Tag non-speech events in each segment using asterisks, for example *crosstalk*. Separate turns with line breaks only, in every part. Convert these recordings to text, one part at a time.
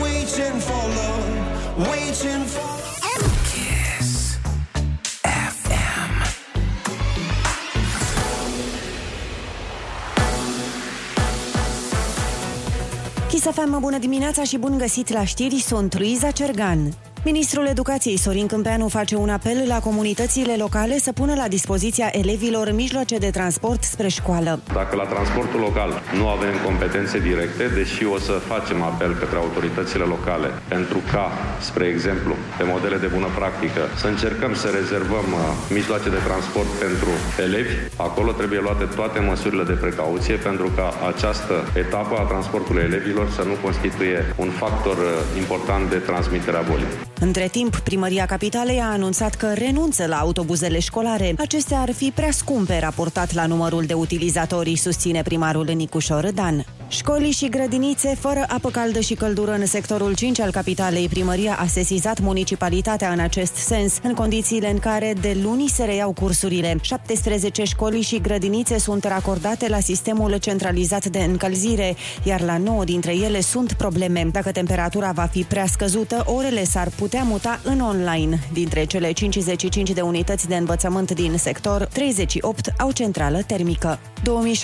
Waiting for love, waiting for
Kiss FM.
Chisafem, bună dimineața și bun găsit la știri, sunt Luiza Cergan. Ministrul Educației Sorin Câmpeanu face un apel la comunitățile locale să pună la dispoziția elevilor mijloace de transport spre școală.
Dacă la transportul local nu avem competențe directe, deși o să facem apel către autoritățile locale pentru ca, spre exemplu, pe modele de bună practică, să încercăm să rezervăm uh, mijloace de transport pentru elevi, acolo trebuie luate toate măsurile de precauție pentru ca această etapă a transportului elevilor să nu constituie un factor uh, important de transmitere a bolii.
Între timp, Primăria Capitalei a anunțat că renunță la autobuzele școlare. Acestea ar fi prea scumpe raportat la numărul de utilizatori, susține primarul Nicu Dan. Școlii și grădinițe fără apă caldă și căldură în sectorul 5 al capitalei, primăria a sesizat municipalitatea în acest sens, în condițiile în care de luni se reiau cursurile. 17 școli și grădinițe sunt racordate la sistemul centralizat de încălzire, iar la 9 dintre ele sunt probleme. Dacă temperatura va fi prea scăzută, orele s-ar putea muta în online. Dintre cele 55 de unități de învățământ din sector, 38 au centrală termică.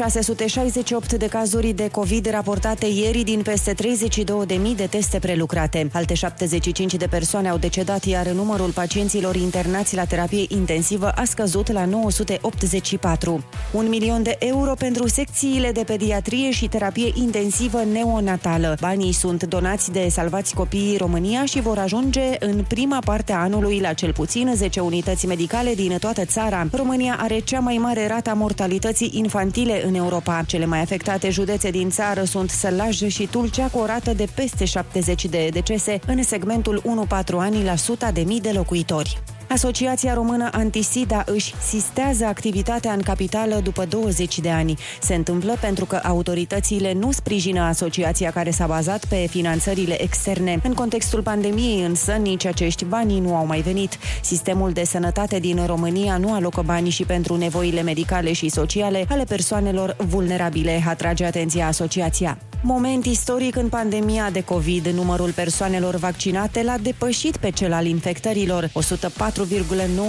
2668 de cazuri de COVID raportate ieri din peste 32.000 de teste prelucrate. Alte 75 de persoane au decedat, iar numărul pacienților internați la terapie intensivă a scăzut la 984. Un milion de euro pentru secțiile de pediatrie și terapie intensivă neonatală. Banii sunt donați de Salvați Copiii România și vor ajunge în prima parte a anului la cel puțin 10 unități medicale din toată țara. România are cea mai mare rata mortalității infantile în Europa. Cele mai afectate județe din țară sunt Sălaj și Tulcea cu o rată de peste 70 de decese în segmentul 1-4 ani la 100 de mii de locuitori. Asociația Română Antisida își sistează activitatea în capitală după 20 de ani. Se întâmplă pentru că autoritățile nu sprijină asociația care s-a bazat pe finanțările externe. În contextul pandemiei însă nici acești bani nu au mai venit. Sistemul de sănătate din România nu alocă bani și pentru nevoile medicale și sociale ale persoanelor vulnerabile, atrage atenția asociația. Moment istoric în pandemia de COVID, numărul persoanelor vaccinate l-a depășit pe cel al infectărilor. 104,9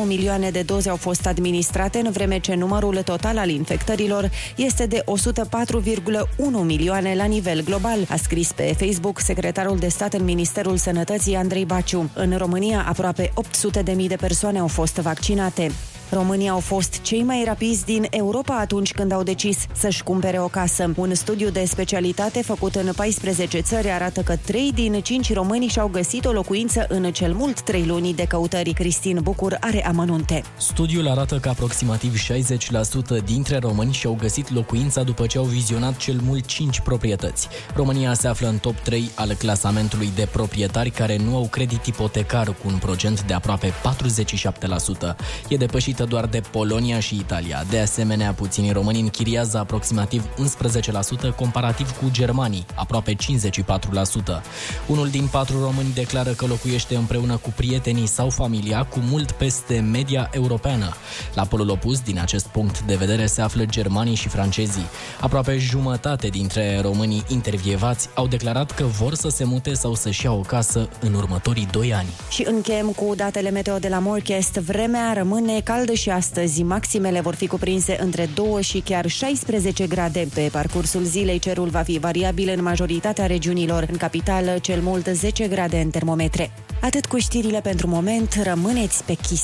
milioane de doze au fost administrate, în vreme ce numărul total al infectărilor este de 104,1 milioane la nivel global, a scris pe Facebook secretarul de stat în Ministerul Sănătății Andrei Baciu. În România, aproape 800.000 de persoane au fost vaccinate. România au fost cei mai rapizi din Europa atunci când au decis să-și cumpere o casă. Un studiu de specialitate făcut în 14 țări arată că 3 din 5 români și-au găsit o locuință în cel mult 3 luni de căutări. Cristin Bucur are amănunte.
Studiul arată că aproximativ 60% dintre români și-au găsit locuința după ce au vizionat cel mult 5 proprietăți. România se află în top 3 al clasamentului de proprietari care nu au credit ipotecar cu un procent de aproape 47%. E depășită doar de Polonia și Italia. De asemenea, puținii români închiriază aproximativ 11% comparativ cu germanii, aproape 54%. Unul din patru români declară că locuiește împreună cu prietenii sau familia cu mult peste media europeană. La polul opus, din acest punct de vedere, se află germanii și francezii. Aproape jumătate dintre românii intervievați au declarat că vor să se mute sau să-și ia o casă în următorii 2 ani.
Și încheiem cu datele meteo de la Morchest. Vremea rămâne caldă și astăzi. Maximele vor fi cuprinse între 2 și chiar 16 grade. Pe parcursul zilei cerul va fi variabil în majoritatea regiunilor. În capitală cel mult 10 grade în termometre. Atât cu știrile pentru moment, rămâneți pe chis.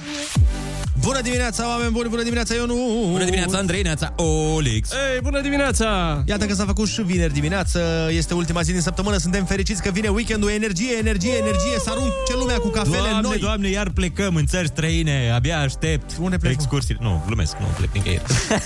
Bună dimineața, oameni buni! Bună dimineața, Ionu!
Bună dimineața, Andrei, neața, Olix.
Ei, bună dimineața!
Iată că s-a făcut și vineri dimineață, este ultima zi din săptămână, suntem fericiți că vine weekendul, energie, energie, energie, să arunce lumea cu cafele
Doamne,
noi.
doamne, iar plecăm în țări străine, abia aștept.
Unde plecăm?
Excursii. Nu, glumesc, nu plec
*laughs*
nicăieri.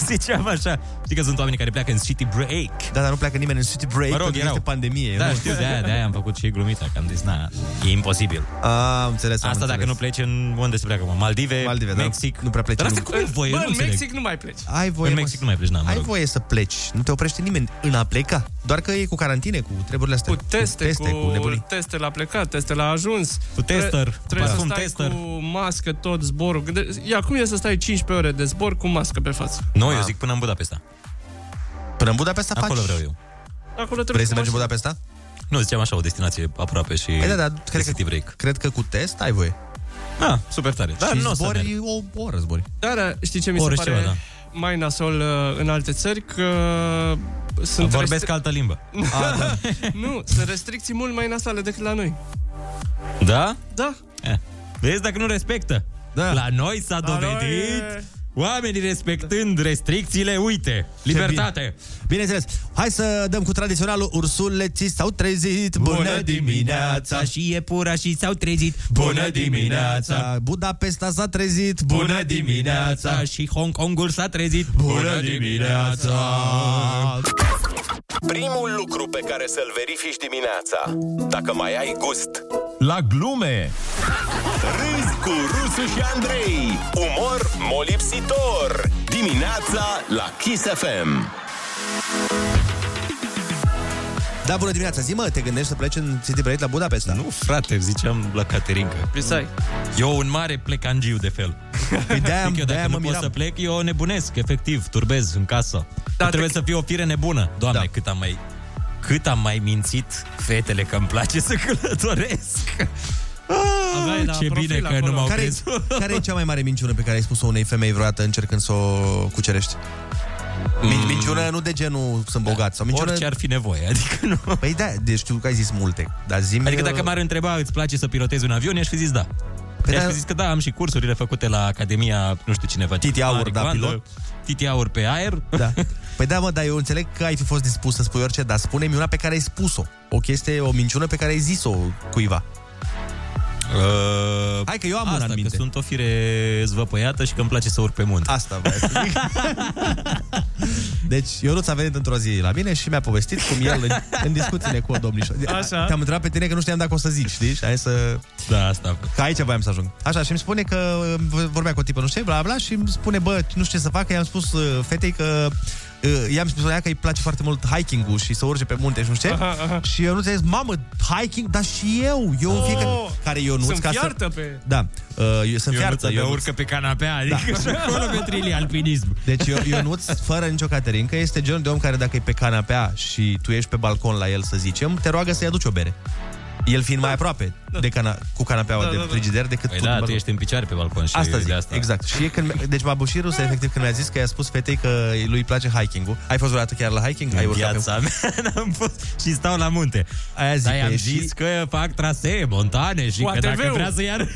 Ziceam așa. Știi că sunt oameni care pleacă în city break.
Da, dar nu pleacă nimeni în city break,
Mă rog,
pentru că
erau.
este pandemie.
Da,
nu?
știu, de-aia, de-aia am făcut și glumița, că am zis, na, e imposibil.
A, am înțeles, am
Asta
înțeles.
dacă nu pleci în unde se pleacă, mă? Maldive,
Maldive, da.
Mexic.
Nu prea plece
Dar asta
lumea.
cum e voie?
Bă,
nu
în
înțeleg.
Mexic nu mai pleci.
Ai voie,
În
mă,
Mexic
să-
nu mai pleci, na, mă
Ai
rog.
voie să pleci, nu te oprește nimeni în a pleca, doar că e cu carantine, cu treburile astea.
Cu teste,
cu, teste, cu nebunii.
teste la plecat, teste la ajuns.
Cu tester,
Tre- trebuie să
parfum
stai
tester.
cu mască tot zborul. Gânde- Ia, cum e să stai 15 ore de zbor cu mască pe față? Ah.
Nu, eu zic până în Budapesta.
Până în Budapesta
Acolo
faci.
vreau eu.
Acolo trebuie
Vrei
cu
să mergi în
mașina.
Budapesta?
Nu, ziceam așa, o destinație aproape și
Păi da, da,
de
cred că-
city break.
Cred că cu test ai voie.
Ah, super tare. Dar
și
nu o să merg.
zbori o oră *laughs* zbori.
Dar uh, știi ce mi
O
se
oră și
pare
ceva, da.
mai nasol uh, în alte țări? Că sunt
Vorbesc altă limbă.
*laughs*
da.
Nu, sunt restricții mult mai nasale decât la
*laughs*
noi.
Da?
Da,
Eh. Vezi dacă nu respectă. Da. La noi s-a dovedit
noi e-
oamenii
Da.
respectând restricțiile, uite, libertate.
Bineînțeles, hai să dăm cu tradiționalul Ursuleții s-au trezit Bună dimineața
și iepurașii s-au trezit.
Bună dimineața Budapesta s-a trezit Bună dimineața
și Hong Kongul s-a trezit.
Bună dimineața
Primul lucru pe care să-l verifici dimineața Dacă mai ai gust La glume Râzi cu Rusu și Andrei Umor molipsitor Dimineața la Kiss FM
Da, bună dimineața, zi mă, te gândești să pleci în City Break la Budapesta?
Nu, frate, ziceam la Caterinca.
visai.
Eu un mare plecangiu de fel.
Păi de-aia,
Zic eu, dacă
de-aia
nu
mă
pot
miram
să plec, eu nebunesc, efectiv, turbez în casă.
Da,
Dar trebuie să fiu o fire nebună. Doamne,
Da.
cât am mai cât am mai mințit fetele că îmi place să călătoresc.
Aveai
Ah,
la
ce bine
profil
că
acolo.
nu m-au
care,
crezut.
care e cea mai mare minciună pe care ai spus-o unei femei vreodată încercând să o cucerești? Min- minciună nu de genul sunt bogat sau minciună...
Mm. Orice ar fi nevoie, adică nu.
Păi da, deci știu că ai zis multe, dar zi
Adică dacă m-ar întreba, îți place să pilotezi un avion, i-aș fi zis da.
Păi
I-aș
da.
fi zis că da, am și cursurile făcute la Academia, nu știu cine face.
Titi Aur,
Marie
da,
Coandă,
pilot.
Titi Aur pe aer.
Da. Păi da, mă, dar eu înțeleg că ai fi fost dispus să spui orice, dar spune-mi una pe care ai spus-o. O chestie, o minciună pe care ai zis-o cuiva.
Uh,
Hai că eu am
Asta,
una în minte.
că sunt o fire zvăpăiată și că îmi place să urc pe munte.
Asta vreau să zic.
*laughs*
Deci, Ionuț a venit într-o zi la mine și mi-a povestit cum el în, în discuțiile cu o domnișoară.
Așa.
Te-am întrebat pe tine că nu știam dacă o să zici, știi? Și hai să...
Da, asta am
Că aici voiam să ajung. Așa, și îmi spune că v- vorbea cu o tipă, nu știu, bla, bla, și îmi spune, bă, nu știu ce să fac, că i-am spus uh, fetei că uh, i-am spus ea că îi place foarte mult hiking-ul și să urce pe munte și nu știu ce.
Aha, aha.
Și eu nu zis, mamă, hiking, dar și eu, eu oh, fiecare, care eu nu
Sunt fiartă pe...
Da, uh, eu sunt fiartă.
Eu fiartă, eu
Ionuț.
urcă pe canapea, adică da. și
*laughs*
acolo pe trilii alpinism.
Deci eu, Ionuț, fără nicio caterincă, este genul de om care dacă e pe canapea și tu ești pe balcon la el, să zicem, te roagă să-i aduci o bere. El fiind mai aproape de cana- cu canapeaua
Da,
de
da, da.
frigider decât
Păi
tu.
da,
mă
tu
rog.
ești în picioare pe balcon și
Asta
de
zic,
asta.
exact. Și e când, deci m-a bușit râs, efectiv, când mi-a zis că i-a spus fetei că lui place hiking-ul. Ai fost vreodată chiar la hiking? Ai
În
urcat pe...
viața mea *laughs* n-am fost și stau la munte.
Aia zic
Dar
că
i-am
e și-
zis că fac trasee, montane și
Cu
că dacă
ATV-ul.
vrea să iar...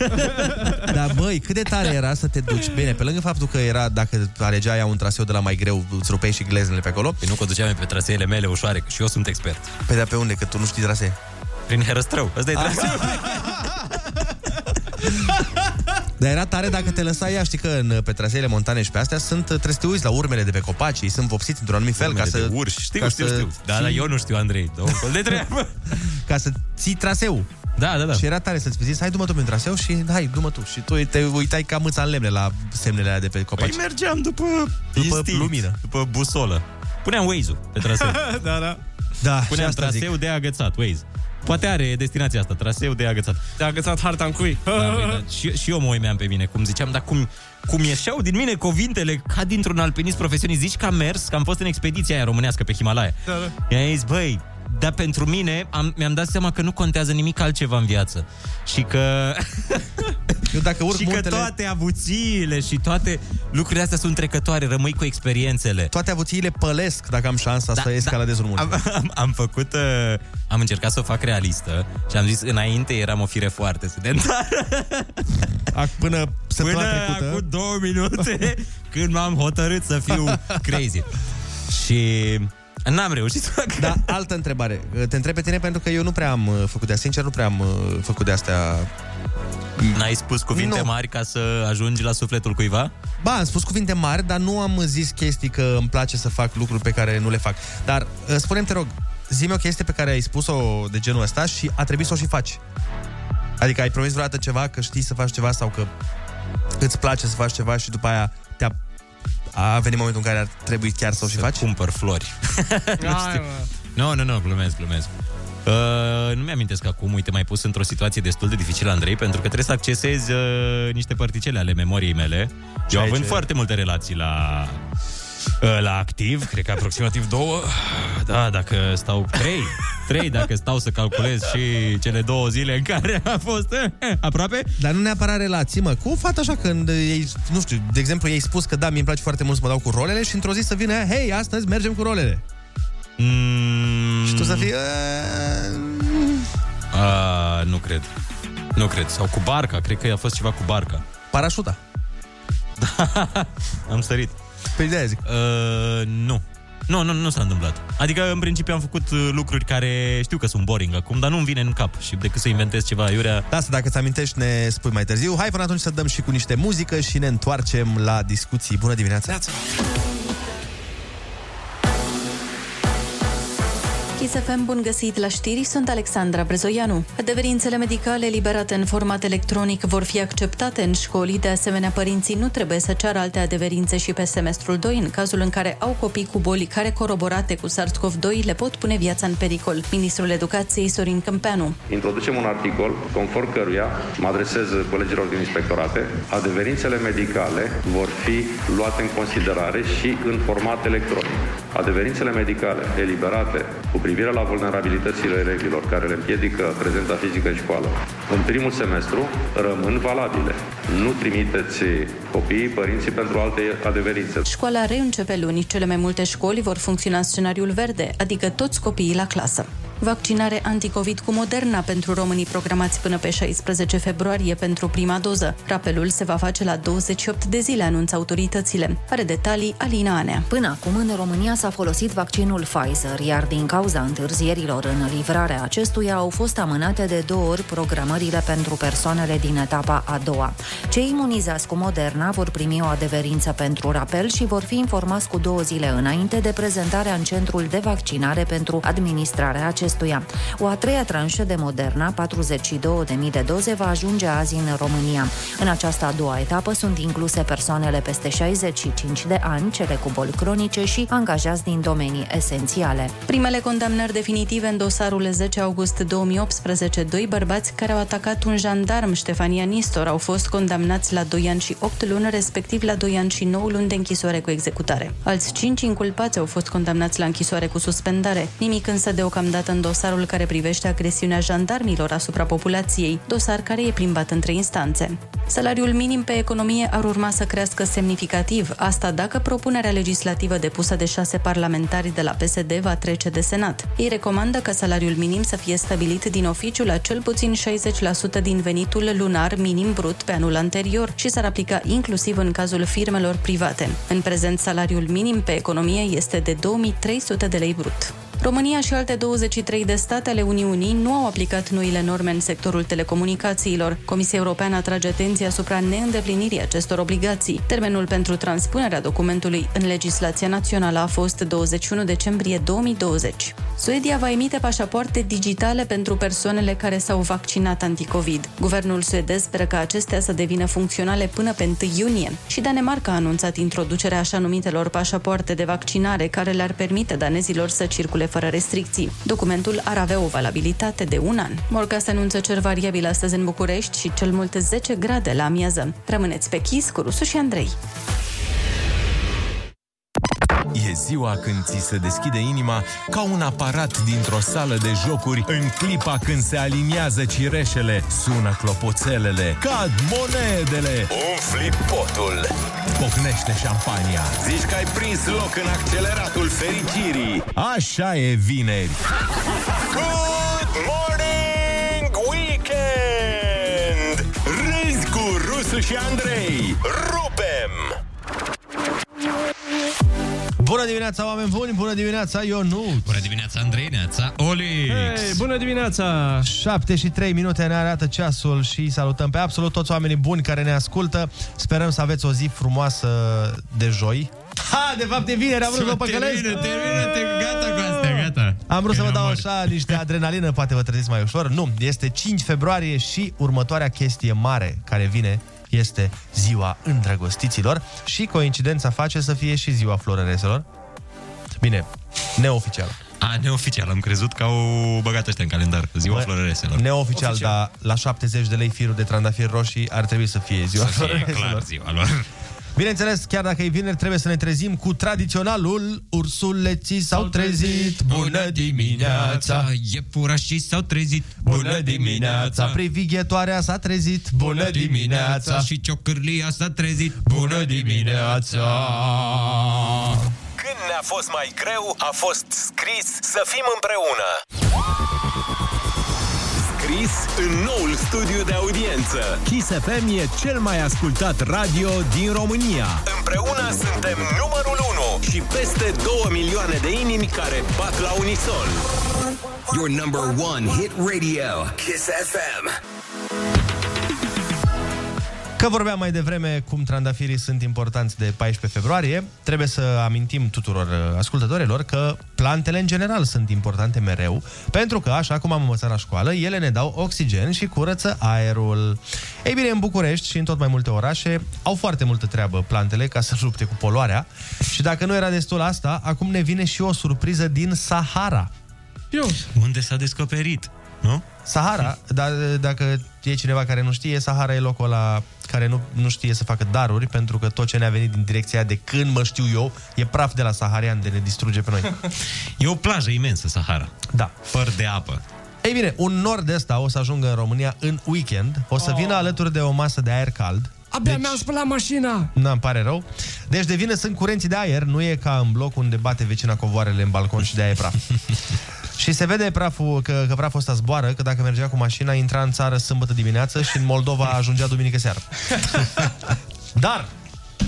Dar băi, cât de tare era să te duci. Bine, pe lângă faptul că era, dacă alegea ea un traseu de la mai greu, îți rupeai și gleznele pe acolo.
Păi nu că duceam pe traseele mele ușoare, că și eu sunt expert.
Pe de Păi, pe unde? Că tu nu știi trasee. Ah.
Prin herăstrău. Ăsta e traseu.
*laughs* Dar era tare dacă te lăsa ea, știi că în, pe traseele montane și pe astea sunt, trebuie să te uiți la urmele de pe copaci, ei sunt vopsiți într-un anumit fel ca
Numele
să,
de urși. Știu,
ca
știu,
să,
știu. Da, dar eu nu știu, Andrei. Dă un col de treabă.
*laughs* ca să ții traseu.
Da, da, da.
Și era tare să-ți zici, hai du-mă tu pe traseu și hai, du-mă tu. Și tu te uitai ca mâța în lemne la semnele alea de pe copaci.
Păi mergeam după,
După
Păi, instinct,
lumină.
După busolă. Puneam Waze-ul pe traseu.
*laughs* Da, da.
da, și
Puneam
asta
traseu de agățat, Waze. Poate are destinația asta, traseu de agățat.
Te-a agățat harta în cui.
Da, băi, da. Și, și eu mă uimeam pe mine, cum ziceam, dar cum, cum ieșeau din mine cuvintele ca dintr-un alpinist profesionist. Zici că am mers, că am fost în expediția aia românească pe Himalaya.
Da,
da. I-am zis, băi, dar pentru mine am, mi-am dat seama că nu contează nimic altceva în viață. Și că
*laughs* Eu dacă urc
și
muntele-
că toate avuțiile și toate lucrurile astea sunt trecătoare, rămâi cu experiențele.
Toate avuțiile pălesc dacă am șansa da, să escaladez da. un munte.
Am, am, am făcut, uh, am încercat să o fac realistă și am zis, înainte eram o fire
*laughs*
foarte sedentară.
Ac- Până
Da. Până
săptămâna trecută...
acum două minute,
*laughs*
când m-am hotărât să fiu crazy. Și n-am reușit să fac.
Da, altă întrebare. Te întreb pe tine pentru că eu nu prea am uh, făcut de astea. Sincer, nu prea am uh, făcut de astea.
N-ai spus cuvinte
Nu.
mari ca să ajungi la sufletul cuiva?
Ba, am spus cuvinte mari, dar nu am zis chestii că îmi place să fac lucruri pe care nu le fac. Dar uh, spune-mi, te rog, zi-mi o chestie pe care ai spus-o de genul ăsta și a trebuit să o și faci. Adică ai promis vreodată ceva, că știi să faci ceva sau că îți place să faci ceva și după aia te-a a venit momentul în care ar trebui chiar să o și faci?
Cumpăr flori.
*laughs*
Hai, mă.
Nu, nu, nu, glumesc, glumesc. Uh, nu mi-amintesc acum, uite, m-ai pus într-o situație destul de dificilă, Andrei, pentru că trebuie să accesezi uh, niște particele ale memoriei mele. Ce Eu
ai
având
ce-
foarte multe relații la, uh, la activ, cred că aproximativ două, da, dacă stau trei, trei dacă stau să calculez și cele două zile în care a fost uh, aproape,
Eh, Dar nu neapărat relații, mă, cu o fată așa când ei, nu știu, de exemplu, ei spus că da, mi-e place foarte mult să mă dau cu rolele și într-o zi să vină, hei, astăzi mergem cu rolele.
mm,
Și tu să fii...
uh, Mm. nu cred. Nu cred. Sau cu barca, cred că a fost ceva cu barca.
Parașuta.
*laughs* Am sărit.
Păi de zic.
Uh, nu. Nu, nu, nu s-a întâmplat. Adică, în principiu, am făcut uh, lucruri care știu că sunt boring acum, dar nu-mi vine în cap. Și decât să inventez ceva aiurea...
Da, asta dacă ți amintești ne spui mai târziu. Hai până atunci să dăm și cu niște muzică și ne întoarcem la discuții. Bună dimineața!
Chisafem, bun găsit la știri, sunt Alexandra Brezoianu. Adeverințele medicale liberate în format electronic vor fi acceptate în școli, de asemenea părinții nu trebuie să ceară alte adeverințe și pe semestrul 2, în cazul în care au copii cu boli care coroborate cu SARS-CoV-2 le pot pune viața în pericol. Ministrul Educației Sorin Câmpeanu.
Introducem un articol conform căruia, mă adresez colegilor din inspectorate, adeverințele medicale vor fi luate în considerare și în format electronic. Adeverințele medicale eliberate cu privire la vulnerabilitățile elevilor care le împiedică prezența fizică în școală, în primul semestru rămân valabile. Nu trimiteți copiii, părinții pentru alte adeverințe.
Școala reîncepe luni. Cele mai multe școli vor funcționa în scenariul verde, adică toți copiii la clasă. Vaccinare anticovid cu Moderna pentru românii programați până pe 16 februarie pentru prima doză. Rapelul se va face la 28 de zile, anunță autoritățile. Are detalii Alina Anea.
Până acum, în România s-a folosit vaccinul Pfizer, iar din cauza întârzierilor în livrarea acestuia au fost amânate de două ori programările pentru persoanele din etapa a doua. Cei imunizați cu Moderna vor primi o adeverință pentru rapel și vor fi informați cu două zile înainte de prezentarea în centrul de vaccinare pentru administrarea acestuia. O a treia tranșă de Moderna, 42.000 de doze, va ajunge azi în România. În această a doua etapă sunt incluse persoanele peste 65 de ani, cele cu boli cronice și angajați din domenii esențiale.
Primele condamnări definitive în dosarul 10 august 2018, doi bărbați care au atacat un jandarm, Ștefania Nistor, au fost condamnați la 2 ani și 8 luni, respectiv la 2 ani și 9 luni de închisoare cu executare. Alți 5 inculpați au fost condamnați la închisoare cu suspendare. Nimic însă deocamdată în dosarul care privește agresiunea jandarmilor asupra populației, dosar care e plimbat între instanțe. Salariul minim pe economie ar urma să crească semnificativ, asta dacă propunerea legislativă depusă de șase parlamentari de la PSD va trece de Senat. Ei recomandă ca salariul minim să fie stabilit din oficiu la cel puțin 60% din venitul lunar minim brut pe anul anterior și s-ar aplica inclusiv în cazul firmelor private. În prezent, salariul minim pe economie este de 2300 de lei brut. România și alte 23 de state ale Uniunii nu au aplicat noile norme în sectorul telecomunicațiilor. Comisia Europeană atrage atenția asupra neîndeplinirii acestor obligații. Termenul pentru transpunerea documentului în legislația națională a fost 21 decembrie 2020. Suedia va emite pașapoarte digitale pentru persoanele care s-au vaccinat anticovid. Guvernul suedez speră ca acestea să devină funcționale până pe 1 iunie. Și Danemarca a anunțat introducerea așa numitelor pașapoarte de vaccinare care le-ar permite danezilor să circule fără restricții. Documentul ar avea o valabilitate de un an. Morca se anunță cer variabil astăzi în București și cel mult 10 grade la amiază. Rămâneți pe chis cu Rusu și Andrei.
E ziua când ți se deschide inima ca un aparat dintr-o sală de jocuri în clipa când se aliniază cireșele, sună clopoțelele, cad monedele, umfli potul, pocnește șampania. Zici că ai prins loc în acceleratul fericirii. Așa e vineri. Good morning, weekend! Râzi cu Rusu și Andrei. Rupem!
Bună dimineața, oameni buni! Bună dimineața, Ionut!
Bună dimineața, Andrei, neața, Olix!
Hei, bună dimineața!
7 și 3 minute ne arată ceasul și salutăm pe absolut toți oamenii buni care ne ascultă. Sperăm să aveți o zi frumoasă de joi. Ha, de fapt e vineri, am vrut să vă păcălesc.
Termină, termină, te, gata cu astea, gata.
Am vrut să vă dau așa niște adrenalină, poate vă treziți mai ușor. Nu, este 5 februarie și următoarea chestie mare care vine este ziua îndrăgostiților și coincidența face să fie și ziua florăreselor. Bine, neoficial.
A, neoficial, am crezut că au băgat ăștia în calendar, ziua
Bă,
floreselor.
Neoficial, dar la 70 de lei firul de trandafir roșii ar trebui să fie ziua
Să fie
floreselor.
clar ziua lor.
Bineînțeles, chiar dacă e vineri, trebuie să ne trezim cu tradiționalul Ursuleții s-au trezit, bună dimineața!
Iepurașii s-au trezit, bună dimineața!
Privighetoarea s-a trezit, bună dimineața!
Și ciocârlia s-a trezit, bună dimineața!
Când ne-a fost mai greu, a fost scris să fim împreună. Scris în noul studiu de audiență.
Kiss FM e cel mai ascultat radio din România.
Împreună suntem numărul 1 și peste 2 milioane de inimi care bat la unison.
Your number one hit radio, Kiss FM.
Că vorbeam mai devreme cum trandafirii sunt importanți de 14 februarie, trebuie să amintim tuturor uh, ascultătorilor că plantele în general sunt importante mereu, pentru că, așa cum am învățat la școală, ele ne dau oxigen și curăță aerul. Ei bine, în București și în tot mai multe orașe au foarte multă treabă plantele ca să lupte cu poluarea și dacă nu era destul asta, acum ne vine și o surpriză din Sahara.
Eu.
Unde s-a descoperit, nu?
Sahara, dar eh, dacă e cineva care nu știe, Sahara e locul ăla care nu, nu știe să facă daruri, pentru că tot ce ne-a venit din direcția aia de când mă știu eu, e praf de la Saharian de ne distruge pe noi.
E o plajă imensă, Sahara.
Da.
Făr de apă.
Ei bine, un nor de ăsta o să ajungă în România în weekend, o să vină alături de o masă de aer cald.
Oh. Abia deci... mi-am spălat mașina!
Nu, îmi pare rău. Deci de vină sunt curenții de aer, nu e ca în bloc unde bate vecina covoarele în balcon și de aia e
*laughs*
praf. și se vede praful, că, că praful ăsta zboară, că dacă mergea cu mașina, intra în țară sâmbătă dimineață și în Moldova ajungea duminică
*laughs*
seară. Dar,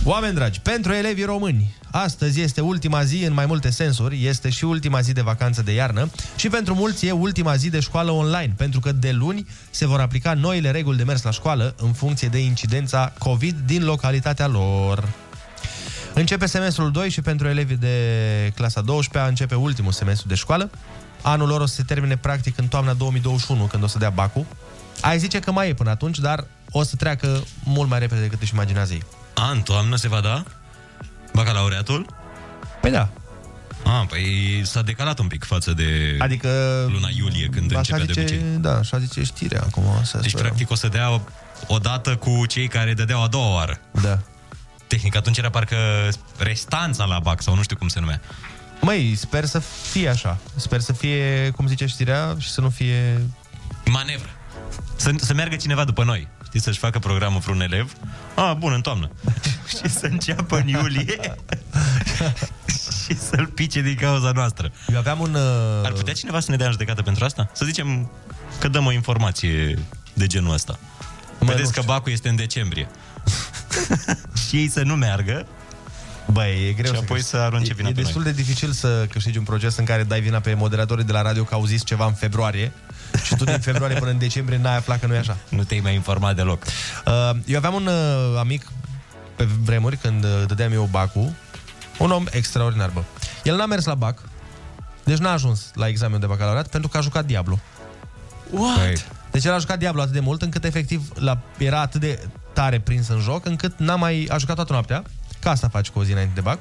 oameni dragi, pentru elevii români, astăzi este ultima zi în mai multe sensuri, este și ultima zi de vacanță de iarnă și pentru mulți e ultima zi de școală online, pentru că de luni se vor aplica noile reguli de mers la școală în funcție de incidența COVID din localitatea lor. Începe semestrul 2 și pentru elevii de clasa 12 începe ultimul semestru de școală. Anul lor o să se termine practic în toamna 2021, când o să dea bacul. Ai zice că mai e până atunci, dar o să treacă mult mai repede decât își imaginează ei.
A, în toamnă se va da? Bacalaureatul?
Păi da.
A, păi s-a decalat un pic față de
Adică...
luna iulie, când
Așa
începea de
zice,
obicei.
da, așa zice știrea acum. Să
Deci,
sperăm.
practic, o să dea o, o dată cu cei care dădeau a doua oară.
Da.
Tehnic, atunci era parcă restanța la BAC, sau nu știu cum se numea.
Măi, sper să fie așa. Sper să fie, cum zice știrea, și să nu fie...
Manevră. Să, să meargă cineva după noi. Știi, să-și facă programul vreun elev. A, bun, în toamnă. *laughs* și să înceapă în iulie. și să-l pice din cauza noastră.
Eu aveam un... uh,
Ar putea cineva să ne dea în judecată pentru asta? Să zicem că dăm o informație de genul ăsta. Vedeți că bacul este în
*laughs*
decembrie. și ei să nu meargă.
Băi, e greu
Și apoi
câștigi.
să arunce vina
E, e
pe noi.
destul de dificil să câștigi un proces în care dai vina pe moderatorii de la radio că au zis ceva în februarie și tu din februarie până în decembrie n-ai aflat că nu e așa.
Nu te-ai mai informat deloc.
Uh, Eu aveam un uh, amic pe vremuri când uh, dădeam eu bacul, un om extraordinar, bă. El n-a mers la bac, deci n-a ajuns la examenul de bacalaureat pentru că a jucat Diablo.
What?
Deci el a jucat Diablo atât de mult încât efectiv la, era atât de tare prins în joc încât n-a mai a jucat toată noaptea, ca asta faci cu o zi înainte de bac.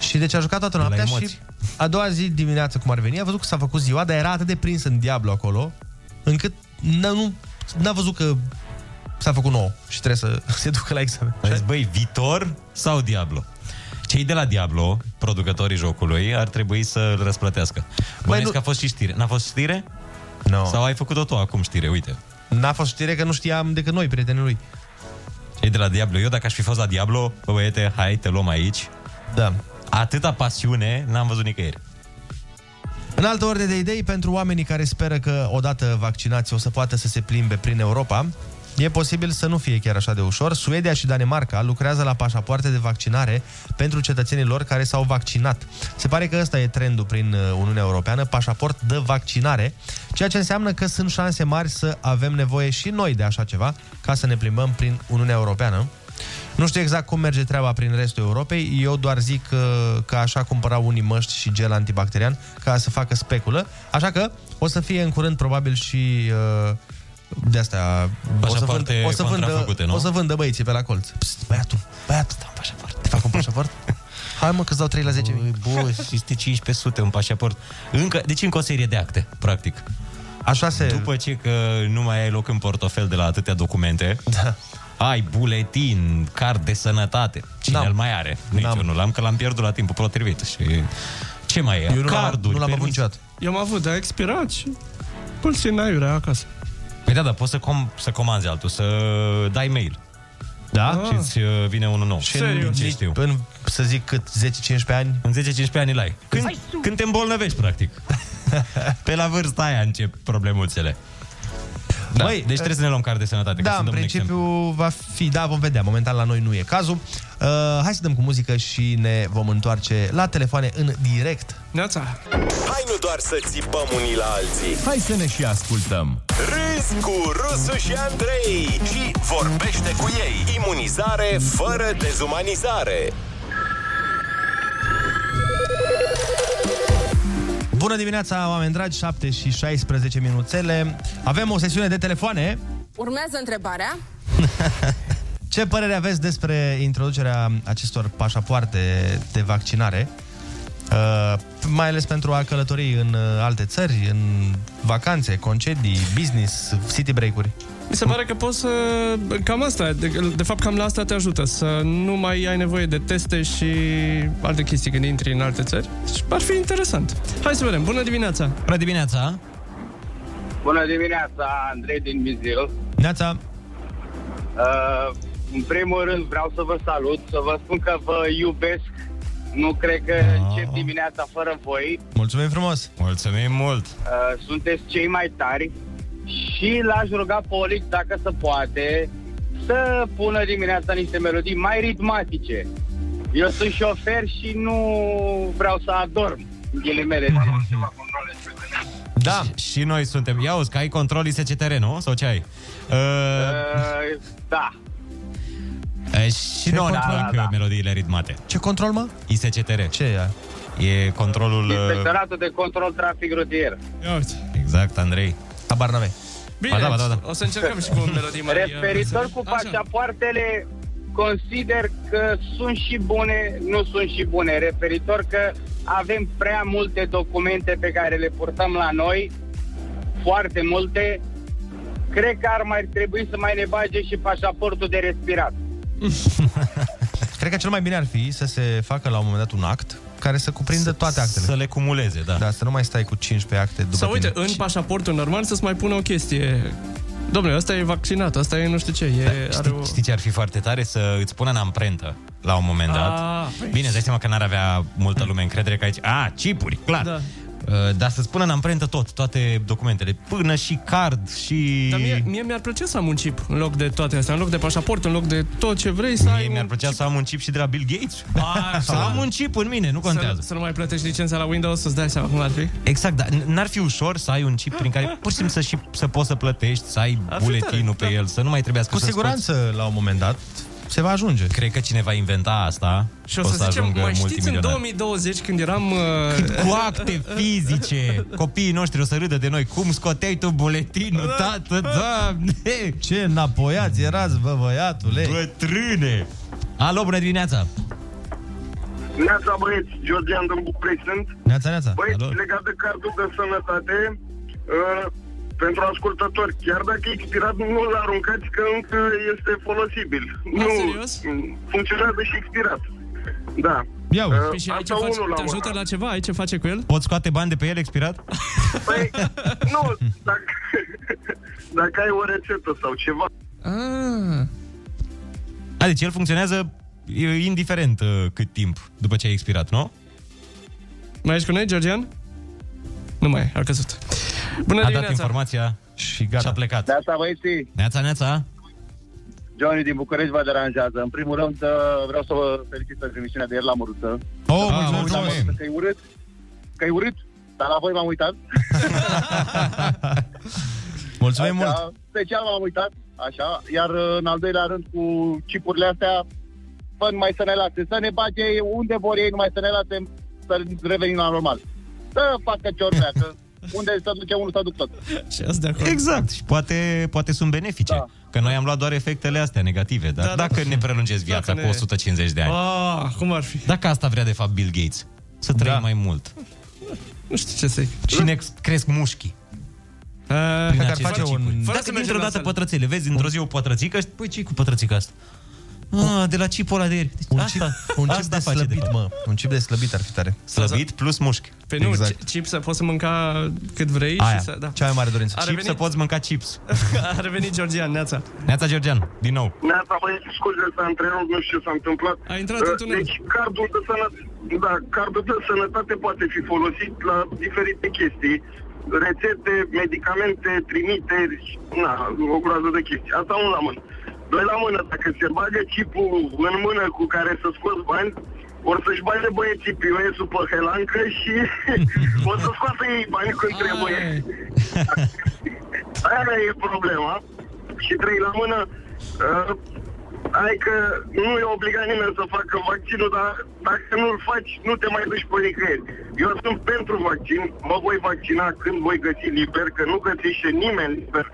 Și deci a jucat toată noaptea și
emoții.
a doua zi dimineață cum ar veni, a văzut că s-a făcut ziua, dar era atât de prins în Diablo acolo, încât n-a, nu, n-a văzut că *laughs* s-a făcut nou și trebuie să se ducă la examen.
Păi, băi, Vitor sau Diablo? Ce cei de la Diablo, producătorii jocului, ar trebui să îl răsplătească. Bănuiesc că a fost și știre. N-a fost știre?
Nu. No.
Sau ai făcut-o tu acum știre, uite.
N-a fost știre că nu știam decât noi, prietenii lui.
Cei de la Diablo. Eu dacă aș fi fost la Diablo, bă băiete, hai, te luăm aici.
Da.
Atâta pasiune n-am văzut nicăieri.
În altă ordine de idei, pentru oamenii care speră că odată vaccinați o să poată să se plimbe prin Europa, e posibil să nu fie chiar așa de ușor. Suedia și Danemarca lucrează la pașapoarte de vaccinare pentru cetățenii lor care s-au vaccinat. Se pare că ăsta e trendul prin uh, Uniunea Europeană, pașaport de vaccinare, ceea ce înseamnă că sunt șanse mari să avem nevoie și noi de așa ceva ca să ne plimbăm prin Uniunea Europeană. Nu știu exact cum merge treaba prin restul Europei, eu doar zic că, că așa cumpărau unii măști și gel antibacterian ca să facă speculă, așa că o să fie în curând probabil și uh, de astea o să, vând,
Pașapoarte
o, să vândă,
contrafăcute, nu?
o să vândă băieții pe la colț. Psst, băiatul, băiatul, dă un pașaport. Te fac un pașaport? Hai mă, că-ți dau 3 la 10
Bă, este 1500 un pașaport. Încă, deci încă o serie de acte, practic.
Așa se...
După ce că nu mai ai loc în portofel de la atâtea documente, da. ai buletin, card de sănătate. Cine îl mai are? Nici eu nu l-am, că l-am pierdut la timpul potrivit. Și ce mai e?
Eu nu l-am-
Carduri,
nu l-am avut
permis-
niciodată. Eu am avut, dar a expirat și... Pulsi n era acasă.
Păi da, dar poți să, com- să comanzi altul, să dai mail.
Da?
Și îți uh, vine unul nou. Și
Serios?
în, ce știu?
În, să zic cât, 10-15 ani?
În 10-15 ani îl ai. Când, când te îmbolnăvești, practic. *laughs* Pe la vârsta aia încep problemuțele. Da,
Măi,
deci trebuie să ne luăm card de sănătate. că
Da,
să
în
dăm un
principiu va fi, da, vom vedea, momentan la noi nu e cazul. Uh, hai să dăm cu muzică și ne vom întoarce la telefoane în direct.
Neața!
Hai nu doar să țipăm unii la alții. Hai să ne și ascultăm. Râzi cu Rusu și Andrei și vorbește cu ei. Imunizare fără dezumanizare.
Bună dimineața, oameni dragi, 7 și 16 minuțele. Avem o sesiune de telefoane.
Urmează întrebarea.
Ce părere aveți despre introducerea acestor pașapoarte de vaccinare? Uh, mai ales pentru a călători în uh, alte țări, în vacanțe, concedii, business, city break-uri.
Mi se pare că poți să... Cam asta, de, de fapt cam la asta te ajută, să nu mai ai nevoie de teste și alte chestii când intri în alte țări. Și ar fi interesant. Hai să vedem. Bună dimineața!
Bună dimineața!
Bună dimineața, Andrei din Mizil.
Neața!
Uh, în primul rând vreau să vă salut, să vă spun că vă iubesc. Nu cred că încep dimineața fără voi.
Mulțumim frumos!
Mulțumim mult!
Uh, sunteți cei mai tari și l-aș ruga pe Olic, dacă se poate, să pună dimineața niște melodii mai ritmatice. Eu sunt șofer și nu vreau să adorm, în ghilimele.
Da.
Și, și noi suntem. Ia uzi, că ai control ISCTR, nu? Sau ce ai? Uh,
Uh, da.
uh, și nouă ne plac da, melodiile ritmate.
Ce control, mă?
ISCTR.
Ce e?
E controlul... Uh,
Inspectoratul de control trafic rutier.
exact, Andrei.
Habar n-avei.
Bine,
ba, da, ba, da, da.
o să încercăm și cu o melodie mai...
Referitor cu pașapoartele, consider că sunt și bune, nu sunt și bune. Referitor că avem prea multe documente pe care le purtăm la noi, foarte multe. Cred că ar mai trebui să mai ne bage și pașaportul de
*laughs*
respirat.
Cred că cel mai bine ar fi să se facă la un moment dat un act care să cuprindă toate actele. Să
le cumuleze, da.
Da, să nu mai stai cu 15 acte după
Sau uite,
tine.
în pașaportul normal să-ți mai pună o chestie. Domnule, ăsta e vaccinat, ăsta e nu știu ce, e...
Da,
are
știi,
o...
știi ce ar fi foarte tare? Să îți pună în amprentă la un moment dat.
Ah,
Bine, Bine, îți dai seama că n-ar avea multă lume încredere că aici... A, chipuri, clar! Da. Dar să-ți pună în amprentă tot, toate documentele, până și card și...
Dar
*laughs*
mie, mie mi-ar plăcea să am un chip în loc de toate astea, în loc de pașaport, în loc de tot ce vrei să mie ai mi-ar
plăcea să am un chip și de la Bill Gates. *laughs*
Ba,
Să am un chip în mine, nu contează.
Să, să nu mai plătești licența la Windows, să-ți dai seama cum ar fi.
Exact, dar n- n-ar fi ușor să ai un chip prin care pur și simplu să, și, să poți să plătești, să ai
Ar fi
buletinul
tare, da.
pe el, să nu mai trebuiască
Cu
să
siguranță, la un moment dat, se va ajunge.
Cred că cineva inventa asta
Și o să, zicem,
ajungă
mai știți în
multimilionar.
2020 când eram... Uh...
Cu acte
*laughs*
fizice, copiii noștri o să râdă de noi. Cum scoteai tu buletinul, tată, doamne?
Ce înapoiați erați, bă, băiatule!
Bătrâne! Alo, bună dimineața!
Neața băieți, Georgian din București sunt.
Neața, neața.
Băieți, legat de cardul de sănătate, uh, pentru ascultători, chiar dacă e expirat, nu-l aruncați că încă este folosibil. nu,
serios?
funcționează și expirat. Da.
Ia uite.
Păi Și aici faci, te ajută la ceva? Ai ce face cu el?
Poți scoate bani de pe el expirat?
Păi, Nu, dacă, dacă ai o rețetă sau ceva.
Ah.
A, deci el funcționează e, indiferent uh, cât timp după ce a expirat, nu?
*laughs* Mai ești cu noi, Georgian? Nu mai, a căzut.
Bună
Bună
a dat
dimineața.
informația și gata. Și-a plecat.
Neața, băieții!
Neața, neața.
Johnny din București vă deranjează. În primul rând, uh, vreau să vă felicit pentru emisiunea de ieri la Măruță.
Oh, ah,
mulțumim! Că-i urât, că-i urât, dar la voi m-am uitat.
Mulțumim
așa, mult! Special m-am uitat, așa. Iar uh, în al doilea rând, cu chipurile astea, bă, nu mai să ne lase. Să ne bage ei unde vor ei, nu mai să ne lase să revenim la normal. Să facă ce ori vrea, că unde se duce unul, se duc tot.
Și azi de acord.
*laughs*
Exact. Și poate, poate sunt benefice. Da. Că noi am luat doar efectele astea negative, dar da, dacă da. ne prelungesc viața
Dacă
ne...
ne-
cu 150 de ani.
Ah, cum ar fi?
Dacă asta vrea de fapt Bill Gates, să trăim da. mai mult.
Nu știu ce să
Și ne cresc mușchii.
Prin
ar
aceste
face un-
chipuri.
Fără să
Dacă
mergem
dintr-o
la
dată
sală.
pătrățele, vezi într-o zi o pătrățică și păi ce cu pătrățica asta? Ah, de la chipul ăla de ieri. Deci,
Un chip,
asta,
un chip
asta
de
face
slăbit,
fapt.
mă. Un chip de slăbit ar fi tare.
Slăbit plus mușchi.
Păi
Pe nu, exact. chips să poți să mânca cât vrei
Aia,
și să... Da.
cea mai mare dorință.
A
Chips,
revenit-
să poți mânca chips.
A revenit Georgian, neața.
Neața Georgian, din nou.
Neața, băieți, scuze, s-a întrerupt, nu știu ce s-a întâmplat.
A intrat
Uh,
în tunel.
Deci, cardul de sănătate, da, cardul de sănătate poate fi folosit la diferite chestii. Rețete, medicamente, trimiteri, na, o groază de chestii. Asta un la mână. Doi la mână, dacă se bagă chipul în mână cu care să scoți bani, or să-și bage băieții POS-ul pe helancă
*laughs*
și o să scoată ei bani când trebuie. Aia e problema. Și trei la mână, uh, hai că nu e obligat nimeni să facă vaccinul, dar dacă nu-l faci, nu te mai duci pe nicăieri. Eu sunt pentru vaccin, mă voi vaccina când voi găsi liber, că nu găsește nimeni liber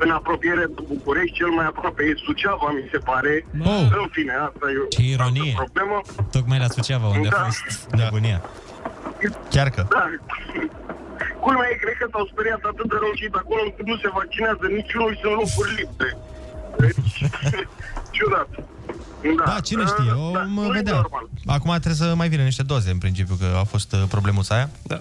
în apropiere de București, cel mai aproape e Suceava, mi se pare.
Oh.
În fine, asta e o
Ce ironie.
problemă.
Tocmai la Suceava, unde
Da.
a fost nebunia. Chiar că.
Da. Culmea e, cred că s-au speriat atât de rău cei de acolo încât nu se vaccinează niciunul și sunt locuri libere. Deci, *laughs* ciudat. Da,
Da, cine știe, o mă vedea. Acum trebuie să mai vină niște doze, în principiu, că a fost uh, problemuța aia.
Da.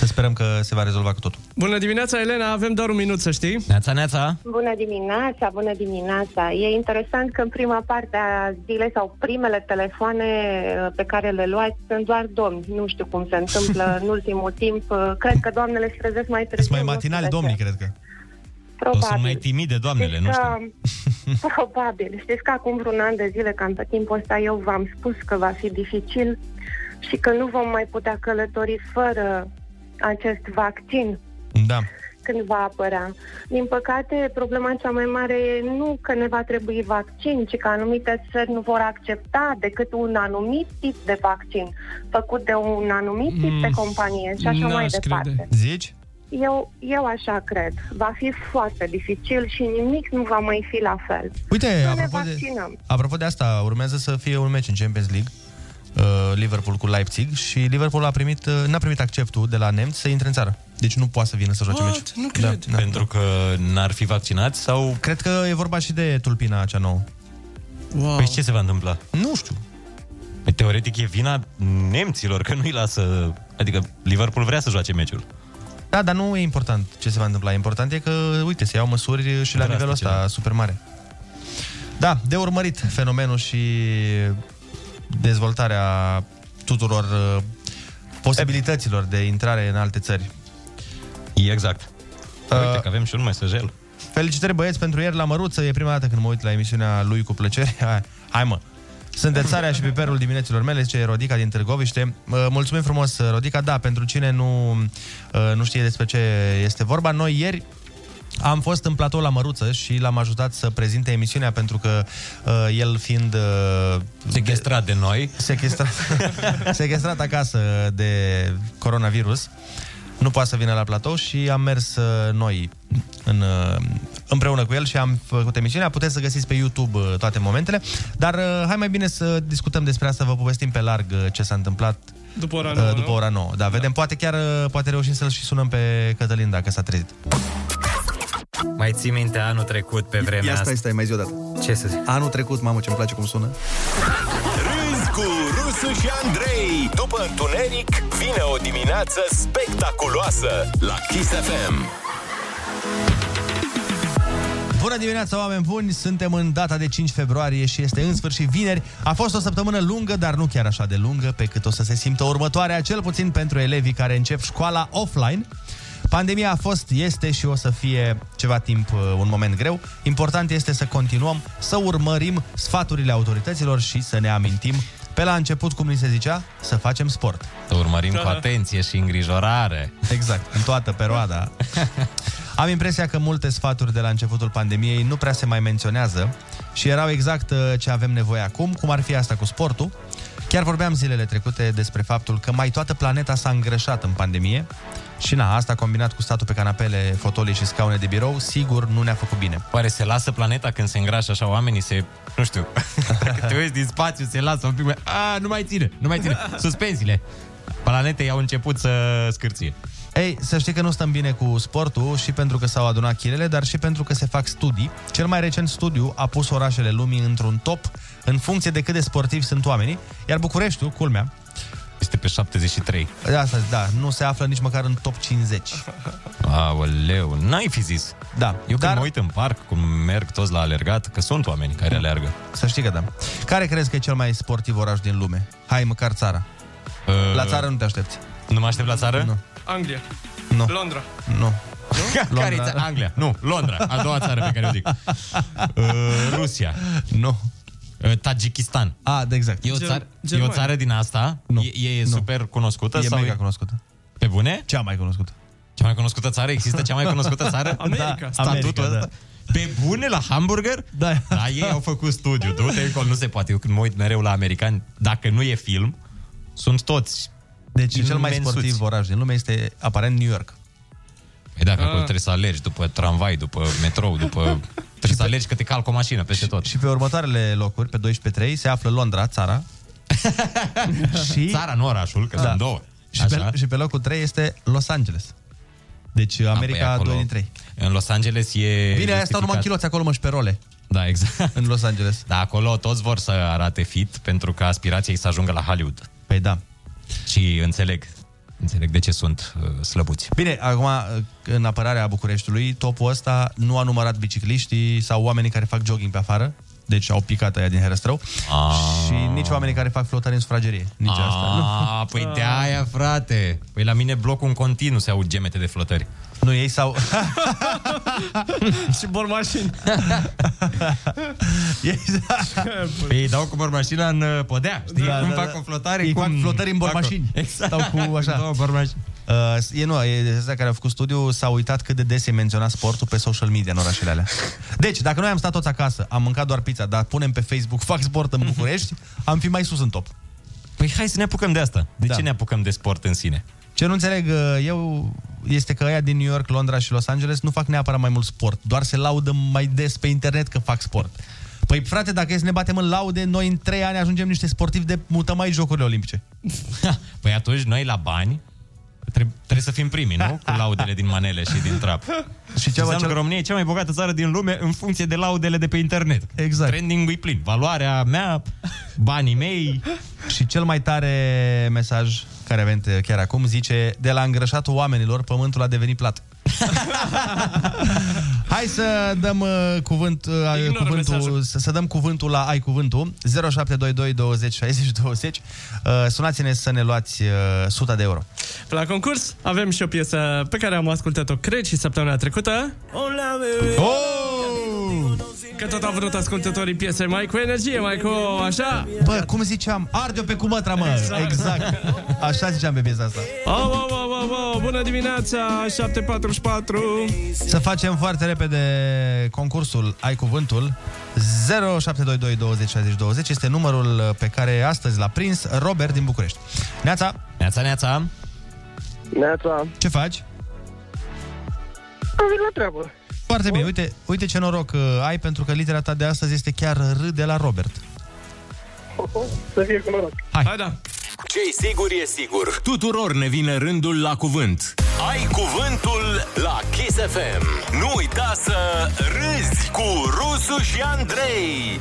Să sperăm că se va rezolva cu totul.
*laughs* Bună dimineața, Elena, avem doar un minut, să știi.
Neața, neața.
Bună dimineața, bună dimineața. E interesant că în prima parte a zilei sau primele telefoane uh, pe care le luați sunt doar domni. Nu știu cum se
*laughs*
întâmplă în ultimul timp. Uh, Cred că doamnele se trezesc mai târziu.
Sunt mai
nu știu
matinale,
de ce.
domnii, cred că.
Probabil.
Sunt mai timide doamnele, nu știu.
știu. probabil. Știți că acum vreun an de zile, cam pe timpul ăsta, eu v-am spus că va fi dificil și că nu vom mai putea călători fără acest vaccin
Da.
când va apărea. Din păcate, problema cea mai mare e nu că ne va trebui vaccin, ci că anumite țări nu vor accepta decât un anumit tip de vaccin făcut de un anumit tip
Mm,
de companie și așa mai departe.
Zici?
Eu, eu așa cred. Va fi foarte dificil și nimic nu va mai fi la fel.
Uite,
să ne
apropo de,
vaccinăm.
apropo de asta, urmează să fie un meci în Champions League. uh, Liverpool cu Leipzig și Liverpool a primit, uh, n-a primit acceptul de la nemți să intre în țară. Deci nu poate să vină să joace
What?
meciul.
Nu
Da,
cred. Pentru că n-ar fi vaccinați sau...
Cred că e vorba și de tulpina acea nouă.
Wow.
Păi și ce se va întâmpla?
Nu știu.
Păi, teoretic e vina nemților că nu-i lasă... Adică Liverpool vrea să joace meciul.
Da, dar nu e important ce se va întâmpla. Important e că, uite, se iau măsuri și la nivelul ăsta super mare. Da, de urmărit fenomenul și dezvoltarea tuturor uh, posibilităților de intrare în alte țări. Uh,
Exact. Uite că avem și un mesajel.
Felicitări băieți pentru ieri la Măruță. E prima dată când mă uit la emisiunea lui cu plăcere. *laughs* Hai, hai mă. Sunt de țarea și piperul dimineților mele, zice Rodica din Târgoviște. Uh, Mulțumim frumos, Rodica. Da, pentru cine nu, uh, nu știe despre ce este vorba, noi ieri am fost în platou la Măruță și l-am ajutat să prezinte emisiunea pentru că uh, el fiind... Uh,
Sequestrat de noi. *laughs*
Sequestrat, sequestrat acasă de coronavirus. Nu poate să vină la platou și am mers uh, noi în, uh, împreună cu el și am făcut emisiunea. Puteți să găsiți pe YouTube uh, toate momentele. Dar uh, hai mai bine să discutăm despre asta, vă povestim pe larg uh, ce s-a întâmplat
După ora
uh,
nouă,
după
nu?
ora 9. Da, vedem, poate chiar uh, poate reușim să-l și sunăm pe Cătălin dacă s-a trezit.
Mai ții minte anul trecut pe vremea
Ia stai,
asta?
stai, mai zi odată.
Ce să zic?
Anul trecut, mamă, ce-mi place cum sună.
Râzi cu Rusu și Andrei. După întuneric, vine o dimineață spectaculoasă la Kiss FM.
Bună dimineața, oameni buni! Suntem în data de 5 februarie și este în sfârșit vineri. A fost o săptămână lungă, dar nu chiar așa de lungă, pe cât o să se simtă următoarea, cel puțin pentru elevii care încep școala offline. Pandemia a fost, este și o să fie ceva timp uh, un moment greu. Important este să continuăm, să urmărim sfaturile autorităților și să ne amintim pe la început, cum ni se zicea, să facem sport.
Să urmărim cu atenție și îngrijorare.
Da, Exact, în toată perioada. Am impresia că multe sfaturi de la începutul pandemiei nu prea se mai menționează și erau exact uh, ce avem nevoie acum, cum ar fi asta cu sportul. Chiar vorbeam zilele trecute despre faptul că mai toată planeta s-a îngrășat în pandemie și na, asta combinat cu statul pe canapele, fotolii și scaune de birou, sigur nu ne-a făcut bine.
Oare se lasă planeta când se îngrașă așa oamenii se... Nu știu, *laughs* dacă te uiți din spațiu, se lasă un pic mai... A, nu mai ține, nu mai ține.
*laughs*
Suspensiile. Planetei au început să scârție.
Ei, să știi că nu stăm bine cu sportul și pentru că s-au adunat chirele, dar și pentru că se fac studii. Cel mai recent studiu a pus orașele lumii într-un top în funcție de cât de sportivi sunt oamenii, iar Bucureștiul, culmea,
Este pe 73.
de asta, da, nu se află nici măcar în top 50.
Aoleu, n-ai fi zis.
Da. Eu
când dar... mă uit în parc, cum merg toți la alergat, că sunt oameni care alergă.
Să știi că da. Care crezi că e cel mai sportiv oraș din lume? Hai, măcar țara.
Uh,
La țară nu te aștepți.
Nu mă aștept la țară? Nu.
Anglia.
Nu.
Londra.
Nu.
*laughs* Care e ța- Anglia? Nu, Londra, a doua țară pe care o zic. *laughs* Uh, Rusia.
Nu.
Uh, Tajikistan.
Ah, de exact.
E o,
Ger-
țară, e o
Germania.
țară din asta? Nu. E, e
Nu.
super cunoscută?
E
sau
mega cunoscută.
Pe bune?
Cea mai cunoscută.
Cea mai cunoscută țară? Există cea mai cunoscută țară?
*laughs* America. Da,
Statutul
America,
ăsta? Pe bune la hamburger?
Da.
Da, ei au făcut studiu. Du-te acolo, nu se poate. Eu când mă uit mereu la americani, dacă nu e film, sunt toți
Deci cel mai
mensuți.
sportiv oraș din lume este aparent New York.
Păi dacă
Ah.
acolo trebuie să alergi după tramvai, după metrou, după...
*laughs*
Trebuie să alergi că te calcă o mașină peste tot.
Și pe următoarele locuri, pe 12-3, se află Londra,
*laughs*
țara. și... Da.
Țara, nu orașul, că sunt două.
Și pe,
Așa.
și pe locul 3 este Los Angeles. Deci America
păi
a
acolo-
2 din 3.
În Los Angeles e...
Bine, aia stau numai în
justificat.
chiloți acolo, mă, și pe role.
Da,
*laughs*
exact.
În Los Angeles.
Da, acolo toți vor să arate fit pentru că aspirația e să ajungă la Hollywood.
Păi da.
Și înțeleg. Înțeleg de ce sunt uh, slăbuți.
Bine, acum, în apărarea Bucureștiului, topul ăsta nu a numărat bicicliștii sau oamenii care fac jogging pe afară, deci au picat aia din Herăstrău,
Ah.
și nici oamenii care fac flotare în sufragerie. Nici
A,
asta. Nu. Ah.
păi de aia, frate. Păi la mine blocul în continuu se aud gemete de flotări.
Nu, ei sau...
*laughs*
*laughs*
și bormașini.
Păi ei dau cu bormașina în uh, podea, știi?
Da,
Da, cum
da,
da, fac
da.
o flotare,
Ei
cum...
fac flotări în bormașini.
Acolo. Exact.
Sau cu așa.
Două bormașini.
Uh, e nu, e ăsta care a făcut studiu s-a uitat cât de des e menționat sportul pe social media în orașele alea. Deci, dacă noi am stat toți acasă, am mâncat doar pizza, dar punem pe Facebook *laughs* fac sport în București, am fi mai sus în top.
Păi hai să ne apucăm de asta.
Da.
De da. ce ne apucăm de sport în sine?
Ce nu înțeleg uh, eu este că aia din New York, Londra și Los Angeles nu fac neapărat mai mult sport, doar se laudă mai des pe internet că fac sport. Păi frate, dacă e să ne batem în laude, noi în trei ani ajungem niște sportivi de mutăm aici Jocurile Olimpice.
Păi atunci noi la bani treb- trebuie să fim primii, nu? Cu laudele din manele și din trap.
Și
Înseamnă cel... că România e cea mai bogată țară din lume în funcție de laudele de pe internet.
Exact.
Trending-ul e plin. Valoarea mea, banii mei.
Și cel mai tare mesaj care avem te- chiar acum zice De la îngrășatul oamenilor, pământul a devenit plat. Hai să dăm uh, cuvânt, uh, cuvântul, să, să dăm cuvântul la ai cuvântul 0722 20 60 20 uh, Sunați-ne să ne luați uh, 100 de euro
La concurs avem și o piesă pe care am ascultat-o, cred, și săptămâna trecută.
Oh!
Că tot au vrut ascultătorii piese mai cu energie, mai cu așa.
Bă, cum ziceam? Arde-o pe cumătra, mă! Exact! exact. Așa ziceam pe piesa asta
Oh, oh, oh, oh, oh, bună dimineața, 744.
Să facem foarte repede concursul Ai Cuvântul 0722 20 60 20 este numărul pe care astăzi l-a prins Robert din București. Neața!
Neața, neața!
Neața! Ce faci?
Am venit la treabă.
Foarte bine, uite, uite ce noroc uh, ai pentru că litera ta de astăzi este chiar R de la Robert.
Să fie cu noroc.
Hai,
Hai da.
Ce-i sigur e sigur.
Tuturor ne vine rândul la cuvânt.
Ai cuvântul la Kiss FM. Nu uita să râzi cu Rusu și Andrei.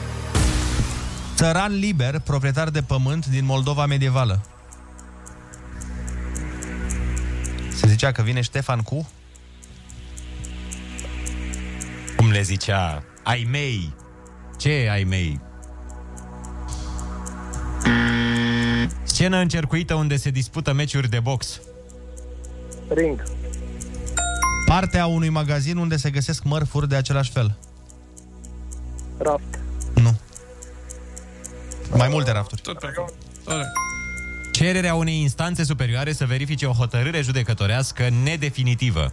Țăran liber, proprietar de pământ din Moldova medievală. Se zicea că vine Ștefan cu...
Cum le zicea? Ai mei! Ce ai mei? Scenă încercuită unde se dispută meciuri de box.
Ring.
Partea unui magazin unde se găsesc mărfuri de același fel.
Raft.
Mai multe rafturi.
Tot pe acolo.
Cererea unei instanțe superioare să verifice o hotărâre judecătorească nedefinitivă.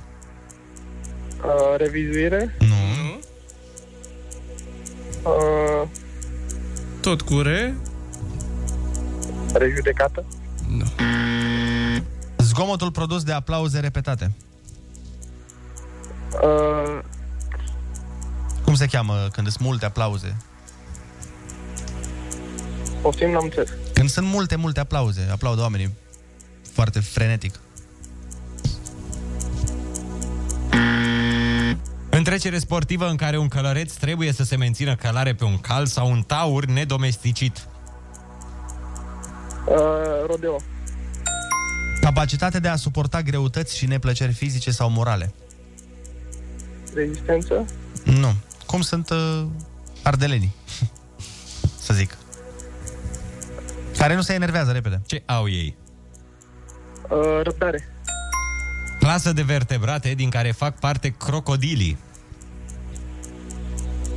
Uh, revizuire. Nu. Uh,
Tot cu re.
rejudecată.
Zgomotul produs de aplauze repetate. *laughs*
Uh,
Cum se cheamă când sunt multe aplauze?
poftim, n-am înțeles.
Când sunt multe, multe aplauze, aplaudă oamenii foarte frenetic.
Întrecere sportivă în care un călăreț trebuie să se mențină călare pe un cal sau un taur nedomesticit.
Uh, rodeo.
Capacitatea de a suporta greutăți și neplăceri fizice sau morale.
Rezistență.
Nu. Cum sunt uh, ardelenii, *laughs* să zic. Care nu se enervează repede.
Ce au ei?
Uh, răbdare.
Clasă de vertebrate din care fac parte crocodilii.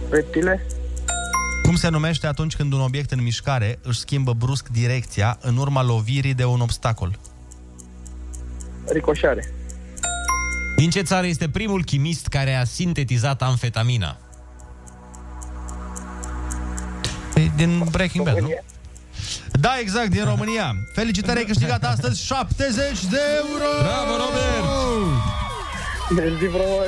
Reptile.
Cum se numește atunci când un obiect în mișcare își schimbă brusc direcția în urma lovirii de un obstacol?
Ricoșare.
Din ce țară este primul chimist care a sintetizat amfetamina?
Din Breaking Bad, nu? Da, exact, din România. Felicitări, ai câștigat astăzi 70 de euro! Bravo, Robert!
Mersi frumos!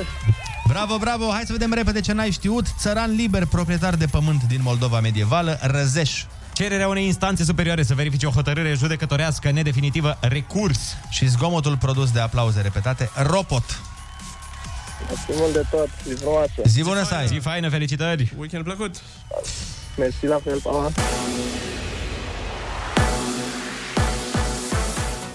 Bravo, bravo! Hai să vedem repede ce n-ai știut. Țăran liber, proprietar de pământ din Moldova medievală, Răzeș.
Cererea unei instanțe superioare să verifice o hotărâre judecătorească nedefinitivă, recurs.
Și zgomotul produs de aplauze repetate, Ropot.
Mulțumim mult de tot. Zi frumoasă.
Zi bună să ai!
Zi faină, felicitări!
Weekend plăcut!
Mersi la fel, pa!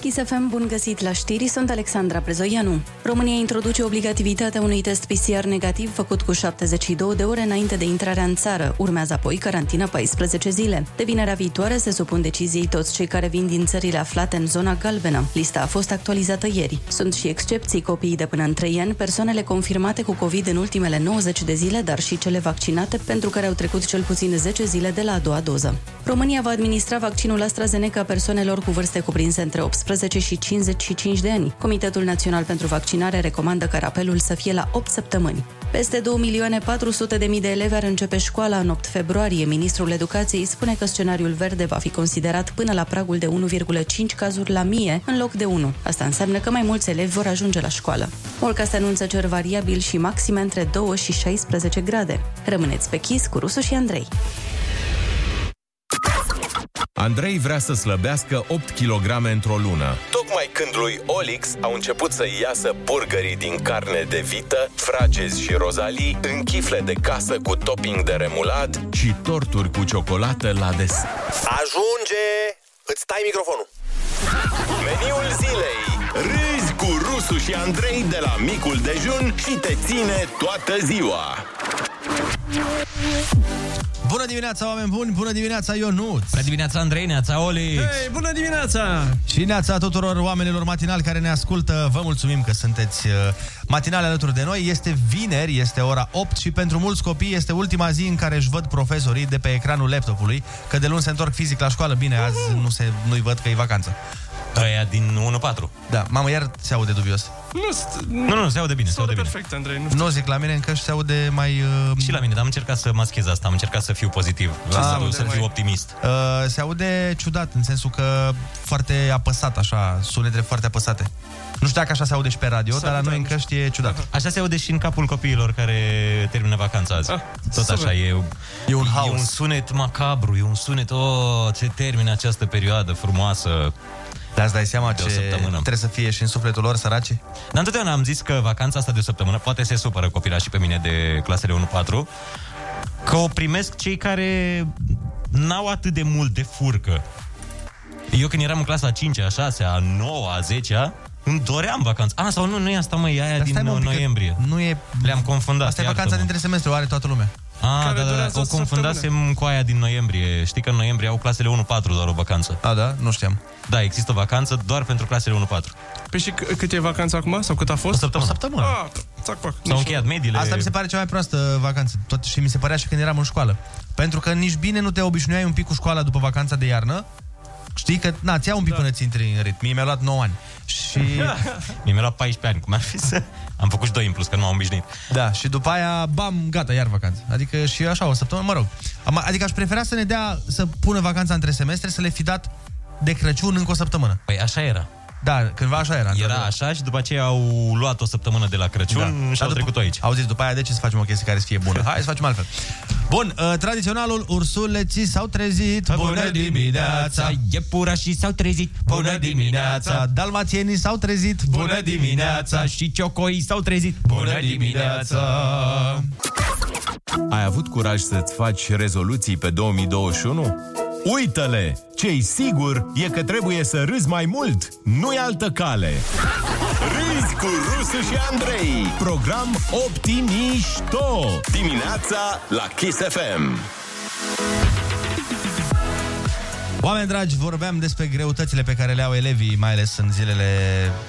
Chisafem, bun găsit la știri, sunt Alexandra Prezoianu. România introduce obligativitatea unui test PCR negativ făcut cu 72 de ore înainte de intrarea în țară. Urmează apoi carantină 14 zile. De vinerea viitoare se supun deciziei toți cei care vin din țările aflate în zona galbenă. Lista a fost actualizată ieri. Sunt și excepții copiii de până în 3 ani, persoanele confirmate cu COVID în ultimele 90 de zile, dar și cele vaccinate pentru care au trecut cel puțin 10 zile de la a doua doză. România va administra vaccinul AstraZeneca persoanelor cu vârste cuprinse între 18 și 55 de ani. Comitetul Național pentru Vaccinare recomandă ca apelul să fie la 8 săptămâni. Peste 2.400.000 de elevi ar începe școala în 8 februarie. Ministrul Educației spune că scenariul verde va fi considerat până la pragul de 1,5 cazuri la mie în loc de 1. Asta înseamnă că mai mulți elevi vor ajunge la școală. Morcast anunță cer variabil și maxime între 2 și 16 grade. Rămâneți pe chis cu Rusu și Andrei.
Andrei vrea să slăbească 8 kg într-o lună.
Tocmai când lui Olix au început să iasă burgerii din carne de vită, fragezi și rozalii, în chifle de casă cu topping de remulat
și torturi cu ciocolată la des.
Ajunge! Îți tai microfonul! Meniul zilei Râzi cu Rusu și Andrei de la micul dejun și te ține toată ziua
Bună dimineața, oameni buni! Bună dimineața, Ionut! Bună
dimineața, Andrei, neața, Oli!
Hei, bună dimineața!
Și neața tuturor oamenilor matinali care ne ascultă. Vă mulțumim că sunteți uh, matinale alături de noi. Este vineri, este ora 8 și pentru mulți copii este ultima zi în care își văd profesorii de pe ecranul laptopului, că de luni se întorc fizic la școală. Bine, azi nu se, nu-i văd că e vacanță.
Aia din 1-4.
Da, mamă, iar se aude dubios.
Nu, st-
Se aude
perfect, Andrei. Nu,
Nu zic la mine încă și se aude mai... Uh,
Și la mine, dar am încercat să maschez asta, am încercat să fiu pozitiv,
Ah,
să,
uite,
să
mai-
fiu optimist.
Uh, se aude ciudat, în sensul că foarte apăsat, așa, sunetele foarte apăsate. Nu știu dacă așa se aude și pe radio,
S-ar
dar la
putea,
noi în căști e ciudat.
Așa se aude și în capul copiilor care termină vacanța azi. Ah, Tot
super.
așa, e,
e un
E un sunet macabru, e un sunet, oh, ce termină această perioadă frumoasă.
Dar îți dai seama
de
ce
o săptămână.
trebuie să fie și în sufletul lor, săraci?
Dar întotdeauna am zis că vacanța asta de o săptămână, poate se supără copila și pe mine de clasele 1-4, că o primesc cei care n-au atât de mult de furcă. Eu când eram în clasa 5, a 6, a 9, a 10, îmi doream vacanță. A, sau nu, nu e asta, mă, e aia
Dar
din
stai, mă, un pic, că
noiembrie.
Nu e...
Le-am confundat.
Asta e vacanța
iartă-mă.
dintre semestre, o are toată lumea.
A,
care
da, da,
durează
o
o
confundasem cu aia din noiembrie. Știi că în noiembrie au clasele 1-4 doar o vacanță.
A, da? Nu știam.
Da, există o vacanță doar pentru clasele 1-4.
Păi și c- cât e vacanța acum? Sau cât a fost? O
săptămână. O săptămână.
Ah, tac, pac.
S-au încheiat mediile.
Asta mi se pare cea mai proastă vacanță. Tot, și mi se părea și când eram în școală. Pentru că nici bine nu te obișnuiai un pic cu școala după vacanța de iarnă. Știi că, na, ți ia un pic da. până ți intri în ritm. Mie mi-a luat 9 ani. Și...
Mie mi-a luat 14 ani, cum ar fi să... Am făcut și doi în plus, că nu m-am obișnuit.
Da, și după aia, bam, gata, iar vacanță. Adică și așa, o săptămână, mă rog. Am- Adică aș prefera să ne dea, să pună vacanța între semestre, să le fi dat de Crăciun încă o săptămână.
Păi așa era.
Da, cândva așa era.
Era așa și după aceea au luat o săptămână de la Crăciun da. și
Dar după-
au trecut aici.
Auziți, după aia de ce să facem o chestie care să fie bună? Hai să facem altfel. Bun, uh, tradiționalul ursuleții s-au trezit. Bună dimineața!
Iepurașii s-au trezit.
Bună dimineața! Dalmațienii s-au trezit. Bună dimineața!
Și ciocoii s-au trezit.
Bună dimineața!
Ai avut curaj să-ți faci rezoluții pe 2021? Uită-le! Cei sigur e că trebuie să râzi mai mult, nu-i altă cale. Râzi cu Rusu și Andrei. Program Optimișto. Dimineața la Kiss FM.
Oameni dragi, vorbeam despre greutățile pe care le au elevii, mai ales în zilele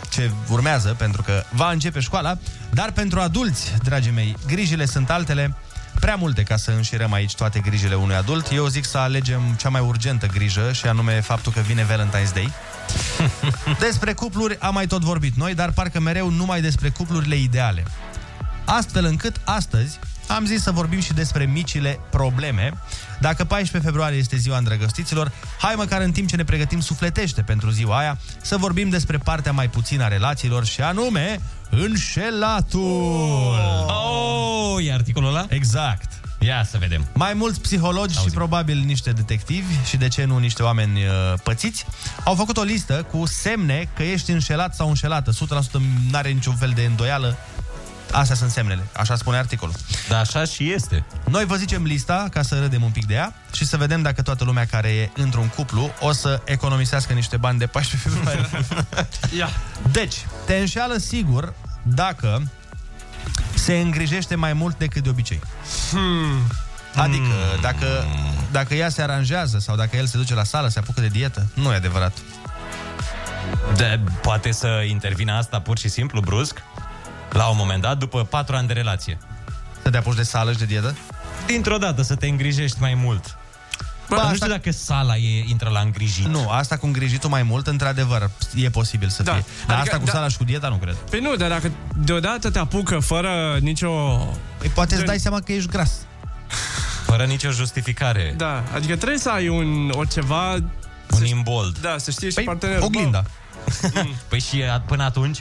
ce urmează, pentru că va începe școala, dar pentru adulți, dragii mei, grijile sunt altele, prea multe ca să înșirăm aici toate grijile unui adult. Eu zic să alegem cea mai urgentă grijă și anume faptul că vine Valentine's Day. Despre cupluri am mai tot vorbit noi, dar parcă mereu numai despre cuplurile ideale. Astfel încât astăzi am zis să vorbim și despre micile probleme. Dacă 14 februarie este ziua îndrăgostiților, hai măcar în timp ce ne pregătim sufletește pentru ziua aia, să vorbim despre partea mai puțină a relațiilor și anume înșelatul.
Oh, e articolul ăla?
Exact.
Ia să vedem.
Mai mulți psihologi și probabil niște detectivi și de ce nu niște oameni uh, pățiți au făcut o listă cu semne că ești înșelat sau înșelată. 100% n-are niciun fel de îndoială. Astea sunt semnele, așa spune articolul.
Da, așa și este.
Noi vă zicem lista ca să râdem un pic de ea și să vedem dacă toată lumea care e într-un cuplu o să economisească niște bani de 14
*laughs*
februarie.
Ia.
Deci, te înșeală sigur dacă se îngrijește mai mult decât de obicei.
Hmm.
Adică,
Hmm.
dacă, dacă ea se aranjează sau dacă el se duce la sală, se apucă de dietă, nu e adevărat.
De, poate să intervină asta pur și simplu, brusc, la un moment dat, după patru ani de relație.
Să te apuci de sală și de dietă?
Dintr-o dată să te îngrijești mai mult. Bă, nu știu dacă sala e, intră la îngrijit.
Nu, asta cu îngrijitul mai mult, într-adevăr, e posibil să fie. Dar
Adică,
asta cu
da.
sala și cu dieta, nu cred.
Păi nu, dar dacă deodată te apucă fără nicio...
Păi poate îți dai seama că ești gras.
Fără nicio justificare.
Da, adică trebuie să ai un, o ceva...
Un imbold.
Da, să știi și păi, partenerul. Mm.
oglinda.
*laughs* Păi și a- până atunci?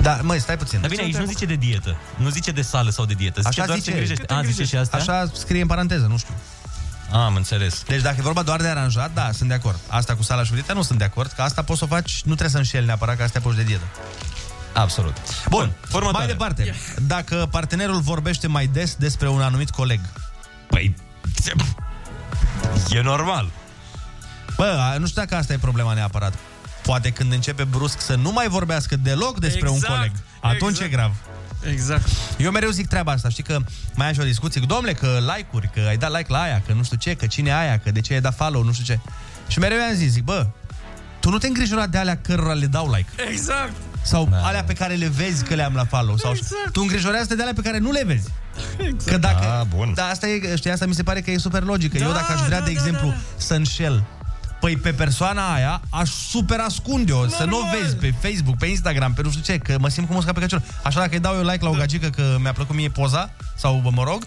Da, măi, stai puțin.
Dar bine, aici nu zice de dietă. Nu zice de sală sau de dietă. Zice
Așa
doar
zice.
te îngrijești. A, zice și asta?
Așa scrie în paranteză, nu știu.
Am înțeles.
Deci dacă e vorba doar de aranjat, da, sunt de acord. Asta cu sala și cu dieta nu sunt de acord, că asta poți să o faci, nu trebuie să înșeli neapărat că asta te apuci de dietă.
Absolut.
Bun, mai departe. Dacă partenerul vorbește mai des despre un anumit coleg.
Păi, e normal.
Bă, nu știu dacă asta e problema neapărat. Poate când începe brusc să nu mai vorbească deloc despre
Exact,
un coleg. Atunci
exact.
e grav.
Exact.
Eu mereu zic treaba asta, știi că mai am și o discuție cu domnule că like-uri, că ai dat like la aia, că nu știu ce, că cine e aia, că de ce ai dat follow, nu știu ce. Și mereu i-am zis, zic, bă, tu nu te îngrijora de alea cărora le dau like.
Exact.
Sau da. alea pe care le vezi că le-am la follow sau
Exact.
Tu îngrijorează-te de alea pe care nu le vezi. Exact. Că dacă, da, bun. Da, asta e, știi, asta mi se pare că e super logică. Da, Eu dacă aș vrea, da, de exemplu, da, da. să înșel Păi pe persoana aia aș super ascunde-o Să nu o vezi pe Facebook, pe Instagram, pe nu știu ce Că mă simt cu musca pe căciul Așa dacă îi dau eu like la o gagică că mi-a plăcut mie poza Sau mă rog,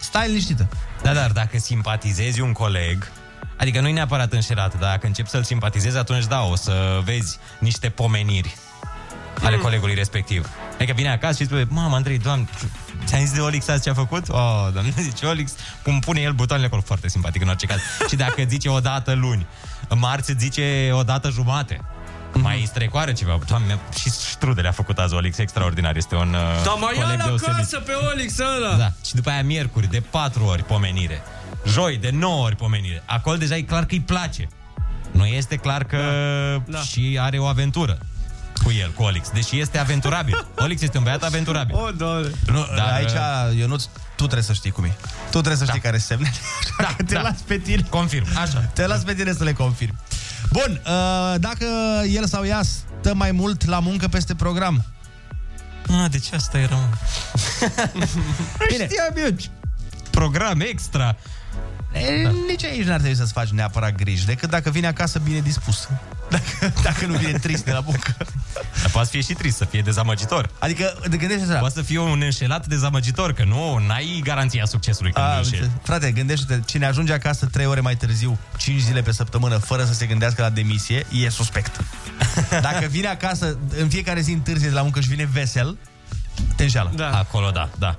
stai liniștită
Da, dar dacă simpatizezi un coleg, adică nu-i neapărat înșelat, dar dacă începi să-l simpatizezi, atunci da, o să vezi niște pomeniri ale colegului respectiv. Adică vine acasă și spune, mamă, Andrei, doamne, ți-am zis de Olix azi ce a făcut? Oh, doamne, *laughs* zice Olix, cum pune el butoanele acolo, foarte simpatic în orice caz. și dacă zice o dată luni, marți zice o dată jumate.
Mhm.
Mai strecoare ceva. Doamne, și strudele a făcut azi Olix, extraordinar. Este un uh,
Dar mai ia
coleg
la
deosebit.
casă pe Olix ăla.
Da. Și după aia miercuri, de patru ori pomenire. Joi, de 9 ori pomenire. Acolo deja e clar că îi place. Nu este clar că da. și are o aventură cu el, cu Olix. Deși este aventurabil.
*laughs*
Olix este un băiat aventurabil. uh,
O, Oh, doamne.
Nu, Dar aici, Ionuț, tu trebuie să știi cum e. Tu trebuie să știi care semne. *laughs* Da, te da. las pe tine.
Confirm, așa.
Te las pe tine să le confirm. Bun, uh, dacă el sau ea stă mai mult la muncă peste program.
Ah, de ce asta era, *laughs* mă? Bine. Știam eu. Program extra.
E, da. Nici aici n-ar trebui să-ți faci neapărat griji, decât dacă vine acasă bine dispus. Dacă, dacă nu vine trist de la muncă.
Dar poate să fie și trist, să fie dezamăgitor.
Adică, de gândește-te la...
Poate să fie un înșelat dezamăgitor, că nu, n-ai garanția succesului când
A,
A, înșeli.
frate, gândește-te, cine ajunge acasă 3 ore mai târziu, 5 zile pe săptămână, fără să se gândească la demisie, e
*laughs*
suspect. Dacă vine acasă, în fiecare zi întârzie de la muncă și vine vesel, te înșeală. Uh.
Da. Acolo, da, da.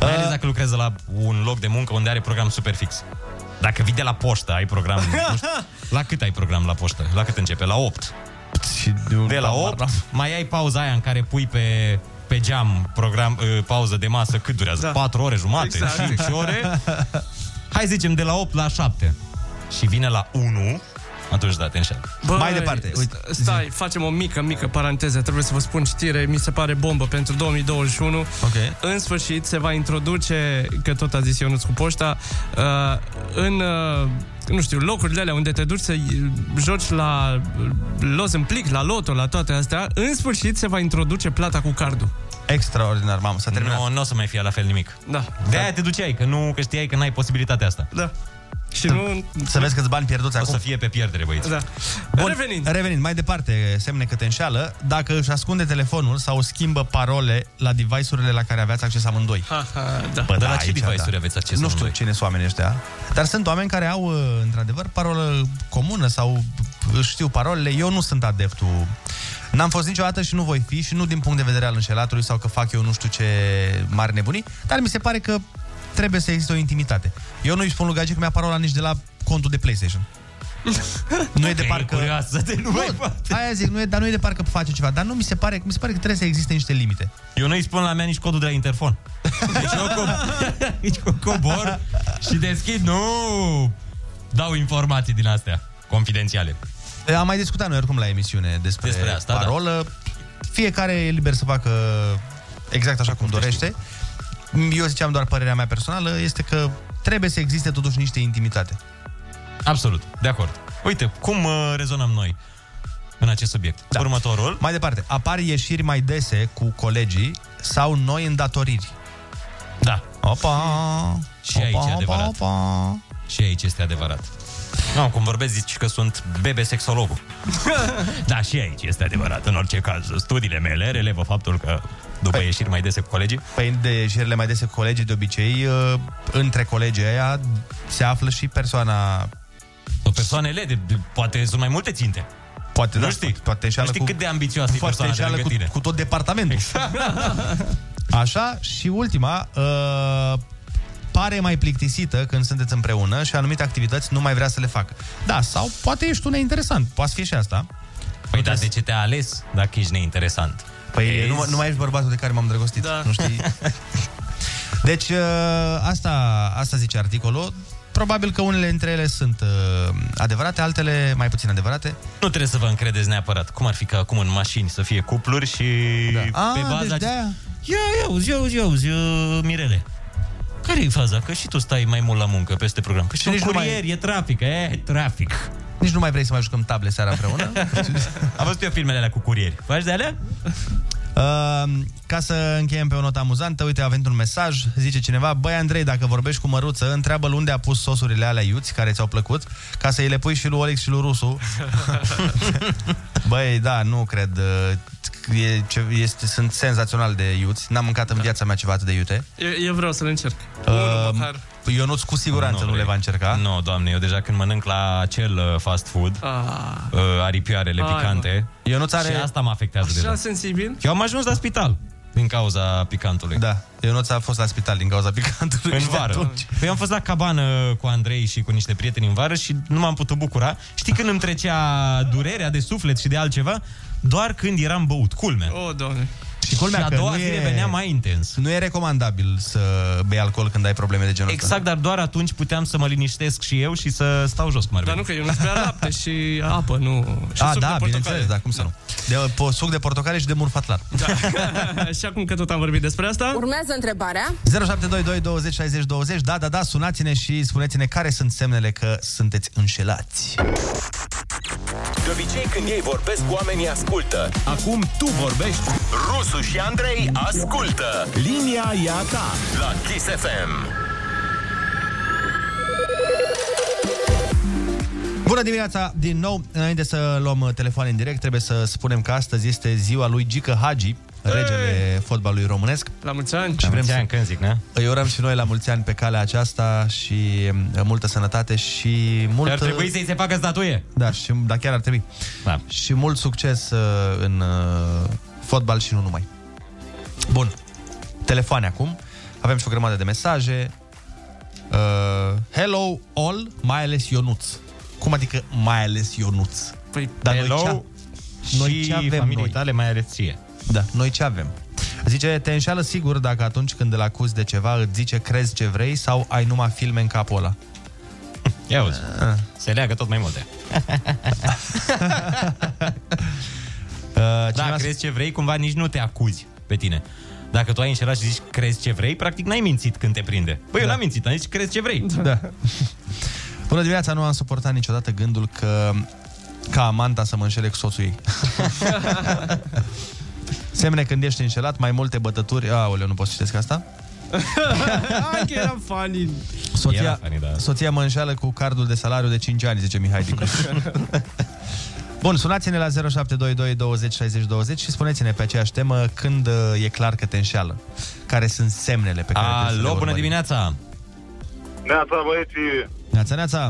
Mai ales dacă lucrează la un loc de muncă unde are program super fix. Dacă vii de la poștă, ai
*laughs*
program... nu știu, la cât ai program la poștă? La cât începe? La 8. De la 8, mai ai pauza aia în care pui pe pe geam program, eh, pauză de masă cât durează? Da. 4 ore jumate,
Exact.
exact. 5
*laughs*
ore. Hai zicem de la 8 la 7 și vine la 1, atunci da, te înșel.
uite, stai, facem o mică, mică paranteză. Trebuie să vă spun știre, mi se pare bombă pentru 2021.
Ok.
În sfârșit se va introduce, că tot a zis Ionuț cu poșta, uh, în, uh, nu știu, locurile alea unde te duci să joci la los în plic, la loto, la toate astea, în sfârșit se va introduce plata cu cardul.
Extraordinar, mamă, s-a terminat.
Nu, nu o să mai fie la fel nimic.
Da.
De aia te duceai, că nu că știai că n-ai posibilitatea asta.
Da. Și nu...
Să vezi câți bani pierduți
o
acum.
să fie pe pierdere, băieți.
Da.
Bun, revenind. revenind. Mai departe, semne că te înșeală, dacă își ascunde telefonul sau schimbă parole la device-urile la care aveați acces amândoi.
Ha, ha, da.
Bă, dar la ce device-uri aveți acces
Nu știu
amândoi?
cine sunt oamenii ăștia, dar sunt oameni care au, uh, într-adevăr, parolă comună sau uh, știu parolele. Eu nu sunt adeptul. N-am fost niciodată și nu voi fi și nu din punct de vedere al înșelatului sau că fac eu nu știu ce mari nebunii, dar mi se pare că trebuie să existe o intimitate. Eu nu-i spun lui Gagi că mi-a parola nici de la contul de PlayStation. nu e de parcă...
Curioasă de nu mai poate.
Aia zic, nu e, dar nu e de parcă face ceva. Dar nu mi se pare, mi se pare că trebuie să existe niște limite.
Eu nu-i spun la mea nici codul de la interfon. Deci eu co- deci eu cobor și deschid, nu! Dau informații din astea, confidențiale.
E, Eh, Am mai discutat noi oricum la emisiune despre,
Despre asta, da.
parolă. Fiecare e liber să facă exact așa cum dorește. Eu ziceam doar părerea mea personală, este că trebuie să existe totuși niște intimitate.
Absolut, de acord. Uite, cum uh, rezonăm noi în acest subiect? Da. Următorul.
Mai departe, apar ieșiri mai dese cu colegii sau noi îndatoriri.
Da.
Opa!
Și aici
opa,
e adevărat.
Opa, opa.
Și aici este adevărat. Nu, cum vorbesc, zici că sunt bebe
*laughs*
sexologul. da, și aici este adevărat. În orice caz, studiile mele relevă faptul că după păi. ieșiri mai dese cu colegii,
Păi de ieșirile mai dese cu colegii, de obicei, uh, între colegii aia se află și persoana...
persoanele, de, de, poate sunt mai multe ținte.
Poate,
nu
da,
știi.
poate
nu
înșeală
știi
cu-
cât de ambițioasă e
poate
persoana de
înșeală
lângă
cu,
tine. Exact.
cu tot departamentul. Așa, și ultima, uh, pare mai plictisită când sunteți împreună și anumite activități nu mai vrea să le facă. Da, sau poate ești tu neinteresant, poate fi și asta.
Păi da, de ce te-a ales dacă ești neinteresant?
Păi
Vezi?
nu, nu mai ești bărbatul de care m-am drăgostit, da. nu știi? Deci, uh, asta, asta zice articolul. Probabil că unele dintre ele sunt uh, adevărate, altele mai puțin adevărate.
*laughs* Nu trebuie să vă încredeți neapărat. Cum ar fi ca acum în mașini să fie cupluri și da. pe
Ah,
baza...
*laughs* deci de-aia.
Ia, ia, auzi, ia, auzi, ia, auzi, uh, Mirele. care e faza? Că și tu stai mai mult la muncă peste program. Că și,
nici
tu
nu mai-
curier, e trafic, e trafic.
Nici nu mai vrei să mai jucăm table seara împreună.
*laughs* Am văzut eu filmele alea cu curieri. Faci
*laughs*
de alea?
Uh, ca să încheiem pe o notă amuzantă, uite, a venit un mesaj, zice cineva, băi Andrei, dacă vorbești cu măruță, întreabă-l unde a pus sosurile alea iuți care ți-au plăcut, ca să îi le pui și lui Olex și lui *laughs* Rusu. Băi, da, nu cred. uh, E, ce, este, sunt senzațional de iuți. N-am mâncat în viața mea ceva atât de iute.
Eu, eu vreau să-l încerc.
Um,
Uh, Ionuț cu siguranță nu, nu le va încerca.
Nu, no, doamne, eu deja când mănânc la acel uh, fast food,
Ah.
uh, aripioarele
Hai,
picante,
eu nu are-
și asta mă afectează
Așa
deja.
sensibil?
Eu am ajuns la spital din cauza picantului.
Da, Ionuț a fost la spital din cauza picantului.
În
și de
vară.
atunci-
Păi am fost la cabană cu Andrei și cu niște prieteni în vară și nu m-am putut bucura. Știi când îmi trecea durerea de suflet și de altceva? Doar când eram băut, culme.
O, doamne.
Și culmea
Și a
că
doua
nu
zile
e,
venea mai intens.
Nu e recomandabil să bei alcool când ai probleme de genul ăsta.
Exact, dar doar atunci puteam să mă liniștesc și eu și să stau jos cum ar
Dar nu că eu nu bea lapte și apă, nu... Și
A,
suc
da,
de portocale.
bineînțeles, da, cum să nu. De po, suc de portocale și de murfat lar.
Da. *laughs* și acum că tot am vorbit despre asta...
Urmează întrebarea.
0722 20 60 20. Da, da, da, sunați-ne și spuneți-ne care sunt semnele că sunteți înșelați.
De obicei când ei vorbesc, oamenii ascultă. Acum tu vorbești. Rusu și Andrei ascultă. Linia e a ta la Kiss FM.
Bună dimineața din nou. Înainte să luăm uh, telefoane în direct, trebuie să spunem că astăzi este ziua lui Gică Hagi, regele fotbalului românesc.
La mulți ani!
Și vrem
mulți
să-
ani, când zic, ne?
Îi urăm și noi la mulți ani pe calea aceasta și uh, multă sănătate și mult... uh,
Ar trebui să-i se facă statuie.
Da, și, da, chiar ar trebui. Da. Și mult succes uh, în uh, fotbal și nu numai. Bun. Telefoane acum. Avem și o grămadă de mesaje. Uh, hello all, mai ales Ionuț. Cum adică mai ales Ionuț?
Păi,
Dar
hello
noi ce, noi
și
ce avem
familiei
noi?
tale, mai ales ție.
Da, noi ce avem? Zice, te înșeală sigur dacă atunci când îl acuzi de ceva îți zice crezi ce vrei sau ai numai filme în capul ăla. Ah.
Ia uzi, se leagă tot mai multe.
Uh,
da, crezi ce vrei, cumva nici nu te acuzi pe tine. Dacă tu ai înșelat și zici crezi ce vrei, practic n-ai mințit când te prinde. Păi eu n-am mințit, am zis crezi ce vrei.
*laughs* Da. Bună dimineața, nu am suportat niciodată gândul că ca amanta să mă înșele cu soțul *laughs* ei. Semne când ești înșelat, mai multe bătături... Aoleu, nu pot să citesc asta.
*laughs* Hai că eram funny!
Soția, funny, da. soția mă înșeală cu cardul de salariu de 5 ani, zice Mihai *laughs* din Cluj. Bun, sunați-ne la 0722 20 60 20 și spuneți-ne pe aceeași temă când uh, e clar că te înșeală. Care sunt semnele pe care trebuie să le
Alo, bună
urmărim.
dimineața!
Neața, băieții!
Neața, neața!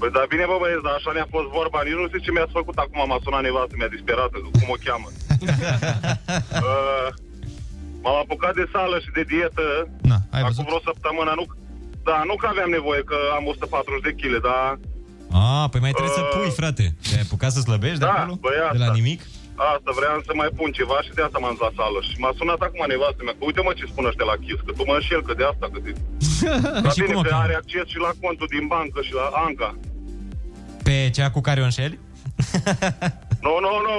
Păi da, bine bă băieți, dar așa ne-a fost vorba Nici nu știu ce mi-ați făcut acum, m-a sunat nevastă, mi-a disperat cum o
*laughs*
cheamă uh, M-am apucat de sală și de dietă
Na,
ai Acum vreo săptămână nu, Da, nu că aveam nevoie, că am 140 de da? kg, dar
A, păi mai trebuie să pui, frate. Te-ai apucat să slăbești de
Da,
acolo?
băi, asta.
De la nimic?
Asta, vreau să mai pun ceva și de asta m-am dat sală Și m-a sunat acum nevastă mea, că uite mă ce spun ăștia la Kiss Că tu mă înșel, că de asta, că
*laughs*
de... Dar
și
bine
cum o
că
cheamă?
are acces și la contul din bancă și la Anca
Pe cea cu care o înșeli?
Nu, nu, nu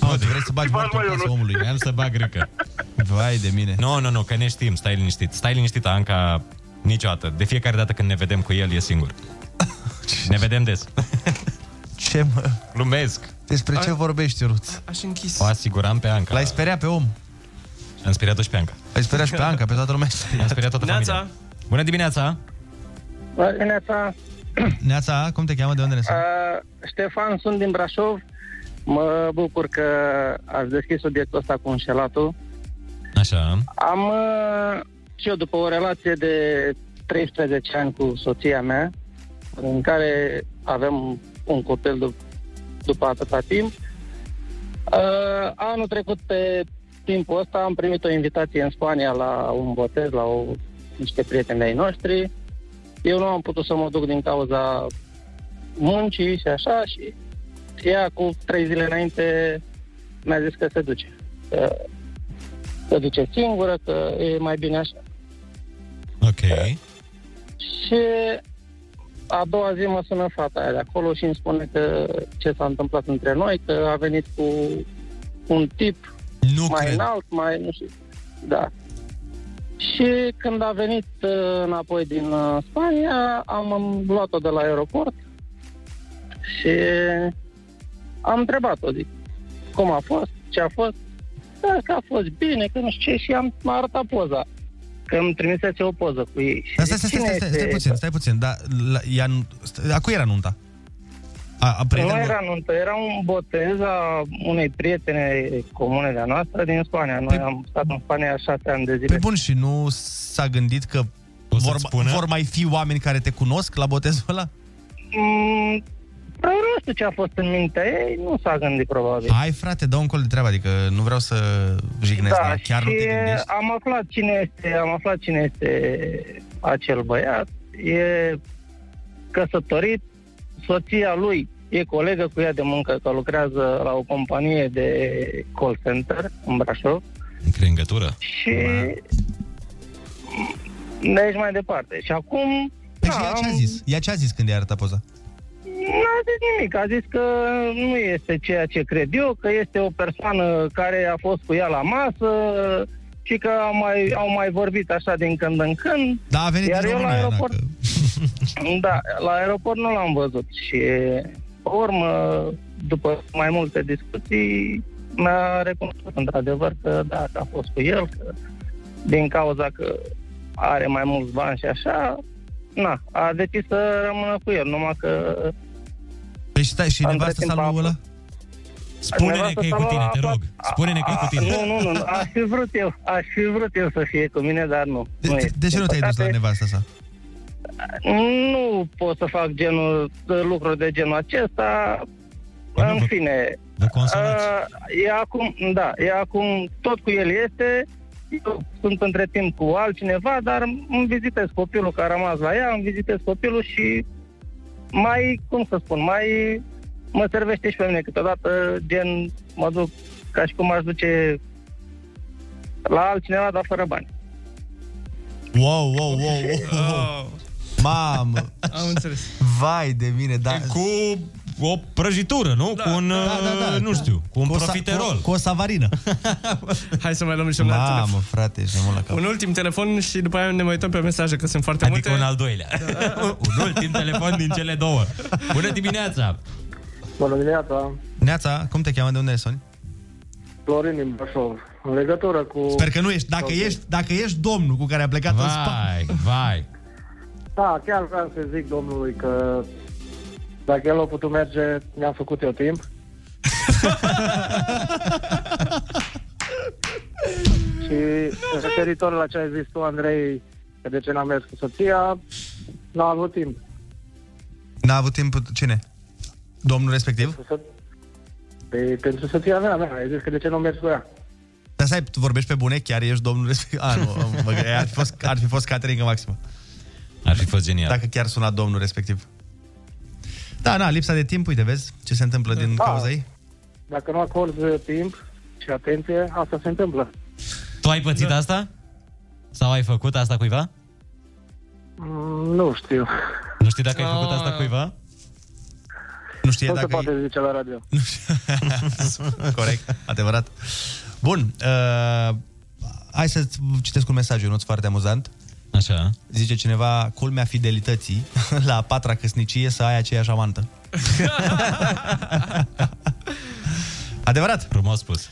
Auzi, vrei să bagi
moartea în fața omului. Vreau să bag râcă.
Vai de mine.
Nu, nu, nu, că ne știm, stai liniștit. Stai liniștit, Anca, niciodată. De fiecare dată când ne vedem cu el, e
*laughs*
singur. ne vedem des.
Ce mă?
Glumesc.
Despre ce
Ai-
vorbești, Ruț?
Aș închis.
O asiguram pe Anca. L-ai
speriat pe om.
Am speriat-o și pe Anca.
Ai speriat și pe Anca, pe toată lumea.
Am speriat toată familia. Bună dimineața!
Bună dimineața!
Neața, cum te cheamă? De unde ne suni?
Uh, Ștefan, sunt din Brașov. Mă bucur că ați deschis subiectul ăsta cu înșelatul.
Așa.
Am uh, și eu după o relație de 13 ani cu soția mea, în care avem un copil dup- după atâta timp. Uh, anul trecut, pe timpul ăsta, am primit o invitație în Spania la un botez, la o, niște prieteni ai noștri. Eu nu am putut să mă duc din cauza muncii și așa și ea cu trei zile înainte mi-a zis că se duce. Că se duce singură, că e mai bine așa.
Ok.
Și a doua zi mă sună fata aia de acolo și îmi spune că ce s-a întâmplat între noi, că a venit cu un tip
nu
mai înalt, mai nu știu. Da. Și când a venit uh, înapoi din uh, Spania, am am luat-o de la aeroport și am întrebat-o, zic, cum a fost, ce a fost. Da, că a fost bine, că nu știu ce, și am m-a arătat poza. Că îmi trimisese o poză cu ei. Și
Dar stai,
zic,
stai, stai, stai,
"Cine
stai,
este
stai puțin, stai puțin. Da, la, ea, nu- stai- a cui era nunta? A, a
Nu
prietenilor?
era nuntă, era un botez a unei prietene comune de-a noastră din Spania. Noi am stat în Spania șase ani de zile.
Păi bun, și nu s-a gândit că vor, vor mai fi oameni care te cunosc la botezul ăla?
Mm, dar nu știu ce a fost în mintea ei, nu s-a gândit probabil.
Hai, frate, dă un col de treabă, adică nu vreau să jignesc,
da,
dar chiar
și
nu te gândești?
am aflat cine este, am aflat cine este acel băiat. E căsătorit, soția lui e colegă cu ea de muncă, că lucrează la o companie de call center în Brașov
Crengătură?
și de aici mai departe. Și acum...
Păi și ea ce a zis? Ea ce a zis când i-a arătat poza?
N-a zis nimic, a zis că nu este ceea ce cred eu, că este o persoană care a fost cu ea la masă și că au mai, au mai vorbit așa din când în când.
Da, a venit
Iar
din
eu la
România,
aeroport...
*laughs*
da, la aeroport nu l-am văzut și pe urmă, după mai multe discuții, mi-a recunoscut într-adevăr că da, că a fost cu el, că din cauza că are mai mulți bani și așa, na, a decis să rămână cu el, numai că...
Păi stai, și nevastă sa lui ăla?
Spune-ne că e cu tine, te rog. Spune-ne că e cu
tine.
Nu, nu, nu, aș fi vrut eu, aș fi vrut eu să fie cu mine, dar nu.
De,
nu
de,
e.
de ce nu
Din
te-ai dus la
păcate,
nevasta sa?
Nu pot să fac genul, lucruri de genul acesta. În fine, a, e acum, da, e acum, tot cu el este, eu sunt între timp cu altcineva, dar îmi vizitez copilul care a rămas la ea, îmi vizitez copilul și mai, cum să spun, mai mă servește și pe mine câteodată, gen, mă duc ca și cum aș duce la altcineva, dar fără bani.
Wow, wow, wow, wow,
Oh.
wow. Mamă! Am înțeles. Vai de mine, da.
Cu o prăjitură, nu? Da, cu un,
uh,
da, da, da, nu știu, cu un
o sa-
profiterol.
Cu, o- cu o savarină.
Hai să mai luăm niște la
Mamă,
telefon.
frate, ești mult la cap.
Un ultim telefon și după aia ne mai uităm pe mesaje, că sunt foarte
Adică
multe.
un al doilea.
Da.
*laughs* Un ultim telefon din cele
*laughs*
două. Bună dimineața!
Bună dimineața,
Neața, cum te cheamă? De unde ești, Soni?
Florin din Brașov. În legătură cu...
Sper că nu ești. Dacă, ești, dacă ești domnul cu care a plecat în Spania.
vai.
Da, chiar vreau să zic domnului că dacă el a putut merge, mi-am făcut eu timp. și referitor la ce ai zis tu, Andrei, că de ce n-am mers cu soția, n-a avut timp.
N-a avut timp cine? Domnul respectiv?
Pe, Păi, pentru soția mea, mea, ai zis că de ce nu am mers cu ea.
Dar stai, tu vorbești pe bune? Chiar ești domnul respectiv? A, nu, mă, gândesc, ar, fi fost, ar fi fost Caterin maximă.
Ar fi fost genial.
Dacă chiar suna domnul respectiv. Da, na, lipsa de timp, uite, vezi ce se întâmplă din
Da.
cauza ei?
Dacă nu acorzi timp și atenție, asta se întâmplă.
Tu ai
Da.
pățit asta? Sau ai făcut asta cuiva?
Mm, Nu știu.
Nu știi dacă ai făcut
Ah.
asta cuiva?
Nu știe
nu
dacă
se poate zice la radio.
*laughs*
*laughs* Corect, adevărat. Bun, uh, hai să citesc un mesaj, Ionuț, foarte amuzant.
Așa.
Zice cineva, culmea fidelității, *laughs* la a patra căsnicie să ai aceeași amantă. *laughs* adevărat?
Frumos spus.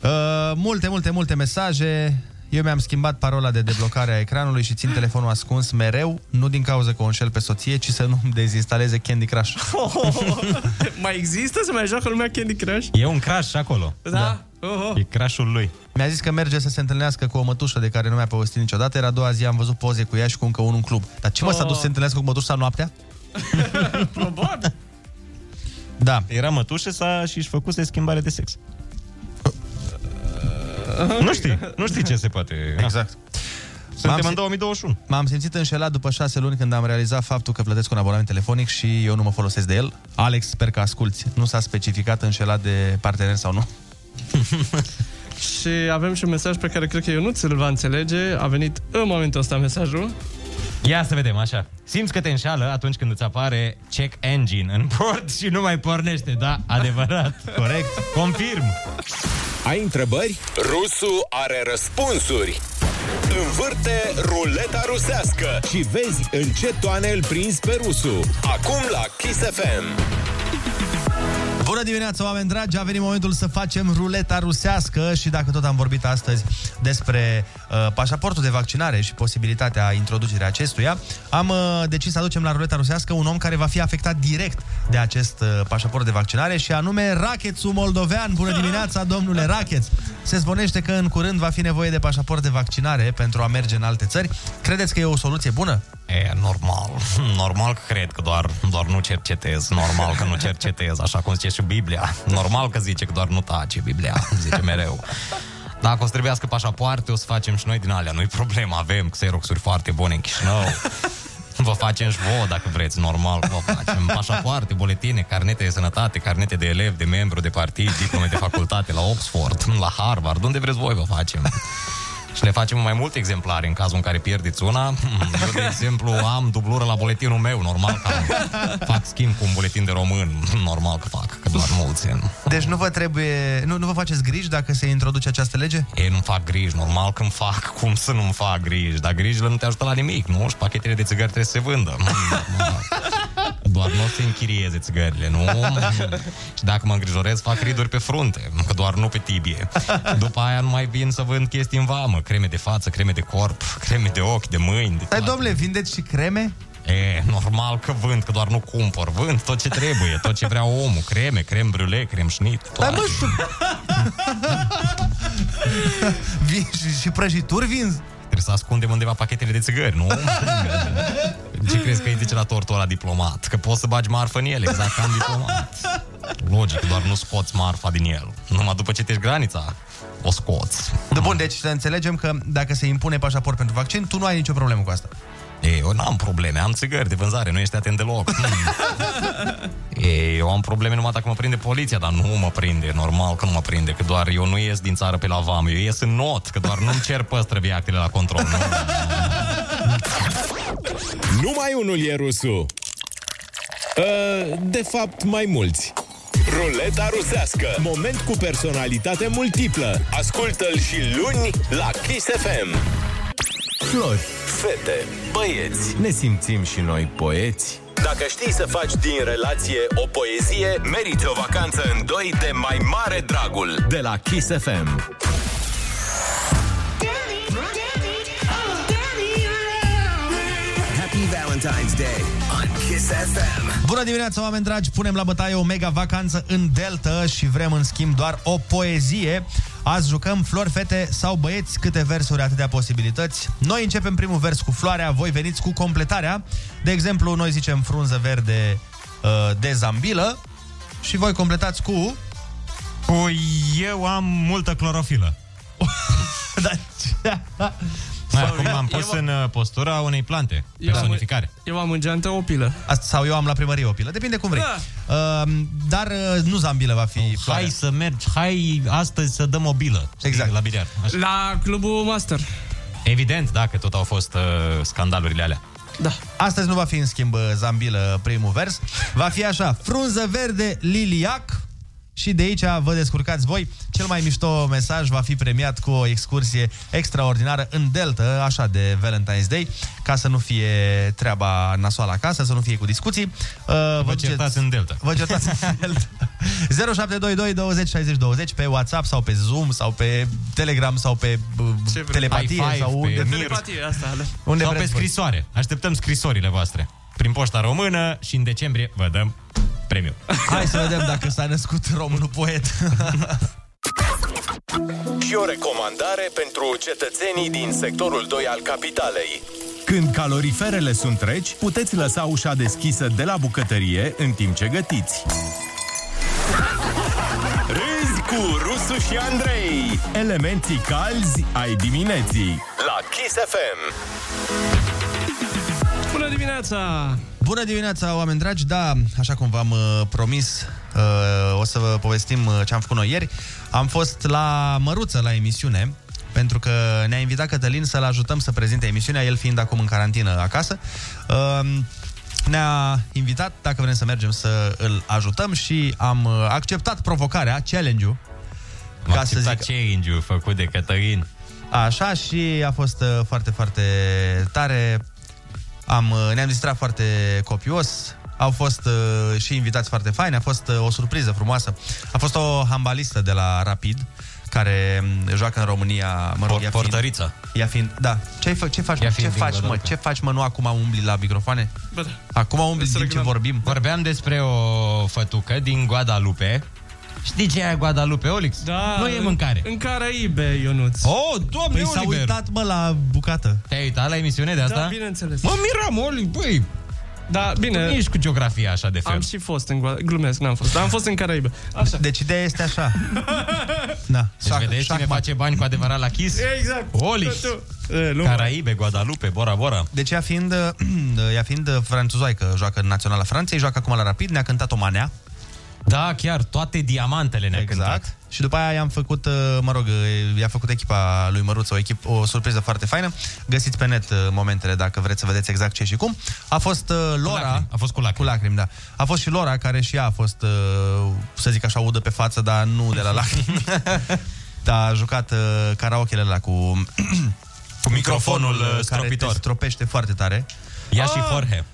Uh, multe, multe, multe mesaje. Eu mi-am schimbat parola de deblocare a ecranului și țin telefonul ascuns mereu, nu din cauza că o înșel pe soție, ci să nu-mi dezinstaleze Candy Crush.
*laughs*
*laughs*
mai există? Se mai joacă lumea Candy Crush?
E un crash acolo.
Da? Oh,
E crashul lui.
Mi-a zis că merge să se întâlnească cu o mătușă de care nu mi-a povestit niciodată. Era a doua zi, am văzut poze cu ea și cu încă unul în club. Dar ce mă s-a dus
Oh.
să se întâlnească cu mătușa noaptea?
*laughs*
Probabil.
Da.
Era mătușă sa și își făcuse schimbare de sex. nu știi, nu știi ce se *laughs* poate.
Exact.
Uh, Suntem
M-am
în
sim-
2021.
M-am simțit înșelat după șase luni când am realizat faptul că plătesc un abonament telefonic și eu nu mă folosesc de el. Alex, sper că asculti. Nu s-a specificat înșelat de partener sau nu.
Și avem și un mesaj pe care cred că eu nu ți-l va înțelege. A venit în momentul ăsta mesajul.
Ia să vedem, așa. Simți că te înșală atunci când îți apare check engine în port și nu mai pornește, da? Adevărat. Corect. Confirm.
Ai întrebări? Rusu are răspunsuri. Învârte ruleta rusească și vezi în ce toane îl prinzi pe Rusu. Acum la Kiss FM.
Bună dimineața, oameni dragi! A venit momentul să facem ruleta rusească și dacă tot am vorbit astăzi despre uh, pașaportul de vaccinare și posibilitatea introducerii acestuia, am uh, decis să aducem la ruleta rusească un om care va fi afectat direct de acest uh, pașaport de vaccinare și anume Rachețul Moldovean. Bună dimineața, domnule Racheț! Se zvonește că în curând va fi nevoie de pașaport de vaccinare pentru a merge în alte țări. Credeți că e o soluție bună?
E, normal. *laughs* Normal că cred că doar, doar nu cercetez. Normal că nu cercetez, așa cum zice și Biblia. Normal că zice că doar nu tace Biblia, *laughs* zice mereu. Dacă o să trebuiască pașapoarte, o să facem și noi din alea. Nu-i problemă, avem xeroxuri foarte bune în Chișinău. Vă facem și vouă, dacă vreți, normal. Vă facem pașapoarte, boletine, carnete de sănătate, carnete de elev, de membru, de partid, diplome de facultate, la Oxford, la Harvard, unde vreți voi vă facem. Și ne facem mai multe exemplare în cazul în care pierdeți una. *laughs* Hmm, Eu, de exemplu, am dublură la boletinul meu, normal că am. fac schimb cu un boletin de român. *laughs* Normal că fac, că doar mulți ani.
Deci nu vă trebuie, nu, nu vă faceți griji dacă se introduce această lege?
Ei, nu fac griji, normal că îmi fac, *laughs* cum să nu-mi fac griji, dar grijile nu te ajută la nimic, nu? Și pachetele de țigări trebuie să se vândă. Hmm, Doar nu o să închirieze țigările, nu? Hmm. Și dacă mă îngrijorez, fac riduri pe frunte, că doar nu pe tibie. După aia nu mai vin să vând chestii în vamă, creme de față, creme de corp, creme de ochi, de mâini. De
Hai, domnule, vindeți și creme?
E, normal că vând, că doar nu cumpăr. Vând tot ce trebuie, tot ce vrea omul. Creme, crem brule, crem șnit. Dar mă,
*laughs* Vin și, și prăjituri vinzi?
Trebuie să ascundem undeva pachetele de țigări, nu? Ce crezi că îi zice la tortul ăla diplomat? Că poți să bagi marfă în el, exact ca în diplomat. Logic, doar nu scoți marfa din el. Numai după ce treci granița, o scoți.
Da, Bun, deci să înțelegem că dacă se impune pașaport pentru vaccin, tu nu ai nicio problemă cu asta.
Ei, eu n-am probleme, am țigări de vânzare, nu ești atent deloc. Hmm. Ei, eu am probleme numai dacă mă prinde poliția, dar nu mă prinde, normal că nu mă prinde, că doar eu nu ies din țară pe la vamă, eu ies în not, că doar nu-mi cer păstrăvi actele la control. Nu?
Numai unul e rusul.
Ă,
Uh, De fapt, mai mulți. Ruleta rusească. Moment cu personalitate multiplă. Ascultă-l și luni la Kiss FM.
Flori,
Fete.
băieți, ne simțim și noi poeți.
Dacă știi să faci din relație o poezie,
Meriți o vacanță în doi de mai mare dragul de la Kiss FM.
Happy Valentine's Day on Kiss FM.
Bună dimineața, oameni dragi! Punem la bătaie o mega vacanță în Delta și vrem, în schimb, doar o poezie. Azi jucăm flori, fete sau băieți, câte versuri, atâtea posibilități. Noi începem primul vers cu floarea, voi veniți cu completarea. De exemplu, noi zicem frunză verde uh, de zambilă și voi completați cu...
Cu Păi, eu am multă
*laughs*
clorofilă.
da.
Mai, acum m-am pus în uh, postura unei plante. Personificare.
Eu am în geantă o
Da.
pilă. Asta, sau eu am la primărie o pilă, depinde cum vrei. Da. Uh, dar uh, nu zambilă va fi floarea.
Hai să mergi, hai astăzi să dăm o bilă. Exact. La biliar.
La clubul Master.
Evident, dacă tot au fost uh, scandalurile alea.
Da. Astăzi nu va fi, în schimb, uh, zambilă primul vers. Va fi așa, frunză verde, liliac. Și de aici vă descurcați voi. Cel mai mișto mesaj va fi premiat cu o excursie extraordinară în Delta, așa de Valentine's Day, ca să nu fie treaba nasoală acasă, să nu fie cu discuții. Uh, Vă,
certați în Delta.
Vă certați
*laughs*
în Delta. 0722 20 60 20 pe WhatsApp sau pe Zoom sau pe Telegram sau pe uh, telepatie
High five,
sau unde,
pe Mir.
Telepatie asta. da.
unde
Sau pe
vreți voi.
scrisoare. Așteptăm scrisorile voastre. Prin poșta română și în decembrie vă dăm premiu.
Hai să vedem dacă s-a născut românul
*laughs*
poet.
Și o recomandare pentru cetățenii din sectorul 2 al capitalei.
Când caloriferele sunt reci, puteți lăsa ușa deschisă de la bucătărie în timp ce gătiți.
Râzi cu Rusu și Andrei
Elementii calzi ai dimineții.
la Kiss FM.
Bună dimineața!
Bună dimineața, oameni dragi! Da, așa cum v-am uh, promis, uh, o să vă povestim uh, ce am făcut noi ieri. Am fost la Măruță, la emisiune, pentru că ne-a invitat Cătălin să-l ajutăm să prezinte emisiunea, el fiind acum în carantină acasă. Uh, ne-a invitat dacă vrem să mergem să îl ajutăm și am uh, acceptat provocarea, challenge-ul,
Ca să zic... change-ul făcut de Cătălin.
Așa și a fost uh, foarte, foarte tare. Am, uh, ne-am distrat foarte copios. Au fost uh, și invitați foarte faini. A fost uh, o surpriză frumoasă. A fost o handbalistă de la Rapid care um, joacă în România, mă rog, ea
portărița.
Fiind, ea fiind, da. Ce, ai fă, ce faci,
Ea
mă? ce
fiind da. din
faci, mă?
Gădălcă.
Ce faci, mă? Nu acum umbli la microfoane?
Bă, da.
Acum umbli din ce vorbim.
Vorbeam despre o fătucă din Guadalupe. Știi ce e Guadalupe, Olix?
Da,
Nu e mâncare.
În Caraibe, Ionuț.
Oh, doamne,
Păi s-a
Oliver!
uitat, mă, la bucată.
Te-ai uitat la emisiune de
Da,
asta?
bineînțeles.
Mă miram, Oli, băi,
Da, bine.
Nu ești cu geografia așa de fel.
Am și fost în Gua- glumesc, n-am fost, dar am fost în Caraibe. Așa.
Deci ideea este așa. da.
Deci vedeți cine face bani cu adevărat la Kiss?
Exact.
Oli. Caraibe, Guadalupe, Bora Bora.
Deci ea fiind, *clears throat* uh, ea fiind uh, franțuzoaică, joacă în Naționala Franței, joacă acum la Rapid, ne-a cântat o manea.
Da, chiar, toate diamantele ne-a
exact. cântat. Și după aia i-am făcut, uh, mă rog, uh, i-a făcut echipa lui Măruț o, echip, o surpriză foarte faină. Găsiți pe net uh, momentele dacă vreți să vedeți exact ce și cum. A fost uh, Lora...
lacrimi,
a fost cu lacrimi. Cu lacrimi, da. A fost și Lora, care și ea a fost, uh, să zic așa, udă pe față, dar nu de la
*laughs*
lacrimi. da, a jucat uh, karaoke-le la cu... *clears throat*
Cu microfonul, uh,
care te
stropitor.
stropește foarte tare. Ah!
Ea și Jorge.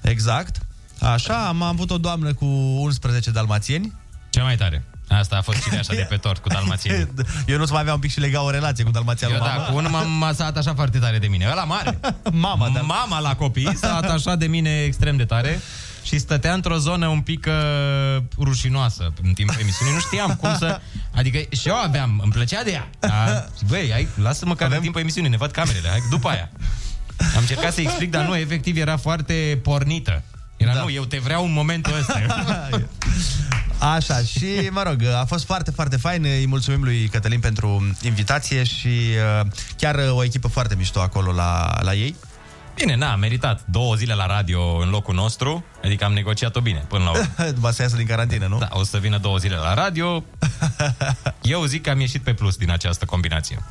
Exact. Așa, am avut o doamnă cu 11 dalmațieni.
Cea mai tare. Asta a fost cine așa de pe tort cu
*laughs*
dalmațienii.
Da. Eu nu mai aveam un pic și lega o relație cu dalmația
Eu
lui
da,
mama.
cu unul m-am m-a s-a atașat
*laughs*
foarte tare de mine. Ăla mare.
Mama,
da. *laughs* Mama la copii s-a atașat de mine extrem de tare. Și stătea într-o zonă un pic uh, rușinoasă în timpul emisiunii. Nu știam cum să... Adică și eu aveam, îmi plăcea de ea. Da? Zic, Băi, hai, lasă-mă că avem timpul emisiunii, ne văd camerele, hai, după aia. Am încercat să explic, dar nu, efectiv era foarte pornită. Era, da. nu, eu te vreau în momentul ăsta. *laughs*
Așa, și mă rog, a fost foarte, foarte fain. Îi mulțumim lui Cătălin pentru invitație și uh, chiar uh, o echipă foarte mișto acolo la, la ei.
Bine, na, a meritat două zile la radio în locul nostru, adică am negociat-o bine până la urmă.
*laughs* După să iasă din carantină, nu?
Da, o să vină două zile la
*laughs*
radio. Eu zic că am ieșit pe plus din această combinație.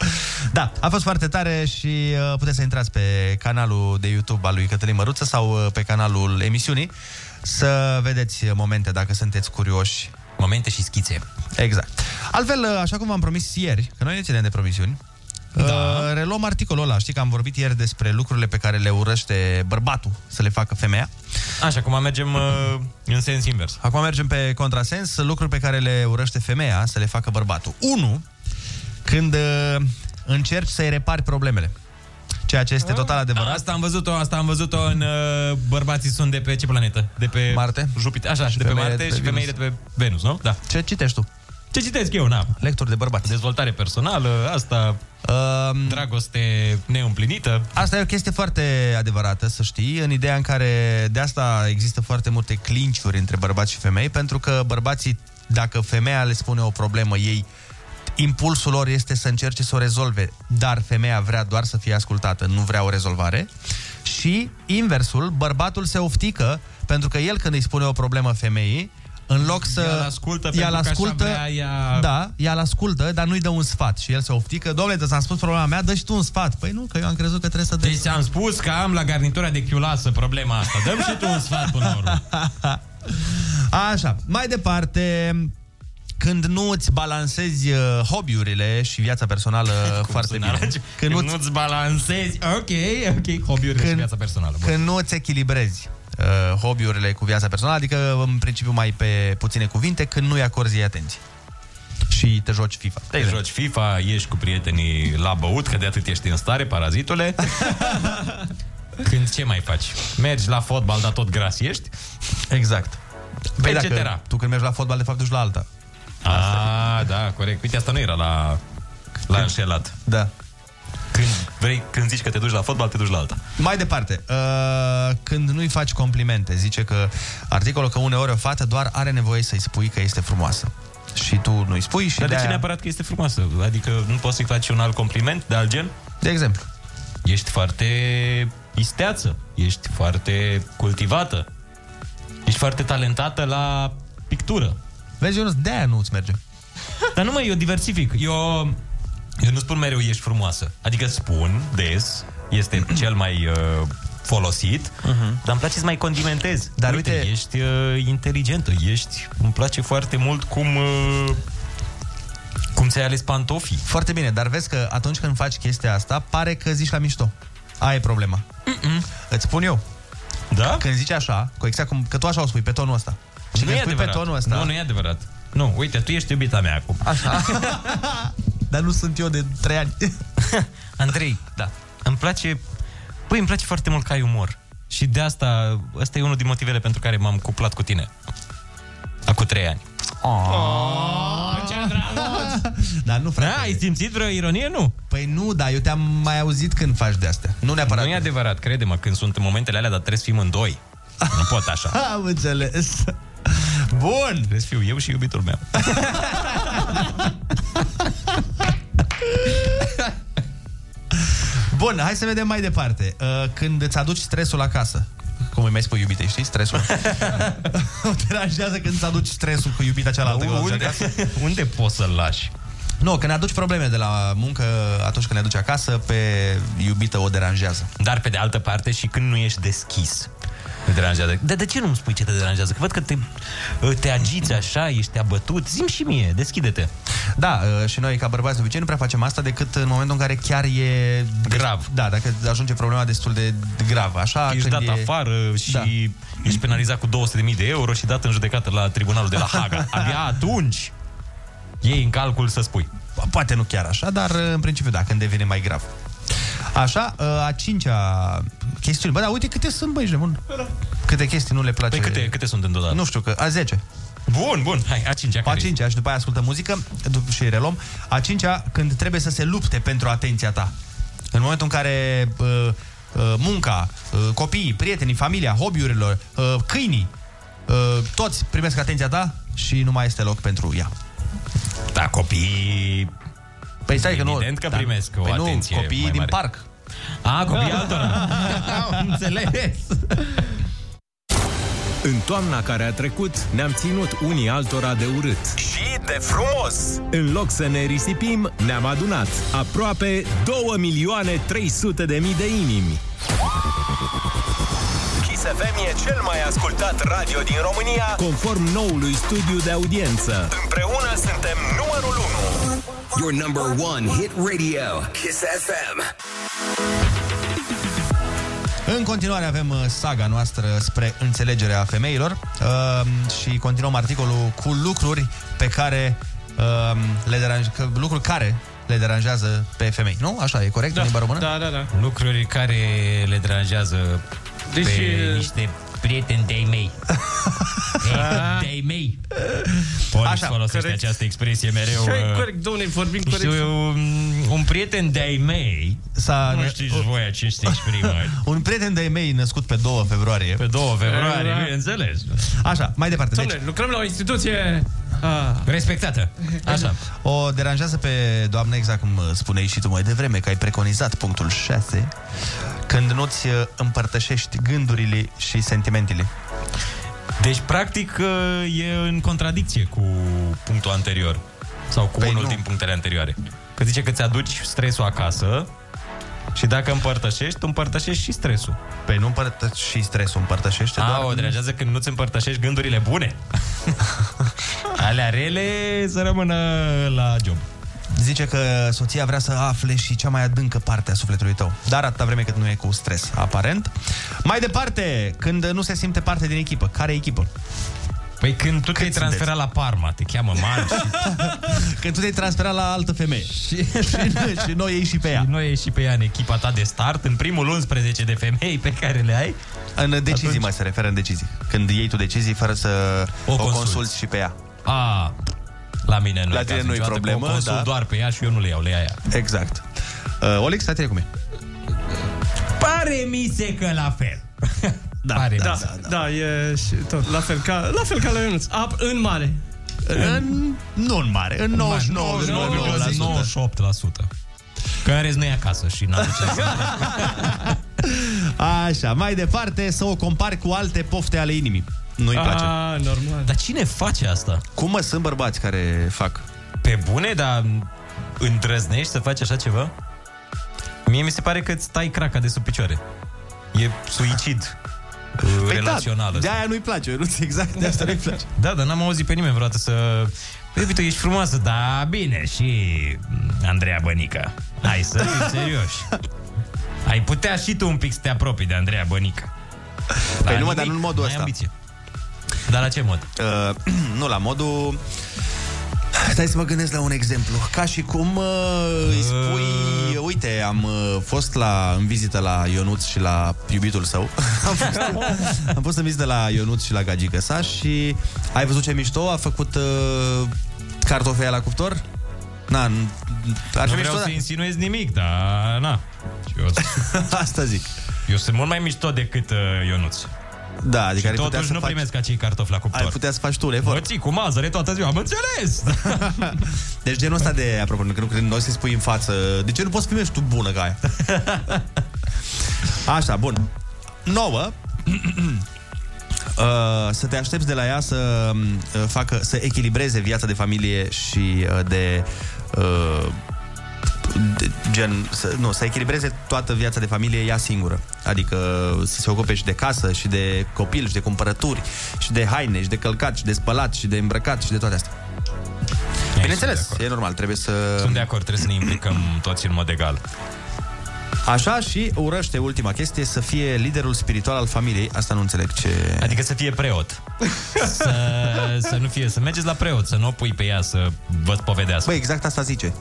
Da, a fost foarte tare și uh, puteți să intrați pe canalul de YouTube al lui Cătălin Măruță sau uh, pe canalul emisiunii să vedeți uh, momente dacă sunteți curioși.
Momente și schițe.
Exact. Altfel, uh, așa cum v-am promis ieri, că noi ne ținem de promisiuni, da. reluăm articolul ăla. Știi că am vorbit ieri despre lucrurile pe care le urăște bărbatul să le facă femeia.
Așa, acum mergem uh, în sens invers.
Acum mergem pe contrasens, lucruri pe care le urăște femeia să le facă bărbatul. 1. Când uh, încerci să-i repari problemele. Ceea ce este total adevărat.
Asta am văzut-o, asta am văzut-o în uh, bărbații sunt de pe ce planetă? De pe
Marte?
Jupiter, așa, și de pe
femeile
Marte
de pe
și femeile de
Venus.
pe Venus, nu? Da.
Ce citești tu?
Ce citesc eu, na?
Lecturi de bărbați.
Dezvoltare personală, asta,
um,
dragoste neîmplinită.
Asta e o chestie foarte adevărată, să știi, în ideea în care de asta există foarte multe clinciuri între bărbați și femei, pentru că bărbații, dacă femeia le spune o problemă, ei impulsul lor este să încerce să o rezolve, dar femeia vrea doar să fie ascultată, nu vrea o rezolvare. Și inversul, bărbatul se oftică pentru că el când îi spune o problemă femeii, în loc să
El ascultă
ea
pentru că așa
ascultă,
vrea ea-
da, ea îl ascultă, dar nu-i dă un sfat și el se oftică. Domnule, ți-am spus problema mea, dă și tu un sfat. Păi nu, că eu am crezut că trebuie să dai.
Deci ți-am spus că am la garnitura de chiulasă problema asta. Dăm și tu un sfat până la urmă.
Așa, mai departe, când nu îți balansezi uh, hobby-urile și viața
*laughs*
personală foarte bine.
Când, nu ți balansezi, ok, ok, hobby-urile și viața personală. Bun.
Când nu îți echilibrezi uh, hobby-urile cu viața personală, adică în principiu mai pe puține cuvinte, când nu-i acorzi ei atenție. Și te joci FIFA.
Te joci FIFA, ieși cu prietenii la băut, că de atât ești în stare, parazitule. *laughs* Când ce mai faci? Mergi la fotbal, dar tot gras ești?
Exact.
Păi
dacă
etc. Dacă...
tu când mergi la fotbal, de fapt duci la alta.
A, da, corect. Uite, asta nu era la, la înșelat.
Da.
Când, vrei, când zici că te duci la fotbal, te duci la alta.
Mai departe, uh, când nu-i faci complimente, zice că articolul că uneori o fată doar are nevoie să-i spui că este frumoasă. Și tu nu-i spui și
Dar de
de-aia-
ce neapărat că este frumoasă? Adică nu poți să-i faci un alt compliment de alt gen?
De exemplu.
Ești foarte isteață, ești foarte cultivată, ești foarte talentată la pictură.
Vezi, Ionuț, de-aia nu-ți merge.
*laughs* Dar nu mai eu diversific. Eu, eu nu spun mereu ești frumoasă. Adică spun des, este cel mai uh, folosit, uh-huh. dar îmi place să mai condimentez. Dar uite, uite ești uh, inteligentă, ești... Îmi place foarte mult cum... Uh, cum ți-ai ales pantofii.
Foarte bine, dar vezi că atunci când faci chestia asta, pare că zici la mișto. Aia e problema. Mm-mm. Îți spun eu.
Da?
Când zici așa, cu exact cum, că tu așa o spui, pe tonul ăsta. Și
nu
când
e
spui pe
adevărat.
tonul ăsta...
Nu,
*laughs*
nu e adevărat. Nu, uite, tu ești iubita mea acum.
Așa. Dar nu sunt eu de trei ani.
*laughs* Andrei, da. Îmi place... Păi, îmi place foarte mult că ai umor. Și de asta, ăsta e unul din motivele pentru care m-am cuplat cu tine. Acum trei ani.
Ah.
Ah.
Dar nu, frate.
Da, ai simțit vreo ironie, nu?
Păi nu, dar eu te-am mai auzit când faci de astea. Nu neapărat.
Nu e adevărat, crede-mă, când sunt în momentele alea, dar trebuie să fim în doi. Nu pot așa.
*laughs* Am înțeles. *laughs* Bun. Trebuie
să fiu eu și iubitul meu.
Bun, hai să vedem mai departe. Uh, Când îți aduci stresul acasă, cum îi mai spui *laughs* iubite, știi? Stresul. Mă deranjează când îți aduci stresul cu iubita cealaltă.
Unde, *laughs* unde poți să-l lași?
Nu, când aduci probleme de la muncă, atunci când ne aduci acasă, pe iubită o deranjează.
Dar pe de altă parte și când nu ești deschis. Te deranjează. Dar de ce nu-mi spui ce te deranjează? Că văd că te, ă, te agiți așa, ești abătut. Zim și mie, deschide-te.
Da, uh, și noi ca bărbați de obicei nu prea facem asta decât în momentul în care chiar e... Grav. Da, dacă ajunge problema destul de grav. Așa,
Ești dat
când e... Da.
afară și ești penalizat cu 200.000 de euro și dat în judecată la tribunalul de la
*laughs*
Haga. Abia atunci iei în calcul să spui.
Poate nu chiar așa,
*laughs*
dar în principiu da, când devine mai grav. Așa, uh, a cincea chestiune. Bă, da, uite câte sunt, băi, ești nebun. Câte chestii nu le place.
Păi câte, câte sunt în total?
Nu știu, că a 10.
Bun, bun, hai, a cincea.
A cincea și după aia ascultăm muzică dup- și reluăm. A cincea, când trebuie să se lupte pentru atenția ta. În momentul în care uh, uh, munca, uh, copiii, prietenii, familia, hobby-urilor, uh, câinii, uh, toți primesc atenția ta și nu mai este loc pentru ea.
Da, copiii...
Păi stai că nu...
Evident că
da,
primesc o
păi nu,
atenție
copiii
mai
din
mare.
parc. Da.
A, copiii altora. Am înțeles.
În toamna care a trecut, ne-am ținut unii altora de urât.
Și de frumos!
În loc să ne risipim, ne-am adunat aproape 2 milioane 300 de mii de inimi.
Kiss FM e cel mai ascultat radio din România.
Conform noului studiu de audiență.
Împreună suntem numărul 1.
Your number one hit radio, Kiss FM.
În continuare avem uh, saga noastră spre înțelegerea femeilor uh, și continuăm articolul cu lucruri pe care uh, le deranj- că, lucruri care le deranjează pe femei. Nu? Așa e corect da. în limba română?
Da, da, da.
Lucruri care le deranjează deci, pe
Deci-
niște prieteni de-ai
*laughs*
mei. Ei, de-ai mei. Poliț Așa, folosește
corect.
această expresie mereu.
Hai,
uh,
corect, domne, vorbim corect.
Știu, um, un- un prieten de-ai mei,
S-a-
nu știți voi acești exprimări.
Un prieten de-ai mei născut pe 2 februarie. Pe
2 februarie, bineînțeles.
Așa, mai departe. Deci,
Domne, lucrăm la o instituție... Ah.
Respectată. Așa.
o deranjează pe doamnă, exact cum uh, spuneai și tu mai devreme, că ai preconizat punctul 6, când nu-ți uh, împărtășești gândurile și sentimentele.
Deci, practic, e în contradicție cu punctul anterior. Sau cu păi unul nu. din punctele anterioare. Că zice că ți-aduci stresul acasă și dacă împărtășești, tu împărtășești și stresul.
Păi nu împărtășești și stresul, împărtășește
A,
doar-
o deranjează când nu-ți împărtășești gândurile
*laughs*
bune. Alea rele să rămână la job.
Zice că uh, soția vrea să afle și cea mai adâncă parte a sufletului tău. Dar atâta vreme cât nu e cu stres, aparent. Mai departe, când uh, nu se simte parte din echipă. Care echipă?
Păi când tu te-ai transferat la Parma, te cheamă Mar și...
*laughs* Când tu te-ai transferat la altă
*laughs*
femeie. Și, *laughs* și, noi- și noi ieși pe ea.
Și noi ieși pe ea în echipa ta de start, în primul 11 de femei pe care le ai.
În decizii mai se referă în decizii. Când iei tu decizii fără să o, o
consulți.
consulți și pe ea.
A, la mine nu
La tine nu-i problemă,
da.
da.
doar pe ea și eu nu le iau, le ia ea.
Exact. Uh, Olix, la tine cum e?
Pare mi se că la fel.
Da,
da, da, da, da, e și tot. La fel ca, la, fel ca la Ionuț. Ap, în mare.
În, nu în mare, în 99,
99,98%. Că în rest nu e acasă și n-am ce să-
Așa, mai departe, să o compari cu alte pofte ale inimii. *laughs*
Ah,
Nu-i place.
A, normal.
Dar cine face asta?
Cum mă sunt bărbați care fac?
Pe bune, dar îndrăznești să faci așa ceva? Mie mi se pare că îți tai craca de sub picioare. E suicid păi relațional
da,
ăsta.
de-aia nu-i place, nu exact, de asta nu-i place.
Da, dar n-am auzit pe nimeni vreodată să... Păi, uite, ești frumoasă, da, bine, și mm, Andreea Bănică. Hai să
*laughs*
fim serioși. Ai putea și tu un pic să te apropii de Andreea Bănică.
Păi nu, mă,
nimic,
dar nu în modul
n-ai
ăsta.
Ambiție. Dar la ce mod?
Uh, *clears throat* nu, la modul... Stai să mă gândesc la un exemplu. Ca și cum uh, îi spui... Uite, am uh, fost la, în vizită la Ionuț și la iubitul său. *laughs* am, fost, am fost în vizită la Ionuț și la gagică sa și ai văzut ce mișto a făcut uh, cartofea la cuptor? Na, n- ar
nu
fi
vreau
mișto,
să
da.
insinuez nimic, dar na. Eu,
*laughs* Asta zic.
Eu sunt mult mai mișto decât uh, Ionuț.
Da, adică
și
ar putea
totuși
să
nu
faci-
primesc acei cartofi la cuptor.
Ai putea să faci tu un efort.
Mă ții cu mazăre toată ziua, am înțeles!
*laughs* Deci genul ăsta de, apropo, că nu cred, noi să-i spui în față, de ce nu poți să primești tu bună ca
*laughs*
aia? Așa, bun. Nouă, *clears throat* Uh, să te aștepți de la ea să uh, facă, să echilibreze viața de familie și uh, de, uh, de gen, să, nu, să echilibreze toată viața de familie ea singură. Adică să se ocupe și de casă, și de copil, și de cumpărături, și de haine, și de călcat, și de spălat, și de îmbrăcat, și de toate astea. Bineînțeles, e normal, trebuie să...
Sunt de acord, trebuie să ne implicăm toți în mod egal.
Așa și urăște ultima chestie să fie liderul spiritual al familiei. Asta nu înțeleg ce...
Adică să fie preot. să, să nu fie, să mergeți la preot, să nu o pui pe ea să vă spovedească.
Băi, exact asta zice.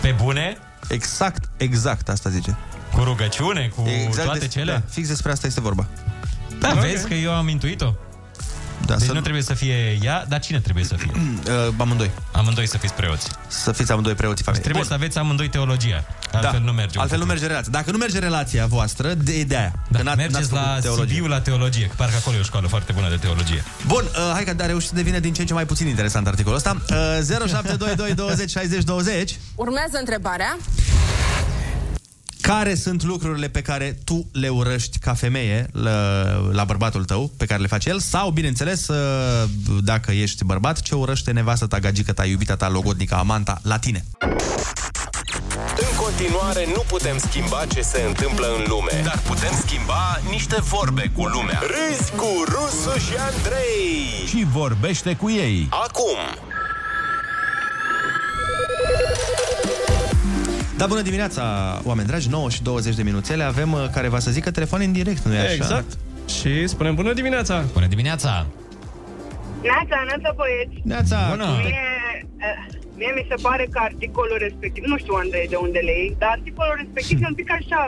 Pe bune?
Exact, exact asta zice.
Cu rugăciune, cu exact toate
des-
cele?
Da, fix despre asta este vorba. *clears throat*
Da, da vezi că eu am intuit-o.
Da,
deci
să-
să... nu trebuie să fie ea, dar cine trebuie să fie?
Uh, amândoi.
Amândoi să fiți preoți.
Să fiți amândoi preoții familiei.
Trebuie
Bun. Da.
să aveți amândoi teologia. Altfel nu merge.
Altfel nu merge relația. Dacă nu merge relația voastră, de, de aia.
Da,
Că n-a-
mergeți
n-ați făcut
la
teologie.
Sibiu la teologie, că parcă acolo e o școală foarte bună de teologie.
Bun, uh, hai că a reușit să devină din ce în ce mai puțin interesant articolul ăsta. Uh, 0722 20 60 20.
Urmează întrebarea.
Care sunt lucrurile pe care tu le urăști ca femeie la, la bărbatul tău, pe care le face el? Sau, bineînțeles, uh, dacă ești bărbat, ce urăște nevastă ta, gagică ta, iubita ta, logodnica, amanta la tine?
În continuare, nu putem schimba ce se întâmplă în lume, dar putem schimba niște vorbe cu lumea. Râzi cu Rusu și Andrei.
Și vorbește cu ei.
Acum.
Da, bună dimineața, oameni dragi, 9 și 20 de minuțele, avem uh, care va să zică telefoane în direct, nu e așa?
Exact. Și spunem bună dimineața!
Bună dimineața!
Neața, neața băieți.
Neața. Bună.
Mie, eh, mie mi se pare că articolul respectiv, nu știu Andrei de unde le iei, dar articolul respectiv e un pic așa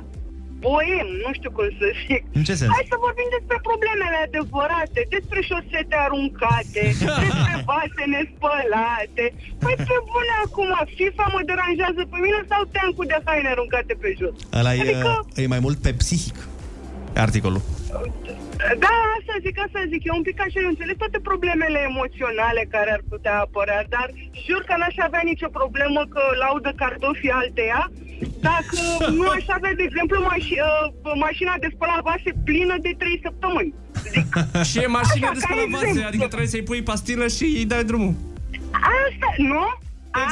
boem, nu știu cum să zic.
În ce sens?
Hai să vorbim despre problemele adevărate, despre șosete
*laughs*
aruncate, despre vase nespălate. Păi pe bune acum, FIFA mă deranjează pe mine sau teancul de haine aruncate pe jos?
Ăla e,
adică,
uh, e mai mult pe psihic articolul.
Da, asta zic, asta zic. Eu un pic așa, eu înțeleg toate problemele emoționale care ar putea apărea, dar jur că n-aș avea nicio problemă că laudă cartofii alteia, dacă nu aș avea, de exemplu, maș- uh, mașina de spălat vase plină de 3 săptămâni.
Și e mașină
Așa,
de
ca
spălat vase,
exemplu.
adică trebuie să-i pui pastilă și îi dai drumul.
Asta, nu? A?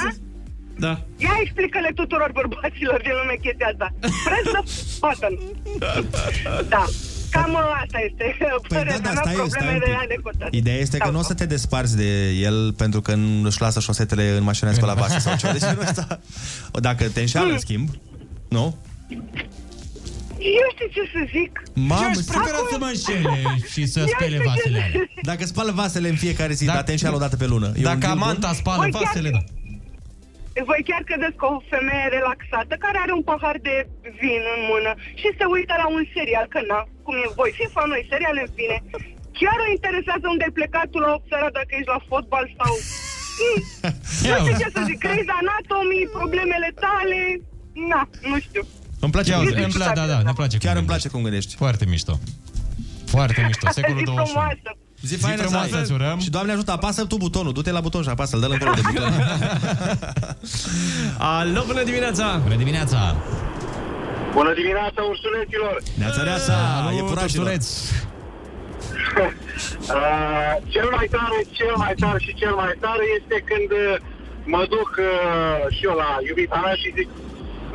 Da.
Ia explică-le tuturor bărbaților din lume chestia asta. Press the button. Da. Cam uh, asta este părerea mea, problemele de necotat.
Ideea este că nu o să te desparți de el pentru că nu își lasă șosetele în mașina de spălat vase sau
*laughs*
ceva de genul ăsta. Dacă te înșeală, în schimb, nu?
Eu știu ce să zic.
Mamă,
Eu aș prefera
să mă
înșele și să spele vasele alea.
Dacă spală vasele în fiecare zi, dar te înșeală o dată pe lună. e un
Dacă
deal bun?
amanta spală
Voi chiar-
vasele, da.
Voi chiar credeți că o femeie relaxată care are un pahar de vin în mână și se uită la un serial, că na, cum e voi, fi fan noi serial în fine, chiar o interesează unde ai plecat tu la 8 seara dacă ești la fotbal sau... Mm. Nu știu ce să zic, Grey's Anatomy, problemele tale, na, nu știu.
Îmi place,
Ia
cum
uite,
gândești.
îmi pla- da, da, ne place
Chiar îmi place cum gândești.
Foarte mișto. Foarte mișto, secolul
Zi
21.
frumoasă.
Zi faină
frumoasă,
să ai.
îți urăm.
Și Doamne ajută, apasă tu butonul, du-te la buton și apasă-l, dă-l încolo de
*laughs*
buton.
Alo, bună dimineața!
Bună dimineața!
Bună dimineața, ursuleților!
Neața, neața, e purașilor.
Uh, cel mai tare, cel mai tare și cel mai tare este când uh, mă duc uh, și eu la iubita mea și zic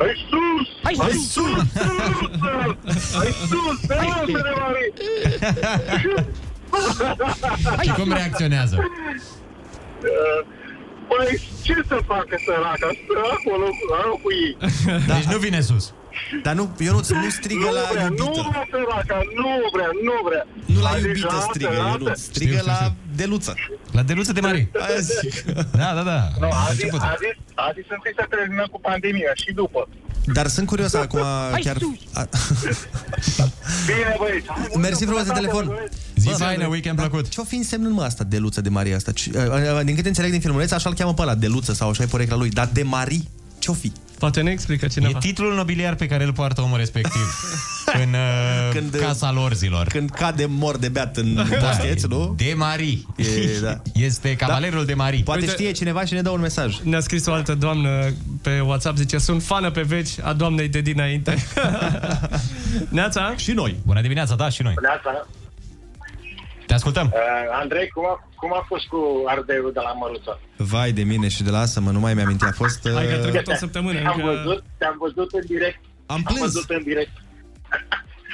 Hai sus! Hai sus! Hai sus! Hai sus! Hai sus!
Și cum reacționează?
Uh,
Păi, ce să facă săraca? Stă acolo, acolo cu ei.
Da. *laughs* Deci nu vine sus.
Dar nu, eu nu, nu strigă
nu
la
vrea,
iubită.
Nu vrea săraca, nu vrea, nu vrea.
Nu la
Adică
iubită
asta,
strigă,
asta.
Ionuț, strigă la deluță.
La deluță de mare.
Aia zic.
Da, da, da.
Nu, a zis, a zis, a zis întâi să terminăm cu pandemia și după.
Dar sunt curios acum
Hai
chiar...
tu!
A-
Bine, băieți.
Mersi frumos de telefon.
Zi
Bă,
faină,
dar-
weekend
dar Ce-o fi însemnând, mă, asta, Deluță de Maria asta? Ce- a, a, Din câte înțeleg din filmuleț, așa-l cheamă pe ăla, Deluță, sau așa e porecla lui. Dar de Marie, ce-o fi?
Poate ne explică
*laughs*
E titlul nobiliar pe care îl poartă omul respectiv. în uh,
Când,
când, casa lor zilor.
Când cade mor de beat în posteț, nu?
Da. De Marie.
E, da.
Este cavalerul da. de Marie.
Poate știe cineva și ne dă un mesaj.
Ne-a scris o altă doamnă pe WhatsApp, zice, sunt fană pe veci a doamnei de
*laughs*
dinainte. Neața?
Și noi.
Bună dimineața, da, și noi.
Neața.
Te ascultăm.
Uh, Andrei, cum a, cum a fost cu ardeiul de la Măruță?
Vai de mine și de lasă-mă, nu mai mi-aminti. A fost...
Hai că a
uh,
trecut o săptămână.
Te-am
încă-
văzut, te-am văzut în direct.
Am
plâns. Am văzut în direct. *laughs*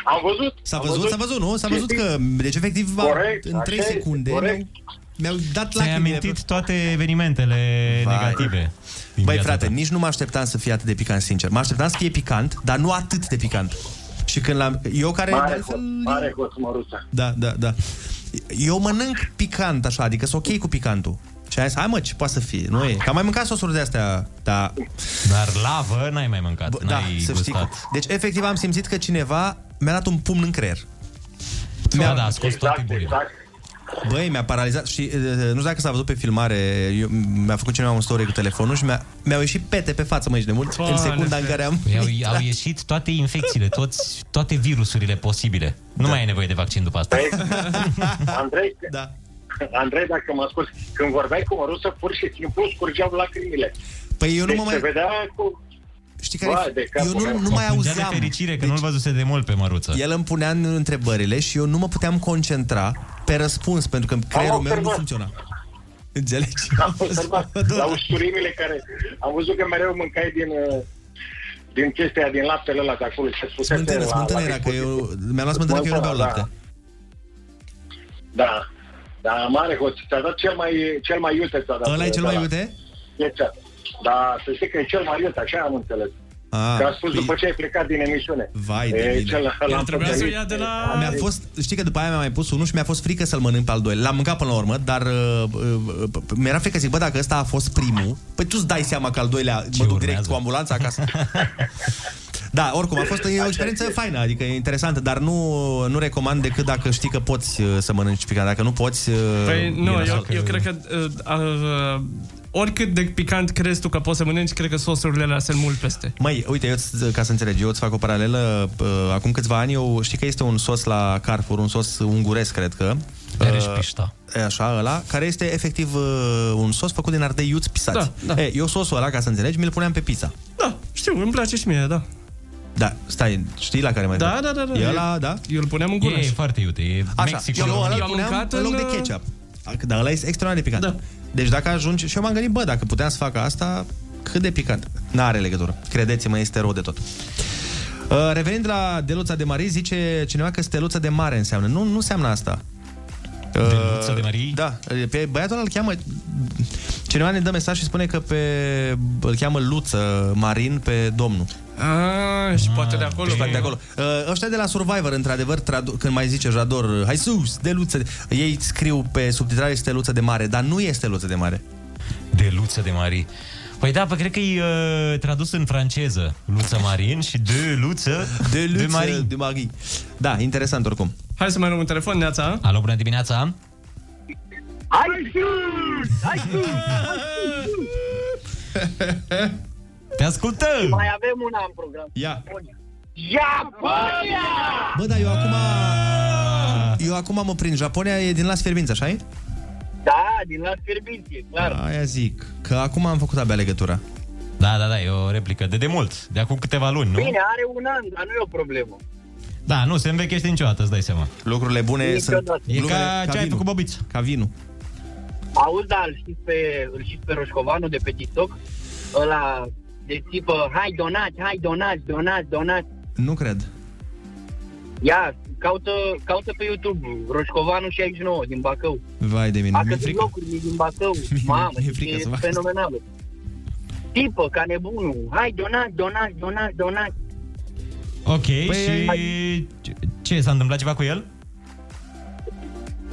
Am văzut.
S-a
am
văzut, s-a văzut, nu? S-a văzut că, deci efectiv, a-
Corect,
în 3
așa este,
secunde
corect.
mi-au, mi-au dat
Ți-ai
lacrimile.
amintit toate evenimentele
Vai.
negative.
Băi, frate, nici nu mă așteptam să fie atât de picant, sincer. Mă așteptam să fie picant, dar nu atât de picant. Și când l-am... Eu care... de
Mare
altfel,
hoț, mare hoț Măruță.
Da, da, da. Eu mănânc picant, așa, adică sunt ok cu picantul. Și am zis, hai mă, ce poate să fie, nu e? Că am mai mâncat sosuri de-astea, dar...
Dar lavă n-ai mai mâncat,
Bă, da,
n-ai
să știi.
gustat.
că- Deci, efectiv, am simțit că cineva mi-a dat un pumn în creier.
Da, da, a scos exact, toate bolile. Exact.
Băi, mi-a paralizat și e, nu știu dacă s-a văzut pe filmare, eu, mi-a făcut cineva un story cu telefonul și mi-a, mi-au ieșit pete pe față, măi, de mult, în secunda în care am...
Păi au, au
intrat.
ieșit toate infecțiile, toți, toate virusurile posibile. Nu
Da.
mai ai nevoie de vaccin
*laughs*
după asta.
Păi, Andrei, da. Andrei, dacă mă asculti, când vorbeai cu Măruță, pur și simplu scurgeau lacrimile.
Păi eu nu
deci
mă mai-
Se vedea cu...
Știi
care e-
eu nu- nu mai
Plângea
auzeam.
de fericire că deci... nu-l văzuse de mult pe măruță.
El îmi punea în întrebările și eu nu mă puteam concentra pe răspuns, pentru că creierul meu nu
observat.
funcționa. Înțelegi?
Am observat la usturimile care... Am văzut că mereu mâncai din... uh, Din chestia din laptele ăla de acolo. Ce spusese
Smântână,
la- la
smântână era, că eu, mi-am luat smântână că eu nu beau
adică da.
lapte.
Da, da, mare hoț. Ți-a dat cel mai, cel mai iute. Ți-a dat,
Ăla e cel mai
da.
iute?
Deci, da, să știi că e cel mai iute, așa am înțeles.
Ah,
Că a spus
păi-
după ce ai plecat din emisiune.
Vai
E
de mine.
cel- ăla am păcălit.
Mi-a fost, știi că după aia mi-a mai pus unul și mi-a fost frică să-l mănânc pe al doilea. L-am mâncat până la urmă, dar uh, uh, uh, mi-era frică, zic, bă, dacă ăsta a fost primul, păi tu-ți dai seama că al doilea mă duc direct cu ambulanța
*laughs*
acasă. Da, oricum, a fost e o experiență faină, adică e interesantă, dar nu, nu recomand decât dacă știi că poți uh, să mănânci picant. Dacă nu poți... uh,
Păi
e
nu, eu,
nasol.
eu cred că uh, uh, oricât de picant crezi tu că poți să mănânci, cred că sosurile alea sunt mult peste.
Măi, uite, eu, îți- ca să înțelegi, eu îți fac o paralelă. Uh, Acum câțiva ani eu știi că este un sos la Carrefour, un sos unguresc, cred că.
Ereș
Uh,
pișta.
e Așa, ăla, care este efectiv uh, un sos făcut din ardei iuți pisați. Da, da. E, eu sosul ăla, ca să înțelegi, mi-l puneam pe pizza.
Da, știu, îmi place și mie, da.
Da, stai, știi la care mai
Da,
vreau?
da, da, da.
E ăla, da?
Eu îl puneam în gură.
E foarte iute, e
Așa,
Mexicul.
eu ăla
România.
îl puneam în loc de ketchup. Adică, Dar ăla e extraordinar de picant.
Da.
Deci dacă ajungi... Și eu m-am gândit, bă, dacă puteam să fac asta, cât de picant. N-are legătură. Credeți-mă, este rău de tot. Uh, Revenind la Deluța de Marie, zice cineva că Steluța de Mare înseamnă. Nu, nu înseamnă asta.
Deluța de
Marie? Da. Pe băiatul ăla îl cheamă... Cineva ne dă mesaj și spune că pe... îl cheamă Luță Marin pe domnul.
Ah, și poate de acolo.
Și poate de acolo. Uh, ăștia de la Survivor, într-adevăr, tradu- când mai zice Jador, hai sus, de luță, de-" ei scriu pe subtitrare este luță de mare, dar nu este luță de mare.
De luță de Marie. Păi da, păi cred că e uh, tradus în franceză. Luță Marin și de luță
de,
de Marie.
de Marie. Da, interesant oricum.
Hai să mai luăm un telefon, Neața.
Alo, bună dimineața.
Hai sus! Hai sus! Hai sus!
Te ascultăm!
Mai avem una în program.
Ia!
Japonia!
Bă, dar eu acum... Eu acum mă prind. Japonia e din Las Fierbinți, așa e?
Da, din la fierbinție, clar.
Aia zic, că acum am făcut abia legătura.
Da, da, da, e o replică de demult, de acum câteva luni, nu?
Bine, are un an, dar nu e o problemă.
Da, nu se învechește niciodată, îți dai seama.
Lucrurile bune
Niciodată. sunt-
E
Lucrurile-
ca,
ca
ce ai
vinul.
făcut, Bobiț?
Ca vinul.
Auzi, da, îl știți pe, îl știți pe Roșcovanu de pe TikTok? Ăla de tipă, hai donați, hai donați, donați, donați.
Nu cred.
Ia, caută, caută pe YouTube Roșcovanu 69 din Bacău.
Vai de mine,
A
mi-e
căzut
frică.
locuri din Bacău. Mamă,
*laughs* mi-e frică
e
să fac
fenomenală. Tipă, ca nebunul. Hai, donați, donați, donați, donați.
Ok,
Păi,
și ce- ce, s-a întâmplat ceva cu el?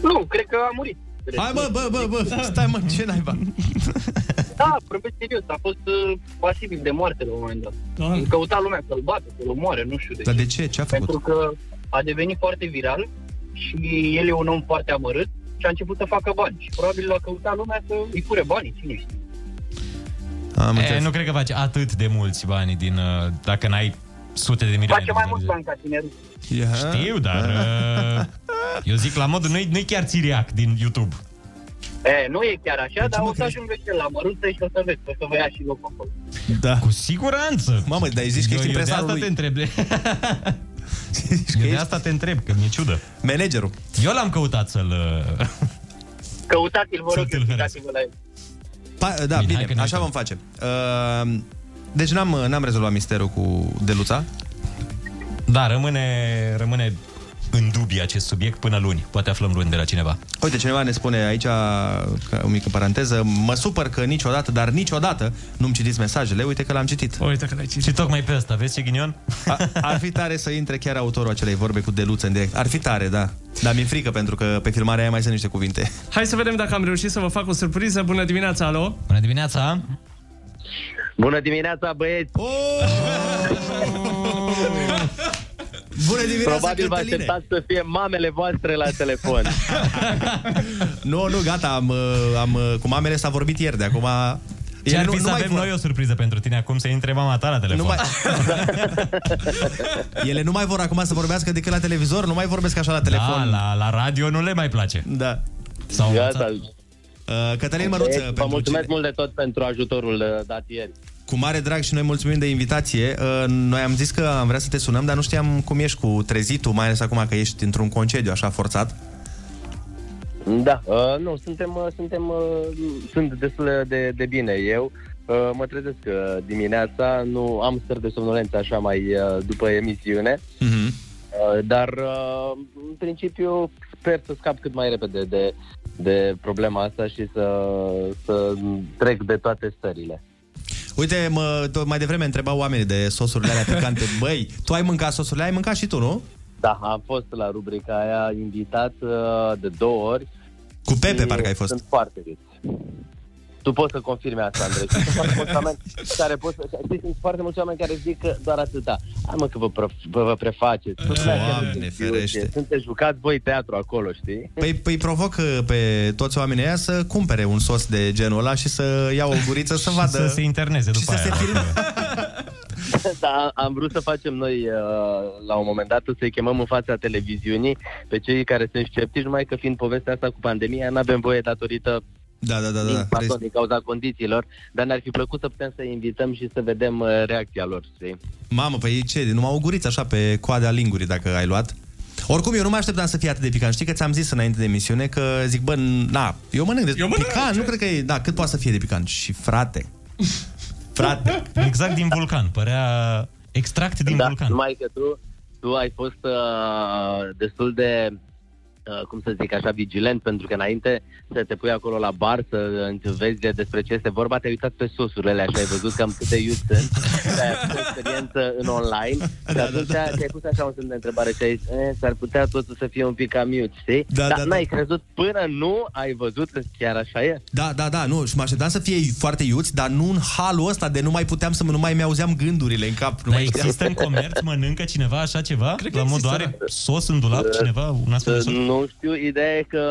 Nu, cred că a murit.
Hai, bă, bă, bă, bă, stai, mă, ce naiba?
Da, vorbesc serios, a fost uh, pasibil de moarte la un moment dat. Da. Căuta lumea să-l bată, să-l omoare, nu știu de
Dar de ce? Ce a făcut?
Pentru că a devenit foarte viral și el e un om foarte amărât și a început să facă bani. Și probabil l-a căutat lumea să îi fure banii, cine știe.
Am
e, nu cred că face atât de mulți bani din... uh, Dacă n-ai sute de milioane.
Face
de
mai mult bani ca tinerul.
Ia. Știu, dar
Da.
uh, eu zic la modul, nu-i, nu-i chiar țiriac din YouTube.
E, nu e chiar așa, dar o să ajungeți la măruntă și o să vezi, o să vă ia și locul acolo.
Da.
Cu siguranță.
Mamă, dar zici că ești
eu, eu de
impresarul
asta
lui.
te întreb. eu de asta te întreb, că mi-e ciudă.
Managerul.
Eu l-am căutat să-l... uh,
Căutați-l, vă
*laughs*
rog, uitați-vă la el.
Pa, da, bine, bine așa vom face. Uh, deci n-am, n-am rezolvat misterul cu Deluța.
Da, rămâne, rămâne în dubii acest subiect până luni. Poate aflăm luni de la cineva.
Uite, cineva ne spune aici, ca o mică paranteză, mă supăr că niciodată, dar niciodată nu-mi citiți mesajele. Uite că l-am citit.
Uite că l-ai citit.
Și tocmai pe asta, vezi ce ghinion?
A, ar fi tare să intre chiar autorul acelei vorbe cu Deluță în direct. Ar fi tare, da. Dar mi-e frică pentru că pe filmarea aia mai sunt niște cuvinte.
Hai să vedem dacă am reușit să vă fac o surpriză. Bună dimineața, alo!
Bună dimineața! Oh.
Bună dimineața, băieți! Oh!
Bună dimineața,
Probabil vă
Cătăline!
așteptați să fie mamele voastre la telefon.
Nu, nu, gata, am, uh, am, uh, cu mamele s-a vorbit ieri, de acum...
Ce
ele
ar
nu-
fi
nu
să
mai
avem
vor-
noi o surpriză pentru tine acum, să intre mama ta la telefon.
Nu
Da,
mai- Ele nu mai vor acum să vorbească decât la televizor, nu mai vorbesc așa la
Da,
telefon.
la, la radio nu le mai place.
Da.
S-au
Gata.
învățat.
Uh, Cătălin Măruță,
Băieți, Vă
pentru
mulțumesc
cine-
mult de tot pentru ajutorul uh, dat ieri.
Cu mare drag și noi mulțumim de invitație. Uh, Noi am zis că am vrea să te sunăm, dar nu știam cum ești cu trezitul, mai ales acum că ești într-un concediu așa forțat.
Da, uh, nu, suntem, uh, suntem, uh, sunt destul de, de bine eu. Uh, mă trezesc uh, dimineața, nu am stări de somnolență așa mai uh, după emisiune,
Mm-hmm.
uh, dar uh, în principiu sper să scap cât mai repede de, de problema asta și să, să trec de toate stările.
Uite, mă, tot mai devreme întrebau oamenii de sosurile alea
*laughs*
picante. Băi, tu ai mâncat sosurile, ai mâncat și tu, nu?
Da, am fost la rubrica aia invitat uh, de două ori.
Cu Pepe,
și
parcă ai fost.
Sunt foarte vechi. Tu poți să confirmi asta, Andrei. Sunt foarte
*laughs*
mulți oameni care pot să... Știi, sunt foarte mulți oameni care zic că doar atâta. Hai mă că vă, pref- vă, vă prefaceți. Nu știu dacă nu
Doamne,
știu
ferește.
ce. Sunteți jucat voi teatru acolo, știi?
Păi, păi provoc uh, pe toți oamenii aia să cumpere un sos de genul ăla și să ia o guriță să
Și
vadă...
să se interneze după aia.
*laughs* da, am vrut să facem noi uh, la un moment dat să-i chemăm în fața televiziunii pe cei care sunt sceptici, numai că fiind povestea asta cu pandemia, nu avem voie datorită
Da, da, da,
din,
da.
pardon, din cauza condițiilor, dar ne-ar fi plăcut să putem să invităm și să vedem uh, reacția lor, știi?
Mamă, păi ce, numai o guriță așa pe coada lingurii dacă ai luat. Oricum, eu nu mă așteptam să fie atât de picant. Știi că ți-am zis înainte de emisiune că zic, bă, na, eu mănânc de eu picant, nu cred că e, da, cât poate să fie de picant. Și frate, frate.
Exact din vulcan, părea extract din
da,
vulcan.
numai că tu, tu ai fost uh, destul de, uh, cum să zic așa, vigilent, pentru că înainte să te pui acolo la bar să uh, vezi de, despre ce este vorba, te-ai uitat pe sosurile alea și ai văzut cam cât de iut sunt, și ai avut experiență în online
Da,
și atunci te-ai pus așa un semn de întrebare și ai zis, "Eh, s-ar putea totul să fie un pic cam iut, știi?
Da,
Dar
da,
n-ai
da.
crezut până nu ai văzut că chiar așa e.
Da, da, da, nu, și mă așteptam să fie foarte iuți, dar nu în halul ăsta de nu mai puteam să nu mai mi-auzeam gândurile în cap. Nu
Dar
mai
există în comerț, mănâncă cineva așa ceva? Cred
că
la modul
există,
are sos în dulap cineva? Un astfel de sos?
Nu știu, ideea e că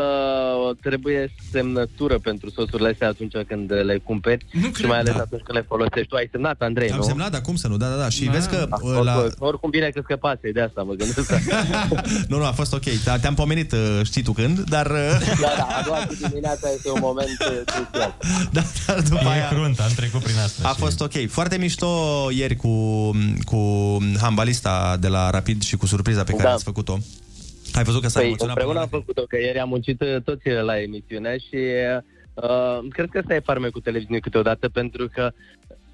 trebuie semnătură pentru sosurile astea atunci când le cumperi nu și mai ales da. atunci când le folosești. Tu ai semnat, Andrei,
Am
nu?
semnat, dar cum să nu? Da, da, da. Și
Da.
vezi că
Ah,
uh, la...
oricum, oricum bine că scăpase de asta, mă gândesc.
*laughs* Nu, nu, a fost ok. Da, Te-am pomenit, uh, știi tu când, dar... uh,
da, da, a doua zi dimineața este un moment uh, crucial.
Dar după
e
aia...
crunt, am trecut prin asta.
A fost ok. Foarte mișto ieri cu, cu handbalista de la Rapid și cu surpriza pe care
Da.
ați făcut-o. Ai văzut că s-a
păi,
emoționat
împreună
până
am făcut-o, că ieri am muncit uh, toți uh, la emisiune și uh, cred că ăsta e farmecul televiziunii câteodată, pentru că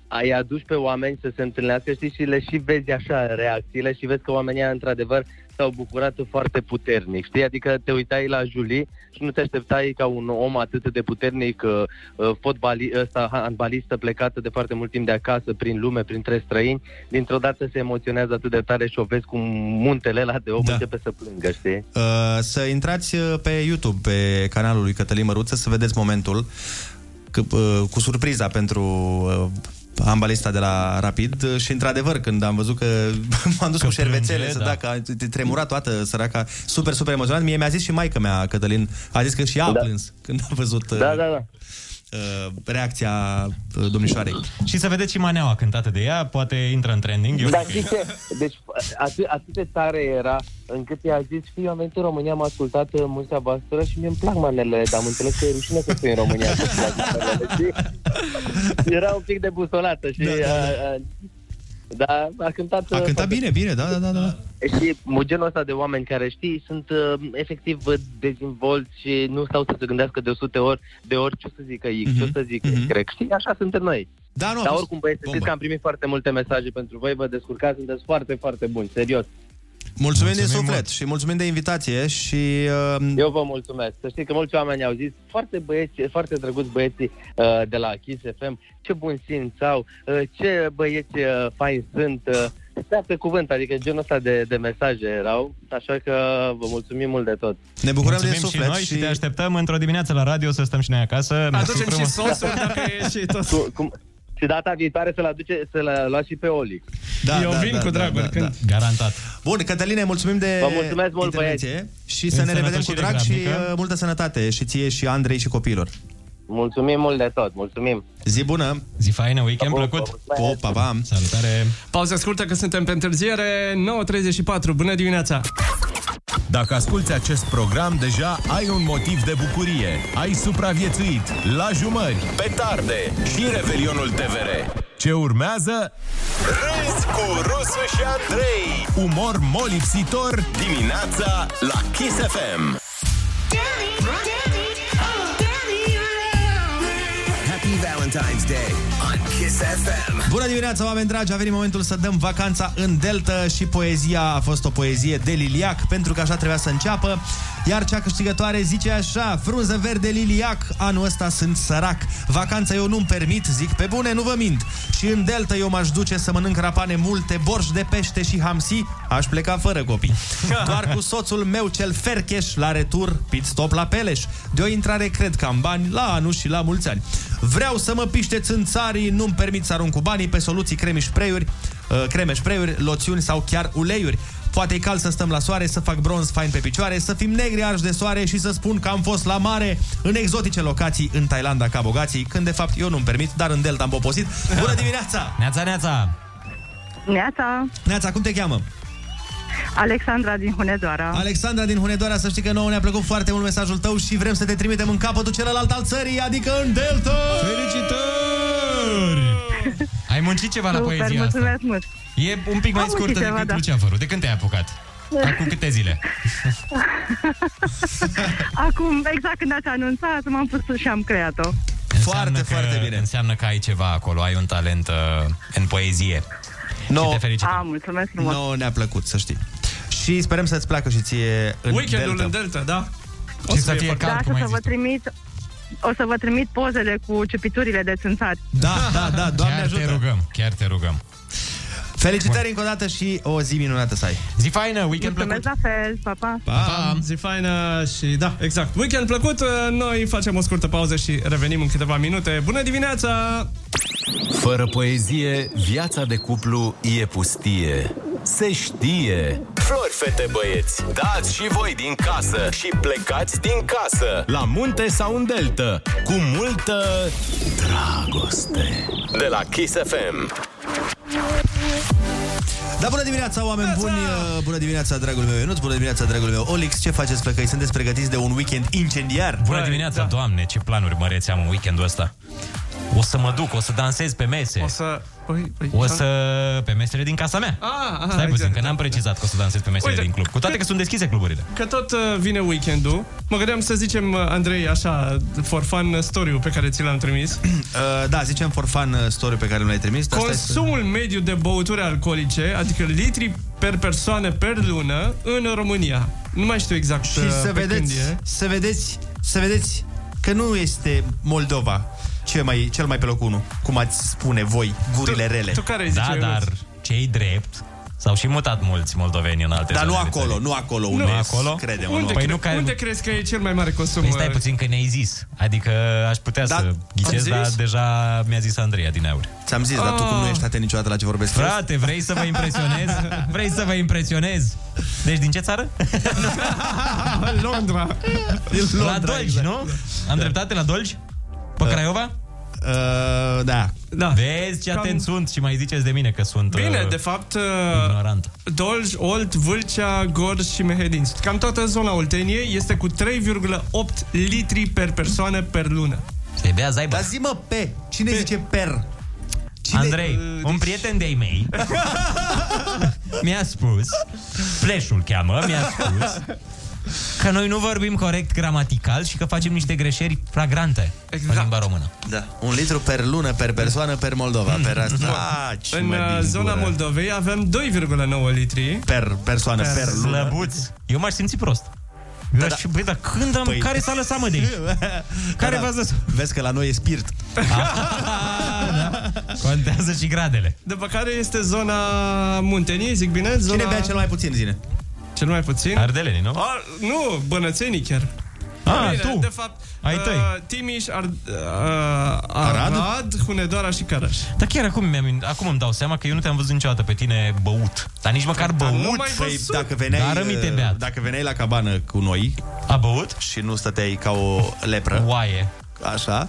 ai aduci pe oameni să se întâlnească știi, și le și vezi așa reacțiile și vezi că oamenii aia, într-adevăr s-au bucurat foarte puternic, știi? Adică te uitai la Julie și nu te așteptai ca un om atât de puternic, uh, uh, fotbali, ăsta, handbalistă plecată de foarte mult timp de acasă, prin lume, printre străini, dintr-o dată se emoționează atât de tare și o vezi cum muntele la de om da. începe să plângă, știi?
Uh, să intrați uh, pe YouTube, pe canalul lui Cătălin Măruță, să vedeți momentul că, uh, cu surpriza pentru uh, ambalista de la Rapid uh, și într-adevăr când am văzut că *laughs* m-am dus
Că
cu șervețele
plânge,
să
da.
da, că a te- tremura toată săraca, super, super emoționat. Mie mi-a zis și maica mea, Cătălin, a zis că și ea a
Da.
plâns când a văzut uh,
Da, da, da.
uh, reacția uh, domnișoarei.
Și să vedeți și maneaua cântată de ea, poate intră în trending. Eu
Dar știi *laughs* ce? Deci atât, atât de tare era încât i-a zis, fii, eu am venit în România, am ascultat uh, muzica voastră și mi îmi plac manelele, dar am
*laughs*
înțeles că e rușine că sunt în România.
*laughs*
că îmi plac manelele, știi? era un pic de busolată și... Da, da, da. Da, a cântat...
A cântat
foarte-
bine, bine, da, da, da. da.
Și genul ăsta de oameni care știi sunt uh, efectiv uh, dezinvolți și nu stau să se gândească de 100 ori, de ori ce o să zică X,
Mhm.
ce o să zică Y. Știi, așa suntem noi.
Da,
nu, Dar oricum, băieți, să știți că am primit foarte multe mesaje pentru voi, vă descurcați, sunteți foarte, foarte buni, serios.
Mulțumim, din suflet și mulțumim de invitație și... Uh,
Eu vă mulțumesc. Să știți că mulți oameni au zis, foarte băieți, foarte drăguți băieții uh, de la Kiss FM, ce bun simț au, uh, ce băieți uh, faini sunt. Uh, stea pe cuvânt, adică genul ăsta de, de mesaje erau, așa că vă mulțumim mult de tot.
Ne bucurăm
Mulțumim
din suflet
și noi și...
și-
te așteptăm într-o dimineață la radio să stăm și noi acasă. Mersi frumos.
și tot. Cu, cum, și data viitoare să-l aduce, să-l luați și pe Olic.
Da, da, da, da, da, da.
Garantat.
Bun, Cătăline, mulțumim de
Vă mulțumesc mult,
intervenție
băieți.
Și să ne revedem cu drag și
grabnică.
uh, multă sănătate și ție și Andrei și copiilor.
Mulțumim mult de tot, mulțumim.
Zi bună!
Zi faină, weekend plăcut! Oh,
Pop, pa, pa!
Salutare!
Pauză scurtă că suntem pe întârziere, 9.34, bună dimineața!
Dacă asculti acest program, deja ai un motiv de bucurie. Ai supraviețuit la jumări, petarde și Revelionul TVR. Ce urmează? Râs cu Rusu și Andrei. Umor molipsitor dimineața la Kiss FM.
Happy Valentine's Day on Kiss FM.
Bună dimineața, oameni dragi! A venit momentul să dăm vacanța în Delta și poezia a fost o poezie de liliac, pentru că așa trebuia să înceapă. Iar cea câștigătoare zice așa, frunză verde liliac, anul ăsta sunt sărac. Vacanța eu nu-mi permit, zic pe bune, nu vă mint. Și în Delta eu m-aș duce să mănânc rapane multe, borș de pește și hamsi, aș pleca fără copii. Doar cu soțul meu cel fercheș la retur, pit stop la Peleș. De o intrare cred că am bani la anul și la mulți ani. Vreau să mă pișteți în țarii, nu-mi permit să arunc cu banii pe soluții creme și spray-uri, uh, creme, spray-uri, loțiuni sau chiar uleiuri. Poate e cald să stăm la soare, să fac bronz fain pe picioare, să fim negri arși de soare și să spun că am fost la mare în exotice locații în Thailanda ca bogații, când de fapt eu nu-mi permit, dar în Delta am poposit. Bună dimineața!
Neața, neața!
Neața,
Neața, cum te cheamă?
Alexandra din Hunedoara.
Alexandra din Hunedoara, să știi că nouă ne-a plăcut foarte mult mesajul tău și vrem să te trimitem în capătul celălalt al țării, adică în Delta! Felicitări!
Ai muncit ceva la
Super,
poezia asta?
mulțumesc
*laughs*
mult.
E un pic mai
Am
scurtă
muncit ceva,
decât
da.
Luceafărul. De când te-ai apucat? Acum câte zile?
Acum, exact când ați anunțat, m-am pus și am creat-o.
Foarte, că, foarte bine. Înseamnă că ai ceva acolo, ai un talent uh, în poezie.
No.
Și te felicit.
A, mulțumesc frumos.
Nouă ne-a plăcut, să știi. Și sperăm să-ți placă și ție în
Weekendul
Delta.
în Delta, da?
O să fie
da, și o să vă trimit o să vă trimit pozele cu cipiturile de țânțari.
Da, da, da, Doamne
chiar
ajută.
te rugăm, chiar te rugăm.
Felicitări încă o dată și o zi minunată să ai.
Zi faină, weekend
Mulțumesc la fel, pa, pa.
Pa! Zi faină și da, exact. Weekend plăcut, noi facem o scurtă pauză și revenim în câteva minute. Bună dimineața!
Fără poezie, viața de cuplu e pustie. Se știe! Flori, fete, băieți, dați și voi din casă și plecați din casă! La munte sau în delta, cu multă dragoste! De la Kiss FM!
Da, bună dimineața, oameni buni! Uh, Bună dimineața, dragul meu Ionuț, bună dimineața, dragul meu Olix. Ce faceți, plăcăi? Sunteți pregătiți de un weekend incendiar?
Bună dimineața, da. doamne, ce planuri măreți am în weekendul ăsta. O să mă duc, o să dansez pe mese. O să...
Păi, păi,
O să... pe mesele din casa mea.
Ah, ah,
Stai puțin,
exact,
că n-am precizat că o să dansez pe mesele
Uite,
din club. Cu toate că sunt deschise cluburile.
Că tot uh, vine weekendul, mă gândeam să zicem, uh, Andrei, așa, for fun story pe care ți l-am trimis.
*clears throat* Uh, da, zicem for fun uh, story pe care l-ai trimis. dar stai să-
Consumul mediu de băuturi alcoolice, adică litri per persoană per lună, în România. Nu mai știu exact
Și Uh, să vedeți, să vedeți, să vedeți că nu este Moldova cel mai, cel mai pe locul 1, cum ați spune voi, gurile rele.
Da, dar cei drept S-au și mutat mulți moldoveni în alte
Dar nu
zone de
acolo,
țări.
nu acolo unde
nu acolo?
credem,
Unde,
păi
cre-
nu care...
unde crezi că e cel mai mare consum?
Păi stai
uh,
puțin că ne-ai zis. Adică aș putea
Da,
să
am
ghicez,
zis?
dar
*laughs*
deja mi-a zis Andreea din aur.
Ți-am zis, dar tu
Ah.
cum nu ești atent niciodată la ce vorbesc. eu?
Frate, vrei să vă impresionez?
*laughs*
Vrei să vă impresionez? Deci din ce țară?
Ah, Londra.
exact.
la Dolj, nu? Am dreptate la Dolj? Pe Craiova?
Da. Uh, da.
da.
Vezi ce
Cam-
atent sunt și mai ziceți de mine că sunt
Bine,
uh,
de fapt,
ignorant.
Dolj, Olt, Vâlcea, Gorj și Mehedinți. Cam toată zona Olteniei este cu 3,8 litri per persoană per lună.
Se bea zaibă.
Dar zi mă, pe. Cine pe. zice per?
Andrei,
uh, deci-
un prieten de-ai
*laughs*
mei mi-a spus, Fleșul cheamă,
*laughs*
mi-a spus că noi nu vorbim corect gramatical și că facem niște greșeli flagrante exact. în limba română.
Da. Un litru per lună, per persoană, per Moldova. Per asta. Ah, ce
În
mă
uh,
din
zona
gură.
Moldovei avem 2,9 litri.
Per persoană, per, per lună.
Slăbuț. Eu m-aș simți prost. Da, da. Și, băi, dar când am... Păi. Care s-a lăsat, mă, de aici?
*laughs*
Care v-ați lăsat?
Vezi că la noi e
*laughs*
spirit.
Da. Contează și gradele.
După care este zona Munteniei, zic bine? Zona...
Cine bea cel mai puțin, zine?
Cel mai puțin?
Ardelenii, nu?
A, nu, bănățenii chiar.
Ah,
Bine,
tu.
De fapt,
Ai
uh,
tăi.
Timiș, Ar, uh, Arad, Arad, Hunedoara și Caraș.
Dar chiar acum, mi-am, acum îmi dau seama că eu nu te-am văzut niciodată pe tine băut. Dar nici măcar
Dar
băut.
nu mai
Păi,
văzut. dacă veneai,
Dar rămite
uh, *laughs*
beat.
Dacă veneai la cabană cu noi
A băut?
Și nu stăteai ca o lepră
Oaie
Așa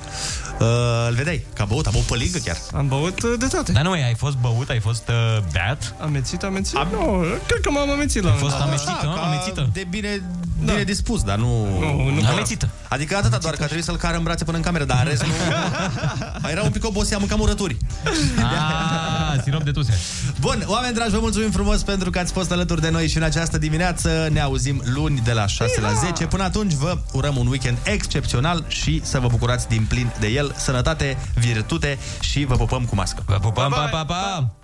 uh, Îl vedeai că a băut, a băut pe lingă chiar
Am băut uh, de toate.
Dar nu, ai fost băut, ai fost uh, beat?
Amețit, amețit? Am... Nu, cred că m-am amețit la
Ai
un
fost
moment dat.
amețită, nu? Amețită?
Da, De bine, bine da. dispus, dar nu...
Nu, nu
Amețită.
Adică atâta doar că a trebuit să-l cară în brațe până în cameră Dar în
*laughs*
rest nu... Mai era un pic obosit, am mâncat murături Da.
Ah, sirop de tuse
Bun, oameni dragi, vă mulțumim frumos pentru că ați fost alături de noi și în această dimineață ne auzim luni de la 6 la 10. Până atunci vă urăm un weekend excepțional și să vă bucurați din plin de el. Sănătate, virtute și vă pupăm cu mască.
Vă pupăm, pa, pa, pa!